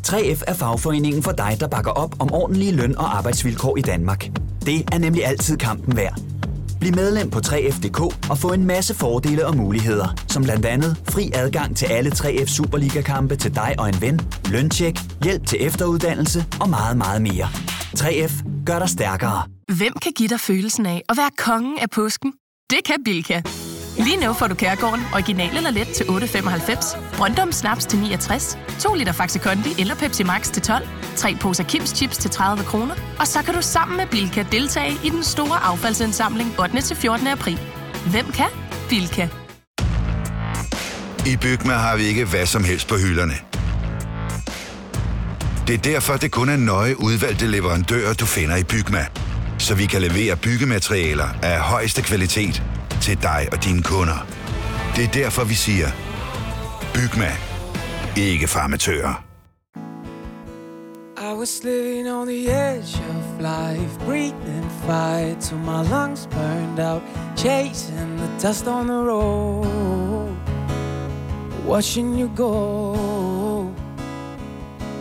Speaker 17: 3F er fagforeningen for dig, der bakker op om ordentlige løn- og arbejdsvilkår i Danmark. Det er nemlig altid kampen værd. Bliv medlem på 3F.dk og få en masse fordele og muligheder, som blandt andet fri adgang til alle 3F Superliga-kampe til dig og en ven, løntjek, hjælp til efteruddannelse og meget, meget mere. 3F gør dig stærkere.
Speaker 18: Hvem kan give dig følelsen af at være kongen af påsken? Det kan Bilka! Lige nu får du Kærgården original eller let til 8.95, Brøndum Snaps til 69, 2 liter Faxi Kondi eller Pepsi Max til 12, 3 poser Kims Chips til 30 kroner, og så kan du sammen med Bilka deltage i den store affaldsindsamling 8. til 14. april. Hvem kan? Bilka.
Speaker 19: I Bygma har vi ikke hvad som helst på hylderne. Det er derfor, det kun er nøje udvalgte leverandører, du finder i Bygma. Så vi kan levere byggematerialer af højeste kvalitet til dig og dine kunder. Det er derfor, vi siger, Bygma. Ikke farmatører.
Speaker 20: I was living on the edge of life, breathing fire till my lungs burned out, chasing the dust on the road, watching you go.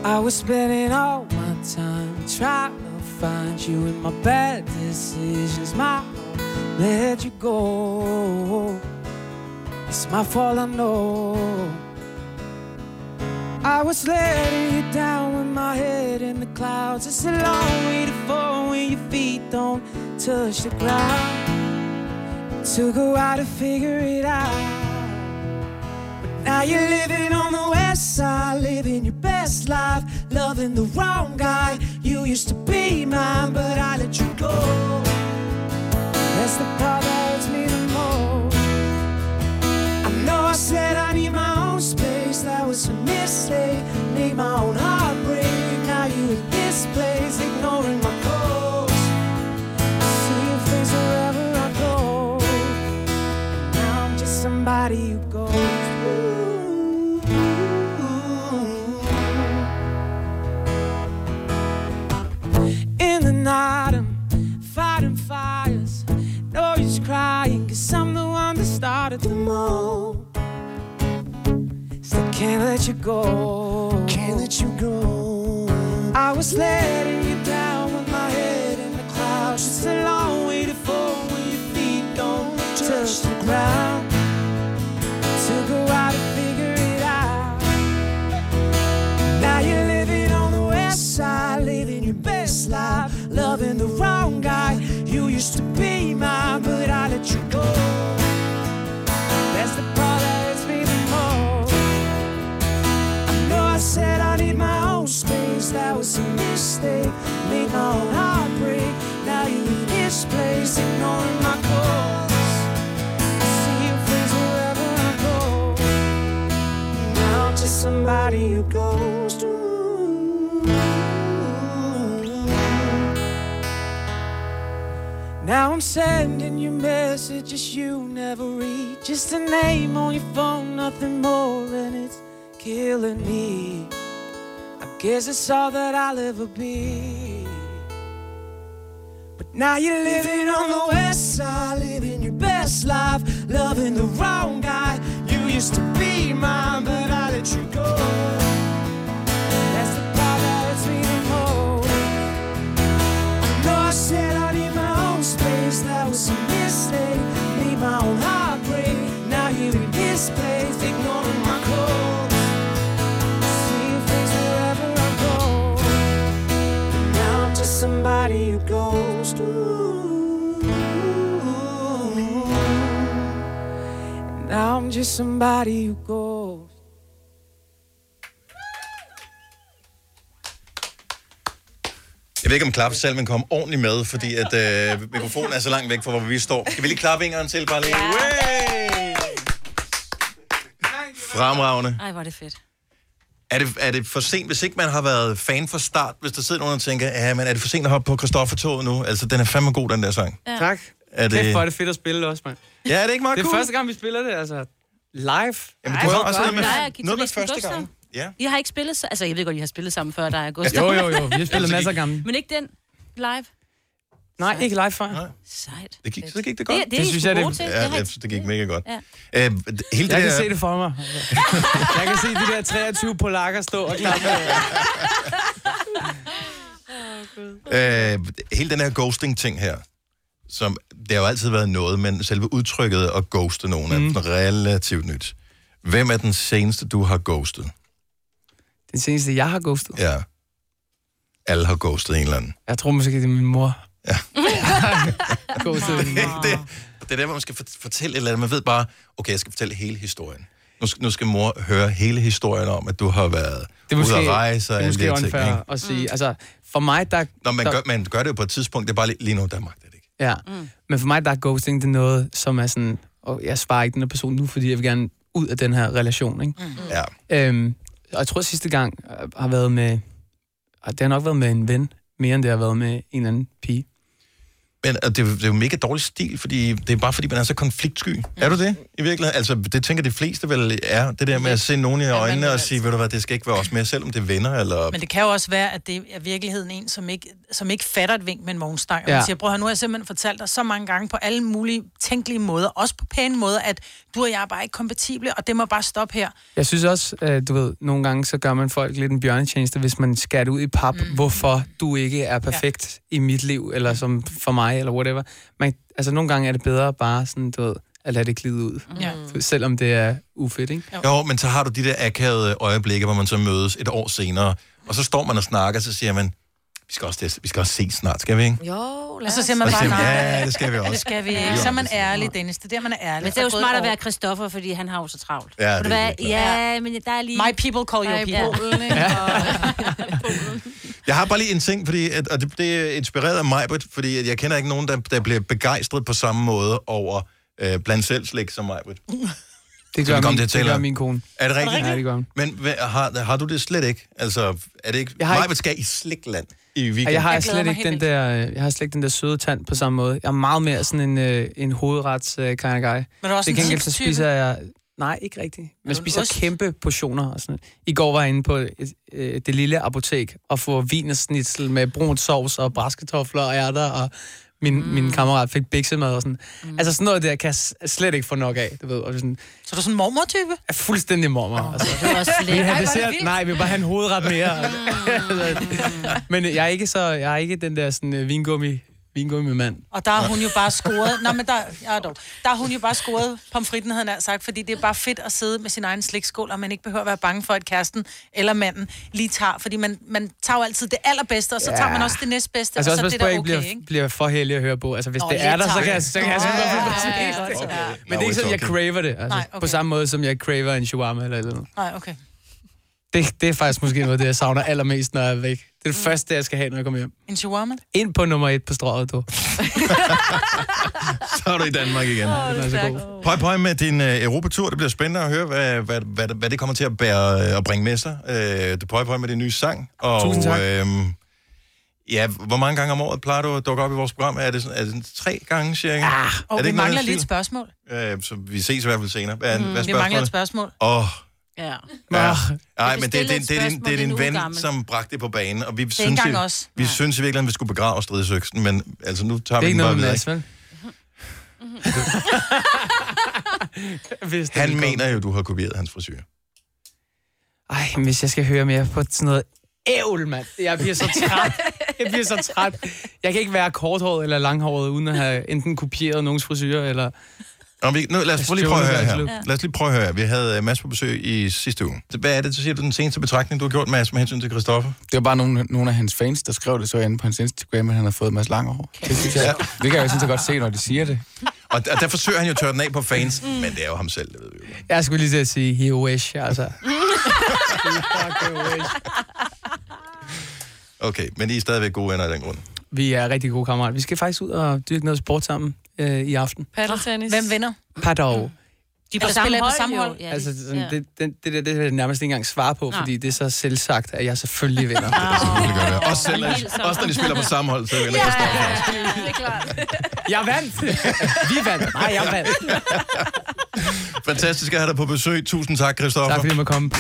Speaker 20: I was spending all my time trying to find you in my bad decisions, my own let you go. It's my fault, I know. I was letting you down with my head in the clouds. It's a long way to fall when your feet don't touch the ground. Took a while to figure it out. But now you're living on the west side, living your best life, loving the wrong guy. You used to be mine, but I let you go. That's the part that hurts me the most. I know I said I need my own space, that was a mistake. Made my own heartbreak. Now you in this place, ignoring my calls. I see your face wherever I go. And now I'm just somebody who goes. "Ooh." In the night, I'm fighting fires. No use crying, cause I'm the one that started them all. Still can't let you go. Can't let you go. I was letting you down with my head in the clouds. It's a long way to fall when your feet don't touch the ground. Took a while to figure it out. Now you're living on the west side, living your best life, loving the wrong guy. You used to be mine, but I let you go. That's the part that hurts me the most. I know I said I need my own space, that was a mistake. Made my own heartbreak. Now you're in this place, ignoring my calls. I see your face wherever I go. Now I'm just somebody who goes to. Now I'm sending you messages you never read. Just a name on your phone, nothing more, and it's killing me. I guess it's all that I'll ever be. But now you're living on the west side, living your best life, wrong guy. You used to be mine, but I let you go. That's the part that hurts me the most. I know I said I need my own space, that was a mistake. Need my own heartbreak. Now here in this place, ignoring my call. Seeing things wherever I go. Now I'm just somebody who goes to. Now I'm just somebody who goes.
Speaker 2: Jeg ved ikke, om klapsalven kom ordentligt med, fordi at øh, mikrofonen er så langt væk fra, hvor vi står. Kan vi lige klappe en gang til, bare lige? Way! Fremragende.
Speaker 5: Ej, hvor er det fedt.
Speaker 2: Er det, er det for sent, hvis ikke man har været fan fra start, hvis der sidder nogen og tænker, ja, men er det for sent at hoppe på Christoffer-toget nu? Altså, den er fandme god, den der sang.
Speaker 5: Ja.
Speaker 1: Tak.
Speaker 2: Er det-
Speaker 1: Kæft, hvor er det fedt at spille også, mand.
Speaker 2: Ja, er det ikke meget
Speaker 1: Det er
Speaker 2: cool?
Speaker 1: første gang, vi spiller det, altså. Live.
Speaker 2: Jamen,
Speaker 1: Ej,
Speaker 2: du
Speaker 1: hvor
Speaker 2: har også
Speaker 1: godt.
Speaker 2: noget med,
Speaker 5: Nej,
Speaker 2: noget med
Speaker 5: guitaristen
Speaker 2: første
Speaker 5: Gustav.
Speaker 2: gang. Ja.
Speaker 5: I har ikke spillet... så- Altså, jeg ved godt, I har spillet sammen før, der er Gustav.
Speaker 1: Jo, jo, jo. Vi har spillet masser af gange.
Speaker 5: Men ikke den live?
Speaker 1: Nej, ikke live før.
Speaker 5: Sejt.
Speaker 2: Det gik, så gik det
Speaker 5: Det-
Speaker 2: godt.
Speaker 5: det er I sgu gode
Speaker 2: det,
Speaker 5: til. Det er
Speaker 2: ja, det,
Speaker 5: rigtigt.
Speaker 2: det gik mega godt.
Speaker 5: Ja.
Speaker 2: Øh, hele det
Speaker 1: Jeg
Speaker 2: her-
Speaker 1: kan se det for mig. Jeg kan se de der 23 polakker stå og klappe.
Speaker 2: Øh, hele den her ghosting-ting her, som det har jo altid været noget, men selve udtrykket at ghoste nogen
Speaker 1: Mhm.
Speaker 2: er relativt nyt. Hvem er den seneste, du har ghostet?
Speaker 1: Den seneste, jeg har ghostet.
Speaker 2: Ja. Alle har ghostet en eller anden.
Speaker 1: Jeg tror måske, det er min mor. Ja. ghostet min mor.
Speaker 2: Det, det er der, hvor man skal fort- fortælle et eller andet. Man ved bare, okay, jeg skal fortælle hele historien. Nu skal, nu skal mor høre hele historien om, at du har været
Speaker 1: Det er måske,
Speaker 2: ude at rejse og
Speaker 1: det er
Speaker 2: alle de
Speaker 1: måske
Speaker 2: her ting.
Speaker 1: unfair
Speaker 2: ikke?
Speaker 1: at sige. Altså, for mig, der...
Speaker 2: Nå, man
Speaker 1: der,
Speaker 2: gør, man gør det jo på et tidspunkt. Det er bare lige, lige nu, der magter det ikke.
Speaker 1: Ja. Mm. Men for mig, der er ghosting, det er noget, som er sådan, og jeg svarer ikke den her person nu, fordi jeg vil gerne ud af den her relation, ikke?
Speaker 2: Ja.
Speaker 1: Øhm, og jeg tror, at sidste gang øh, har været med... Og det har nok været med en ven, mere end det har været med en eller anden pige.
Speaker 2: Men og det, er jo- det er jo mega dårlig stil, fordi det er bare fordi, man er så konfliktsky. Mm. Er du det i virkeligheden? Altså, det tænker de fleste vel er, det der med at se nogen i øjnene og sige, ved du hvad, det skal ikke være os mere, selvom det er venner, eller...
Speaker 3: Men det kan jo også være, at det er virkeligheden en, som ikke, som ikke fatter et vink med en vognstang. Og
Speaker 2: Ja.
Speaker 3: man siger, bror, nu har jeg simpelthen fortalt dig så mange gange på alle mulige tænkelige måder, også på pæne måder, at du og jeg er bare ikke kompatible, og det må bare stoppe her.
Speaker 1: Jeg synes også, øh, du ved, nogle gange så gør man folk lidt en bjørnetjeneste, hvis man skærer det ud i pap, mm. hvorfor du ikke er perfekt ja. i mit liv, eller som for mig, eller whatever. Man, altså nogle gange er det bedre bare sådan, du ved, at lade det glide ud.
Speaker 3: Ja.
Speaker 1: Selvom det er ufedt, ikke?
Speaker 2: Jo, men så har du de der akavede øjeblikke, hvor man så mødes et år senere, og så står man og snakker, så siger man, vi skal også, det- vi skal også ses snart, skal vi ikke?
Speaker 3: Jo, og så siger man
Speaker 2: Og så
Speaker 3: bare,
Speaker 2: siger man,
Speaker 3: nej.
Speaker 2: "Ja, det skal vi også."
Speaker 3: Det skal vi
Speaker 2: Ja.
Speaker 3: ikke. Så er man ærlig, Dennis. Det er der, man er ærlig.
Speaker 5: Men det er jo
Speaker 3: Der gået
Speaker 5: smart
Speaker 3: et
Speaker 5: at
Speaker 3: år.
Speaker 5: være Christoffer, fordi han har jo så travlt.
Speaker 2: Ja,
Speaker 5: Ved du
Speaker 2: det er
Speaker 5: hvad?
Speaker 2: virkelig
Speaker 5: ja, men der er lige...
Speaker 3: My people call your people.
Speaker 2: Jeg har bare lige en ting, fordi, at, og det, det er inspireret af mig, fordi at jeg kender ikke nogen, der, der bliver begejstret på samme måde over øh, blandt selv slik som mig.
Speaker 1: Det
Speaker 2: Så vi
Speaker 1: gør,
Speaker 2: kom
Speaker 1: min,
Speaker 2: til at
Speaker 1: det,
Speaker 2: tale
Speaker 1: gør
Speaker 2: om-
Speaker 1: min kone.
Speaker 2: Er det rigtigt?
Speaker 1: Ja, det gør hun.
Speaker 2: Men hvad, har, har du det slet ikke? Altså, er det ikke... Jeg
Speaker 1: har
Speaker 2: har
Speaker 1: ikke-
Speaker 2: ikke... skal i slikland i weekenden.
Speaker 1: Og jeg har jeg slet ikke den der, øh, jeg har slet ikke den der søde tand på samme måde. Jeg er meget mere sådan en, øh, en hovedrets øh, kind of guy.
Speaker 3: Men er du også
Speaker 1: Til
Speaker 3: en
Speaker 1: gengæld så
Speaker 3: chipstype?
Speaker 1: spiser jeg... Nej, ikke rigtigt.
Speaker 3: du en
Speaker 1: Man spiser
Speaker 3: ost?
Speaker 1: kæmpe portioner og sådan I går var jeg inde på et, øh, det lille apotek og få vinersnitzel med brun sovs og bræskartofler og ærter, og min, mm. min kammerat fik biksemad og sådan. Mm. Altså sådan noget der kan jeg s- slet ikke få nok af, du ved. Og sådan,
Speaker 3: så er du sådan en mormor-type?
Speaker 1: Er fuldstændig mormor. Oh. Altså.
Speaker 5: Det var også
Speaker 1: Vil I
Speaker 5: lækkert. Ej, hvor er
Speaker 1: have
Speaker 5: det
Speaker 1: dessert?
Speaker 5: vildt.
Speaker 1: Nej, vi vil bare have en hovedret mere.
Speaker 3: Mm.
Speaker 1: Men jeg er ikke så, jeg er ikke den der sådan øh, vingummi, vingummi mand.
Speaker 3: Og der har hun jo bare scoret... Nå, men der, ja, dog. der har hun jo bare scoret pomfritten, havde han sagt, fordi det er bare fedt at sidde med sin egen slikskål, og man ikke behøver at være bange for, at kæresten eller manden lige tager. Fordi man, man tager jo altid det allerbedste, og så
Speaker 1: Ja.
Speaker 3: tager man også det næstbedste,
Speaker 1: Altså
Speaker 3: og så
Speaker 1: også
Speaker 3: er
Speaker 1: hvis
Speaker 3: det
Speaker 1: jeg
Speaker 3: der
Speaker 1: ikke
Speaker 3: okay,
Speaker 1: bliver,
Speaker 3: ikke?
Speaker 1: bliver for heldig at høre på. Altså hvis
Speaker 3: Nå,
Speaker 1: det
Speaker 3: lidt
Speaker 1: er der, så
Speaker 3: tak.
Speaker 1: kan jeg, så kan jeg
Speaker 3: Nå,
Speaker 1: sådan godt
Speaker 3: ja,
Speaker 1: få
Speaker 3: ja, ja,
Speaker 1: det.
Speaker 3: godt så.
Speaker 1: Men det er ikke sådan, jeg
Speaker 2: talking.
Speaker 1: craver det. Altså,
Speaker 3: Nej,
Speaker 1: okay. På samme måde, som jeg craver en shawarma eller et eller andet.
Speaker 3: Nej, okay.
Speaker 1: Det, det er faktisk måske noget af det, jeg savner allermest, når jeg er væk. Det er det første, jeg skal have, når jeg kommer hjem.
Speaker 3: Mm. En shawarma?
Speaker 1: Ind på nummer et på strået, du.
Speaker 2: Så er du i Danmark igen.
Speaker 1: Åh, det er så god.
Speaker 2: Pøj, pøj med din øh, Europatur. Det bliver spændende at høre, hvad, hvad, hvad, hvad det kommer til at bære øh, og bringe med sig. Øh, pøj, pøj med din nye sang. Og,
Speaker 1: Tusind tak.
Speaker 2: øhm, ja, hvor mange gange om året plejer du at dukke op i vores program? Er det, sådan, er det sådan tre gange, cirka? Ah, er
Speaker 3: Og
Speaker 2: det
Speaker 3: vi
Speaker 2: ikke noget
Speaker 3: mangler
Speaker 2: af
Speaker 3: lige
Speaker 2: den
Speaker 3: et
Speaker 2: stil?
Speaker 3: spørgsmål.
Speaker 2: Øh, så vi ses i hvert fald senere. Hvad, er- hvad er
Speaker 3: vi mangler et
Speaker 2: spørgsmålet?
Speaker 3: spørgsmål.
Speaker 2: Åh,
Speaker 5: Ja.
Speaker 2: Ja. Nej,
Speaker 3: Vi
Speaker 2: men det, er- det, er- det,
Speaker 3: bestiller et
Speaker 2: er din-
Speaker 3: spørgsmål,
Speaker 2: det er
Speaker 3: en
Speaker 2: din
Speaker 3: uge
Speaker 2: ven,
Speaker 3: gammel.
Speaker 2: som bragte det på banen, og vi
Speaker 3: er ikke
Speaker 2: synes,
Speaker 3: engang
Speaker 2: i-
Speaker 3: os.
Speaker 2: vi synes i virkeligheden, vi skulle begrave stridøksen, men altså nu tager vi
Speaker 1: Det er ikke
Speaker 2: den bare
Speaker 1: noget med
Speaker 2: videre.
Speaker 1: Mads, vel? Hvis det
Speaker 2: Han
Speaker 1: ville
Speaker 2: mener jo, du har kopieret hans frisyr.
Speaker 1: Ej, men hvis jeg skal høre mere på sådan noget ævl, mand. Jeg bliver så træt. Jeg bliver så træt. Jeg kan ikke være korthåret eller langhåret, uden at have enten kopieret nogens frisyrer, eller...
Speaker 2: Nå, vi, nu, lad os prøve lige prøve at høre her. Lad os lige prøve at høre her. Vi havde øh, Mads på besøg i sidste uge. Så Hvad er det, så siger du den seneste betragtning, du har gjort, Mads, med hensyn til Christoffer?
Speaker 21: Det var bare nogle, nogle af hans fans, der skrev det så inde på hans Instagram, at han havde fået Mads Langerhår. Det, synes jeg, det kan jeg jo sådan set godt se, når de siger det.
Speaker 2: Og der, der forsøger han jo at tørre den af på fans, mm. men det er jo ham selv, det ved vi.
Speaker 1: Jeg skulle lige til at sige, he wish, altså.
Speaker 3: er
Speaker 2: Okay, men I er stadigvæk gode venner af den grund.
Speaker 1: Vi er rigtig gode kammerater. Vi skal faktisk ud og dyrke noget sport sammen øh, i aften.
Speaker 4: Paddeltennis.
Speaker 3: Hvem vinder?
Speaker 1: Per dog.
Speaker 3: De er på Mm. samme hold, jo. Ja,
Speaker 1: altså,
Speaker 3: det-
Speaker 1: sådan,
Speaker 3: ja.
Speaker 1: det, den, det, der, det kan jeg nærmest ikke engang svare på,
Speaker 3: Nej.
Speaker 1: fordi det er så selvsagt, at jeg selvfølgelig vinder.
Speaker 2: Også, selv, også når de spiller på samme hold, så er det ikke
Speaker 4: Det er klart.
Speaker 1: Jeg vandt! Vi vandt. Nej, jeg vandt.
Speaker 2: Fantastisk at have dig på besøg. Tusind tak, Christoffer. Tak fordi
Speaker 1: du måtte komme.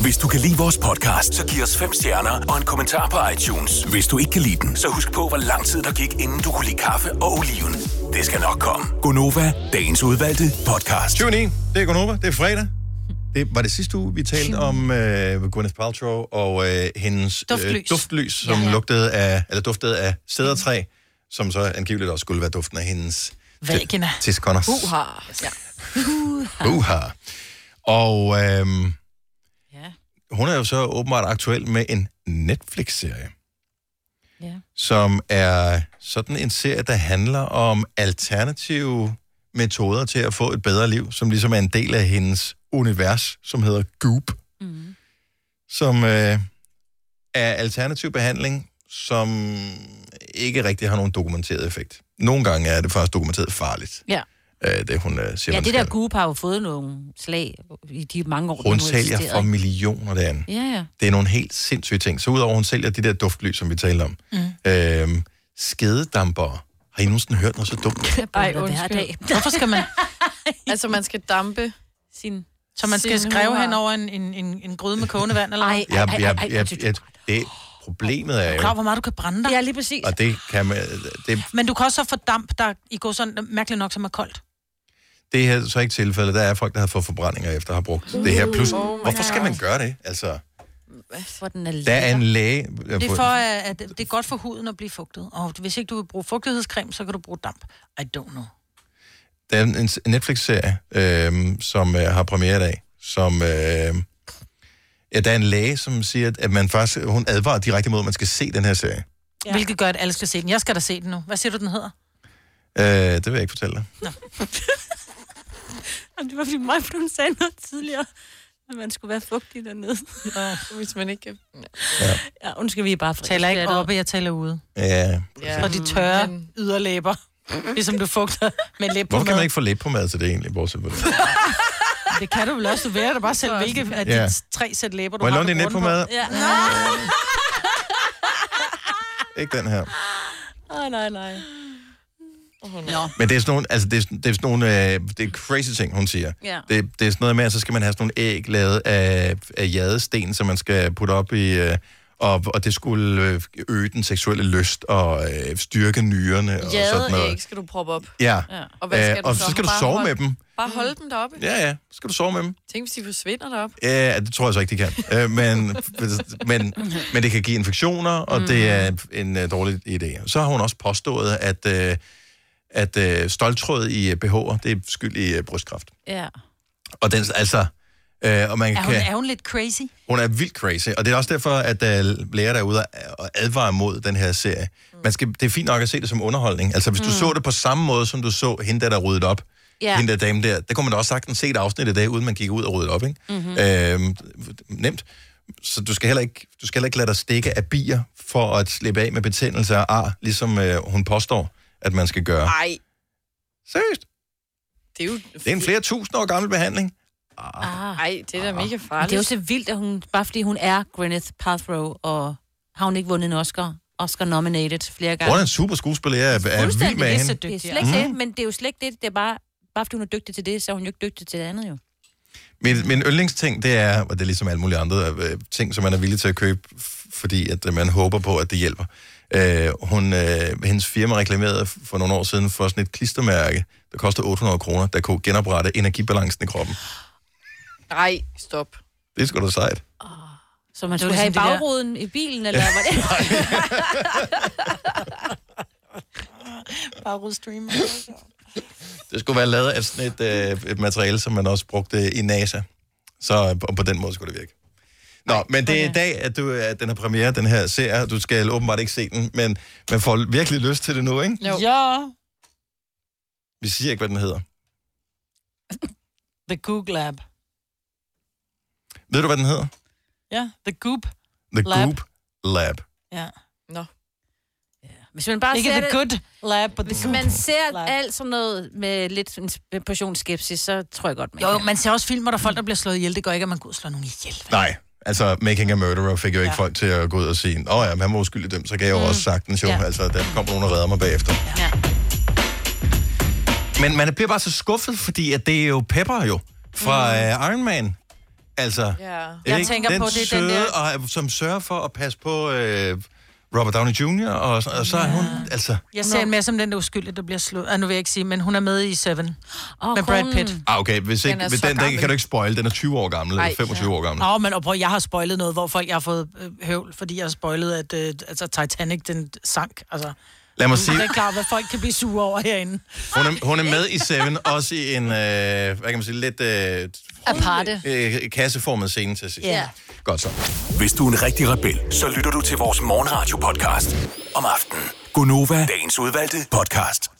Speaker 7: Hvis du kan lide vores podcast, så giv os fem stjerner og en kommentar på iTunes. Hvis du ikke kan lide den, så husk på, hvor lang tid der gik, inden du kunne lide kaffe og oliven. Det skal nok komme.
Speaker 2: Gonova, dagens udvalgte podcast. 29, det er Gonova, det er fredag. Det var det sidste uge, vi talte om øh, Gwyneth Paltrow og øh, hendes
Speaker 7: Duftlys.
Speaker 2: duftlys som ja, ja. lugtede af, eller duftede af sædertræ, som så angiveligt også skulle være duften af hendes
Speaker 3: Vagina.
Speaker 2: tiskonners.
Speaker 3: Uha.
Speaker 4: Ja.
Speaker 2: Uha. Og øh, hun er jo så åbenbart aktuel med en Netflix-serie.
Speaker 5: Ja.
Speaker 2: som er sådan en serie, der handler om alternative metoder til at få et bedre liv, som ligesom er en del af hendes univers, som hedder Goop, mm.
Speaker 5: Mm-hmm.
Speaker 2: som øh, er alternativ behandling, som ikke rigtig har nogen dokumenteret effekt. Nogle gange er det faktisk dokumenteret farligt,
Speaker 5: Ja.
Speaker 2: øh, det hun øh, siger,
Speaker 5: Ja,
Speaker 2: man
Speaker 5: det der
Speaker 2: skal.
Speaker 5: gube har jo fået nogle slag i de mange år, den nu
Speaker 2: Hun sælger
Speaker 5: eksisterede,
Speaker 2: for
Speaker 5: ikke?
Speaker 2: millioner derinde.
Speaker 5: Ja, ja.
Speaker 2: Det er nogle helt sindssyge ting. Så udover at hun sælger de der duftlys, som vi talte om,
Speaker 5: Mm.
Speaker 2: Øhm, skededamper. Har I nogensinde hørt noget så dumt?
Speaker 4: Ej,
Speaker 5: hver dag.
Speaker 4: undskyld. Hvorfor skal man... altså, man skal dampe sin...
Speaker 3: Så man skal skrive hen over en, en, en, en gryde med kogende vand, eller
Speaker 4: Ej,
Speaker 2: Jeg, jeg, jeg, jeg, det, problemet er
Speaker 3: Er du klar, over,
Speaker 2: jo,
Speaker 3: hvor meget du kan brænde dig? Ja, lige præcis.
Speaker 2: og det, kan man, det,
Speaker 3: Men du kan også så få damp, der i går sådan mærkeligt nok, som er koldt.
Speaker 2: det her er så ikke tilfældet. Der er folk, der har fået forbrændinger efter at have brugt det her. Plus,
Speaker 3: Oh my
Speaker 2: hvorfor skal
Speaker 3: God.
Speaker 2: man gøre det? Altså,
Speaker 5: For den er
Speaker 2: der er en læge...
Speaker 3: Det er, for, øh, at det er godt for huden at blive fugtet. Og hvis ikke du vil bruge fugtighedscreme, så kan du bruge damp. I don't know.
Speaker 2: Der er en en Netflix-serie, øh, som øh, har premiere i dag, som... Øh, ja, der er en læge, som siger, at- at man faktisk, hun advarer direkte mod, at man skal se den her serie.
Speaker 3: Ja. Hvilket gør, at alle skal se den. Jeg skal da se den nu. Hvad siger du, den hedder?
Speaker 2: Øh, det vil jeg ikke fortælle dig.
Speaker 5: Jamen, det var fordi mig, for hun sagde noget tidligere, at man skulle være fugtig dernede.
Speaker 4: Hvis man ikke... Ja.
Speaker 5: ja, undskyld, vi er bare friske.
Speaker 3: Taler ikke
Speaker 5: Det er
Speaker 3: oppe, jeg taler ude.
Speaker 2: Ja.
Speaker 3: Ja. Og de tørre yderlæber. Ligesom du fugter med læb på
Speaker 2: Hvorfor kan
Speaker 3: mad.
Speaker 2: man ikke få læbpomade til det egentlig, bortset fra det?
Speaker 3: Det kan du vel også. Du vælger dig bare selv, hvilke af de
Speaker 2: Ja.
Speaker 3: tre sæt læber, du
Speaker 2: Må jeg
Speaker 3: har.
Speaker 2: låne
Speaker 3: du
Speaker 2: din
Speaker 3: bruger den
Speaker 2: netpomade?
Speaker 3: på. Ja.
Speaker 2: Ikke den her.
Speaker 4: Åh, nej, nej. Oh, nej.
Speaker 2: Men det er sådan nogle, altså det er, sådan- det er sådan nogle, øh, det er crazy ting, hun siger.
Speaker 4: Ja.
Speaker 2: Det, det er sådan noget med, at så skal man have sådan nogle æg lavet af, af jadesten, som man skal putte op i, øh, og, og det skulle øh, øge den seksuelle lyst og øh, styrke nyrerne og sådan
Speaker 4: Jade æg
Speaker 2: noget.
Speaker 4: skal du proppe op.
Speaker 2: Ja.
Speaker 4: Og, hvad skal
Speaker 2: Øh,
Speaker 4: du
Speaker 2: og så skal du
Speaker 4: Bare
Speaker 2: sove
Speaker 4: holde-
Speaker 2: med dem.
Speaker 4: Bare holde dem deroppe.
Speaker 2: Ja, ja. Skal du sove med dem?
Speaker 4: Tænk, hvis de forsvinder deroppe.
Speaker 2: Ja, det tror jeg så ikke, de kan. Øh, men, men, men det kan give infektioner, og mm. det er en uh, dårlig idé. Så har hun også påstået, at, uh, at uh, stoltråd i øh, BH'er, det er skyld i uh, brystkræft.
Speaker 5: Ja.
Speaker 2: Og den, altså, øh, og man
Speaker 3: Er hun,
Speaker 2: kan,
Speaker 3: er hun lidt crazy?
Speaker 2: hun er vildt crazy, og det er også derfor, at uh, læger derude og advarer mod den her serie. Man skal, det er fint nok at se det som underholdning. Altså, hvis du
Speaker 5: Mm.
Speaker 2: så det på samme måde, som du så hende, der, der ryddet op,
Speaker 5: Ja.
Speaker 2: ja. hende der dame der, der kunne man da også sagtens se et afsnit i dag, uden man gik ud og ryddede op, ikke?
Speaker 5: Mhm.
Speaker 2: Øhm, nemt. Så du skal, heller ikke, du skal heller ikke lade dig stikke af bier for at slippe af med betændelse og ar, ligesom øh, hun påstår, at man skal gøre.
Speaker 4: Nej.
Speaker 2: Seriøst?
Speaker 4: Det er jo...
Speaker 2: Det er en flere tusind år gammel behandling. Ah.
Speaker 4: Ej, det er da mega
Speaker 5: Ah. Men
Speaker 4: farligt.
Speaker 5: Det er jo så vildt, at hun, bare fordi hun er Gwyneth Paltrow, og har hun ikke vundet en Oscar, Oscar nominated flere gange.
Speaker 2: Hun er en super skuespiller, jeg er, er vild med hende. Mm.
Speaker 5: Det er altså. slet ikke det, men det er jo slet ikke det. Det er bare, bare fordi hun er dygtig til det, så er hun jo ikke dygtig til det andet jo.
Speaker 2: Min, min yndlingsting, det er, og det er ligesom alle mulige andre øh, ting, som man er villig til at købe, f- fordi at øh, man håber på, at det hjælper. Øh, hun, øh, hendes firma reklamerede f- for nogle år siden for sådan et klistermærke, der koster 800 kroner, der kunne genoprette energibalancen i kroppen.
Speaker 4: Nej, stop.
Speaker 2: Det er sgu da sejt.
Speaker 5: Så man
Speaker 4: Det
Speaker 5: skulle
Speaker 4: var
Speaker 5: have i
Speaker 4: ligesom de der-
Speaker 5: bagruden i bilen, eller hvad det?
Speaker 3: Bagrudstreamer.
Speaker 2: Det skulle være lavet af sådan et, øh, et materiale, som man også brugte i NASA. Så øh, og på den måde skulle det virke. Nå, men det er i dag, at, du, at den har premiere, den her serie. Du skal åbenbart ikke se den, men man får virkelig lyst til det nu, ikke?
Speaker 3: Jo. Ja.
Speaker 2: Vi siger ikke, hvad den hedder.
Speaker 3: The Goog Lab.
Speaker 2: Ved du, hvad den hedder?
Speaker 3: Ja, The Goop.
Speaker 2: The
Speaker 3: Lab.
Speaker 2: Goop Lab.
Speaker 3: Ja.
Speaker 4: Nå.
Speaker 5: Hvis man bare
Speaker 3: Ikke
Speaker 5: ser
Speaker 3: the
Speaker 5: det-
Speaker 3: good lab, but the
Speaker 5: Hvis
Speaker 3: good
Speaker 5: man ser
Speaker 3: lab.
Speaker 5: alt sådan noget med lidt en portion skepsis, så tror jeg godt, man
Speaker 3: Jo,
Speaker 5: kan.
Speaker 3: man ser også film, hvor der er folk, der bliver slået ihjel. Det gør ikke, at man går ud og slår nogen ihjel.
Speaker 2: Nej, altså Making a Murderer fik jo ikke
Speaker 3: Ja.
Speaker 2: folk til at gå ud og sige, åh oh, ja, men han var uskyldig dømt, så kan jeg jo
Speaker 3: Mm.
Speaker 2: også sagtens jo,
Speaker 3: Ja.
Speaker 2: altså der kom nogen og redder mig bagefter.
Speaker 5: Ja.
Speaker 2: Men man bliver bare så skuffet, fordi at det er jo Pepper jo, fra mm. uh, Iron Man. Altså,
Speaker 4: Ja.
Speaker 2: Er
Speaker 4: Jeg
Speaker 2: ikke
Speaker 4: tænker
Speaker 2: den
Speaker 4: på, det er den
Speaker 2: søde,
Speaker 4: der-
Speaker 2: Og, som sørger for at passe på øh, Robert Downey Jr., og, og så er hun, altså...
Speaker 3: Jeg ser en masse om den der uskyldige, der bliver slået. Ah, nu vil jeg ikke sige, men hun er med i Seven. Oh, med Brad Pitt.
Speaker 2: Ah, okay, hvis
Speaker 3: Den
Speaker 2: ikke,
Speaker 3: er
Speaker 2: den,
Speaker 3: så
Speaker 2: den, den kan
Speaker 3: gammel.
Speaker 2: du ikke spoil, den er 20 år gammel, eller 25 år gammel.
Speaker 3: Åh, oh, men og prøv, jeg har spoilet noget, hvor folk, jeg har fået øh, høvl, fordi jeg har spoilet, at øh, altså, Titanic, den sank. Altså,
Speaker 2: Lad mig
Speaker 3: Du
Speaker 2: sige-
Speaker 3: er da klar, over, hvad folk kan blive sure over herinde.
Speaker 2: Hun er, hun er med i Seven, også i en, øh, hvad kan man sige, lidt øh,
Speaker 3: Aparte.
Speaker 2: øh, kasseformet scene til sidst.
Speaker 3: Ja.
Speaker 2: Godt så.
Speaker 7: Hvis du er en rigtig rebel, så lytter du til vores morgenradio-podcast om aftenen. Gunova, dagens udvalgte podcast.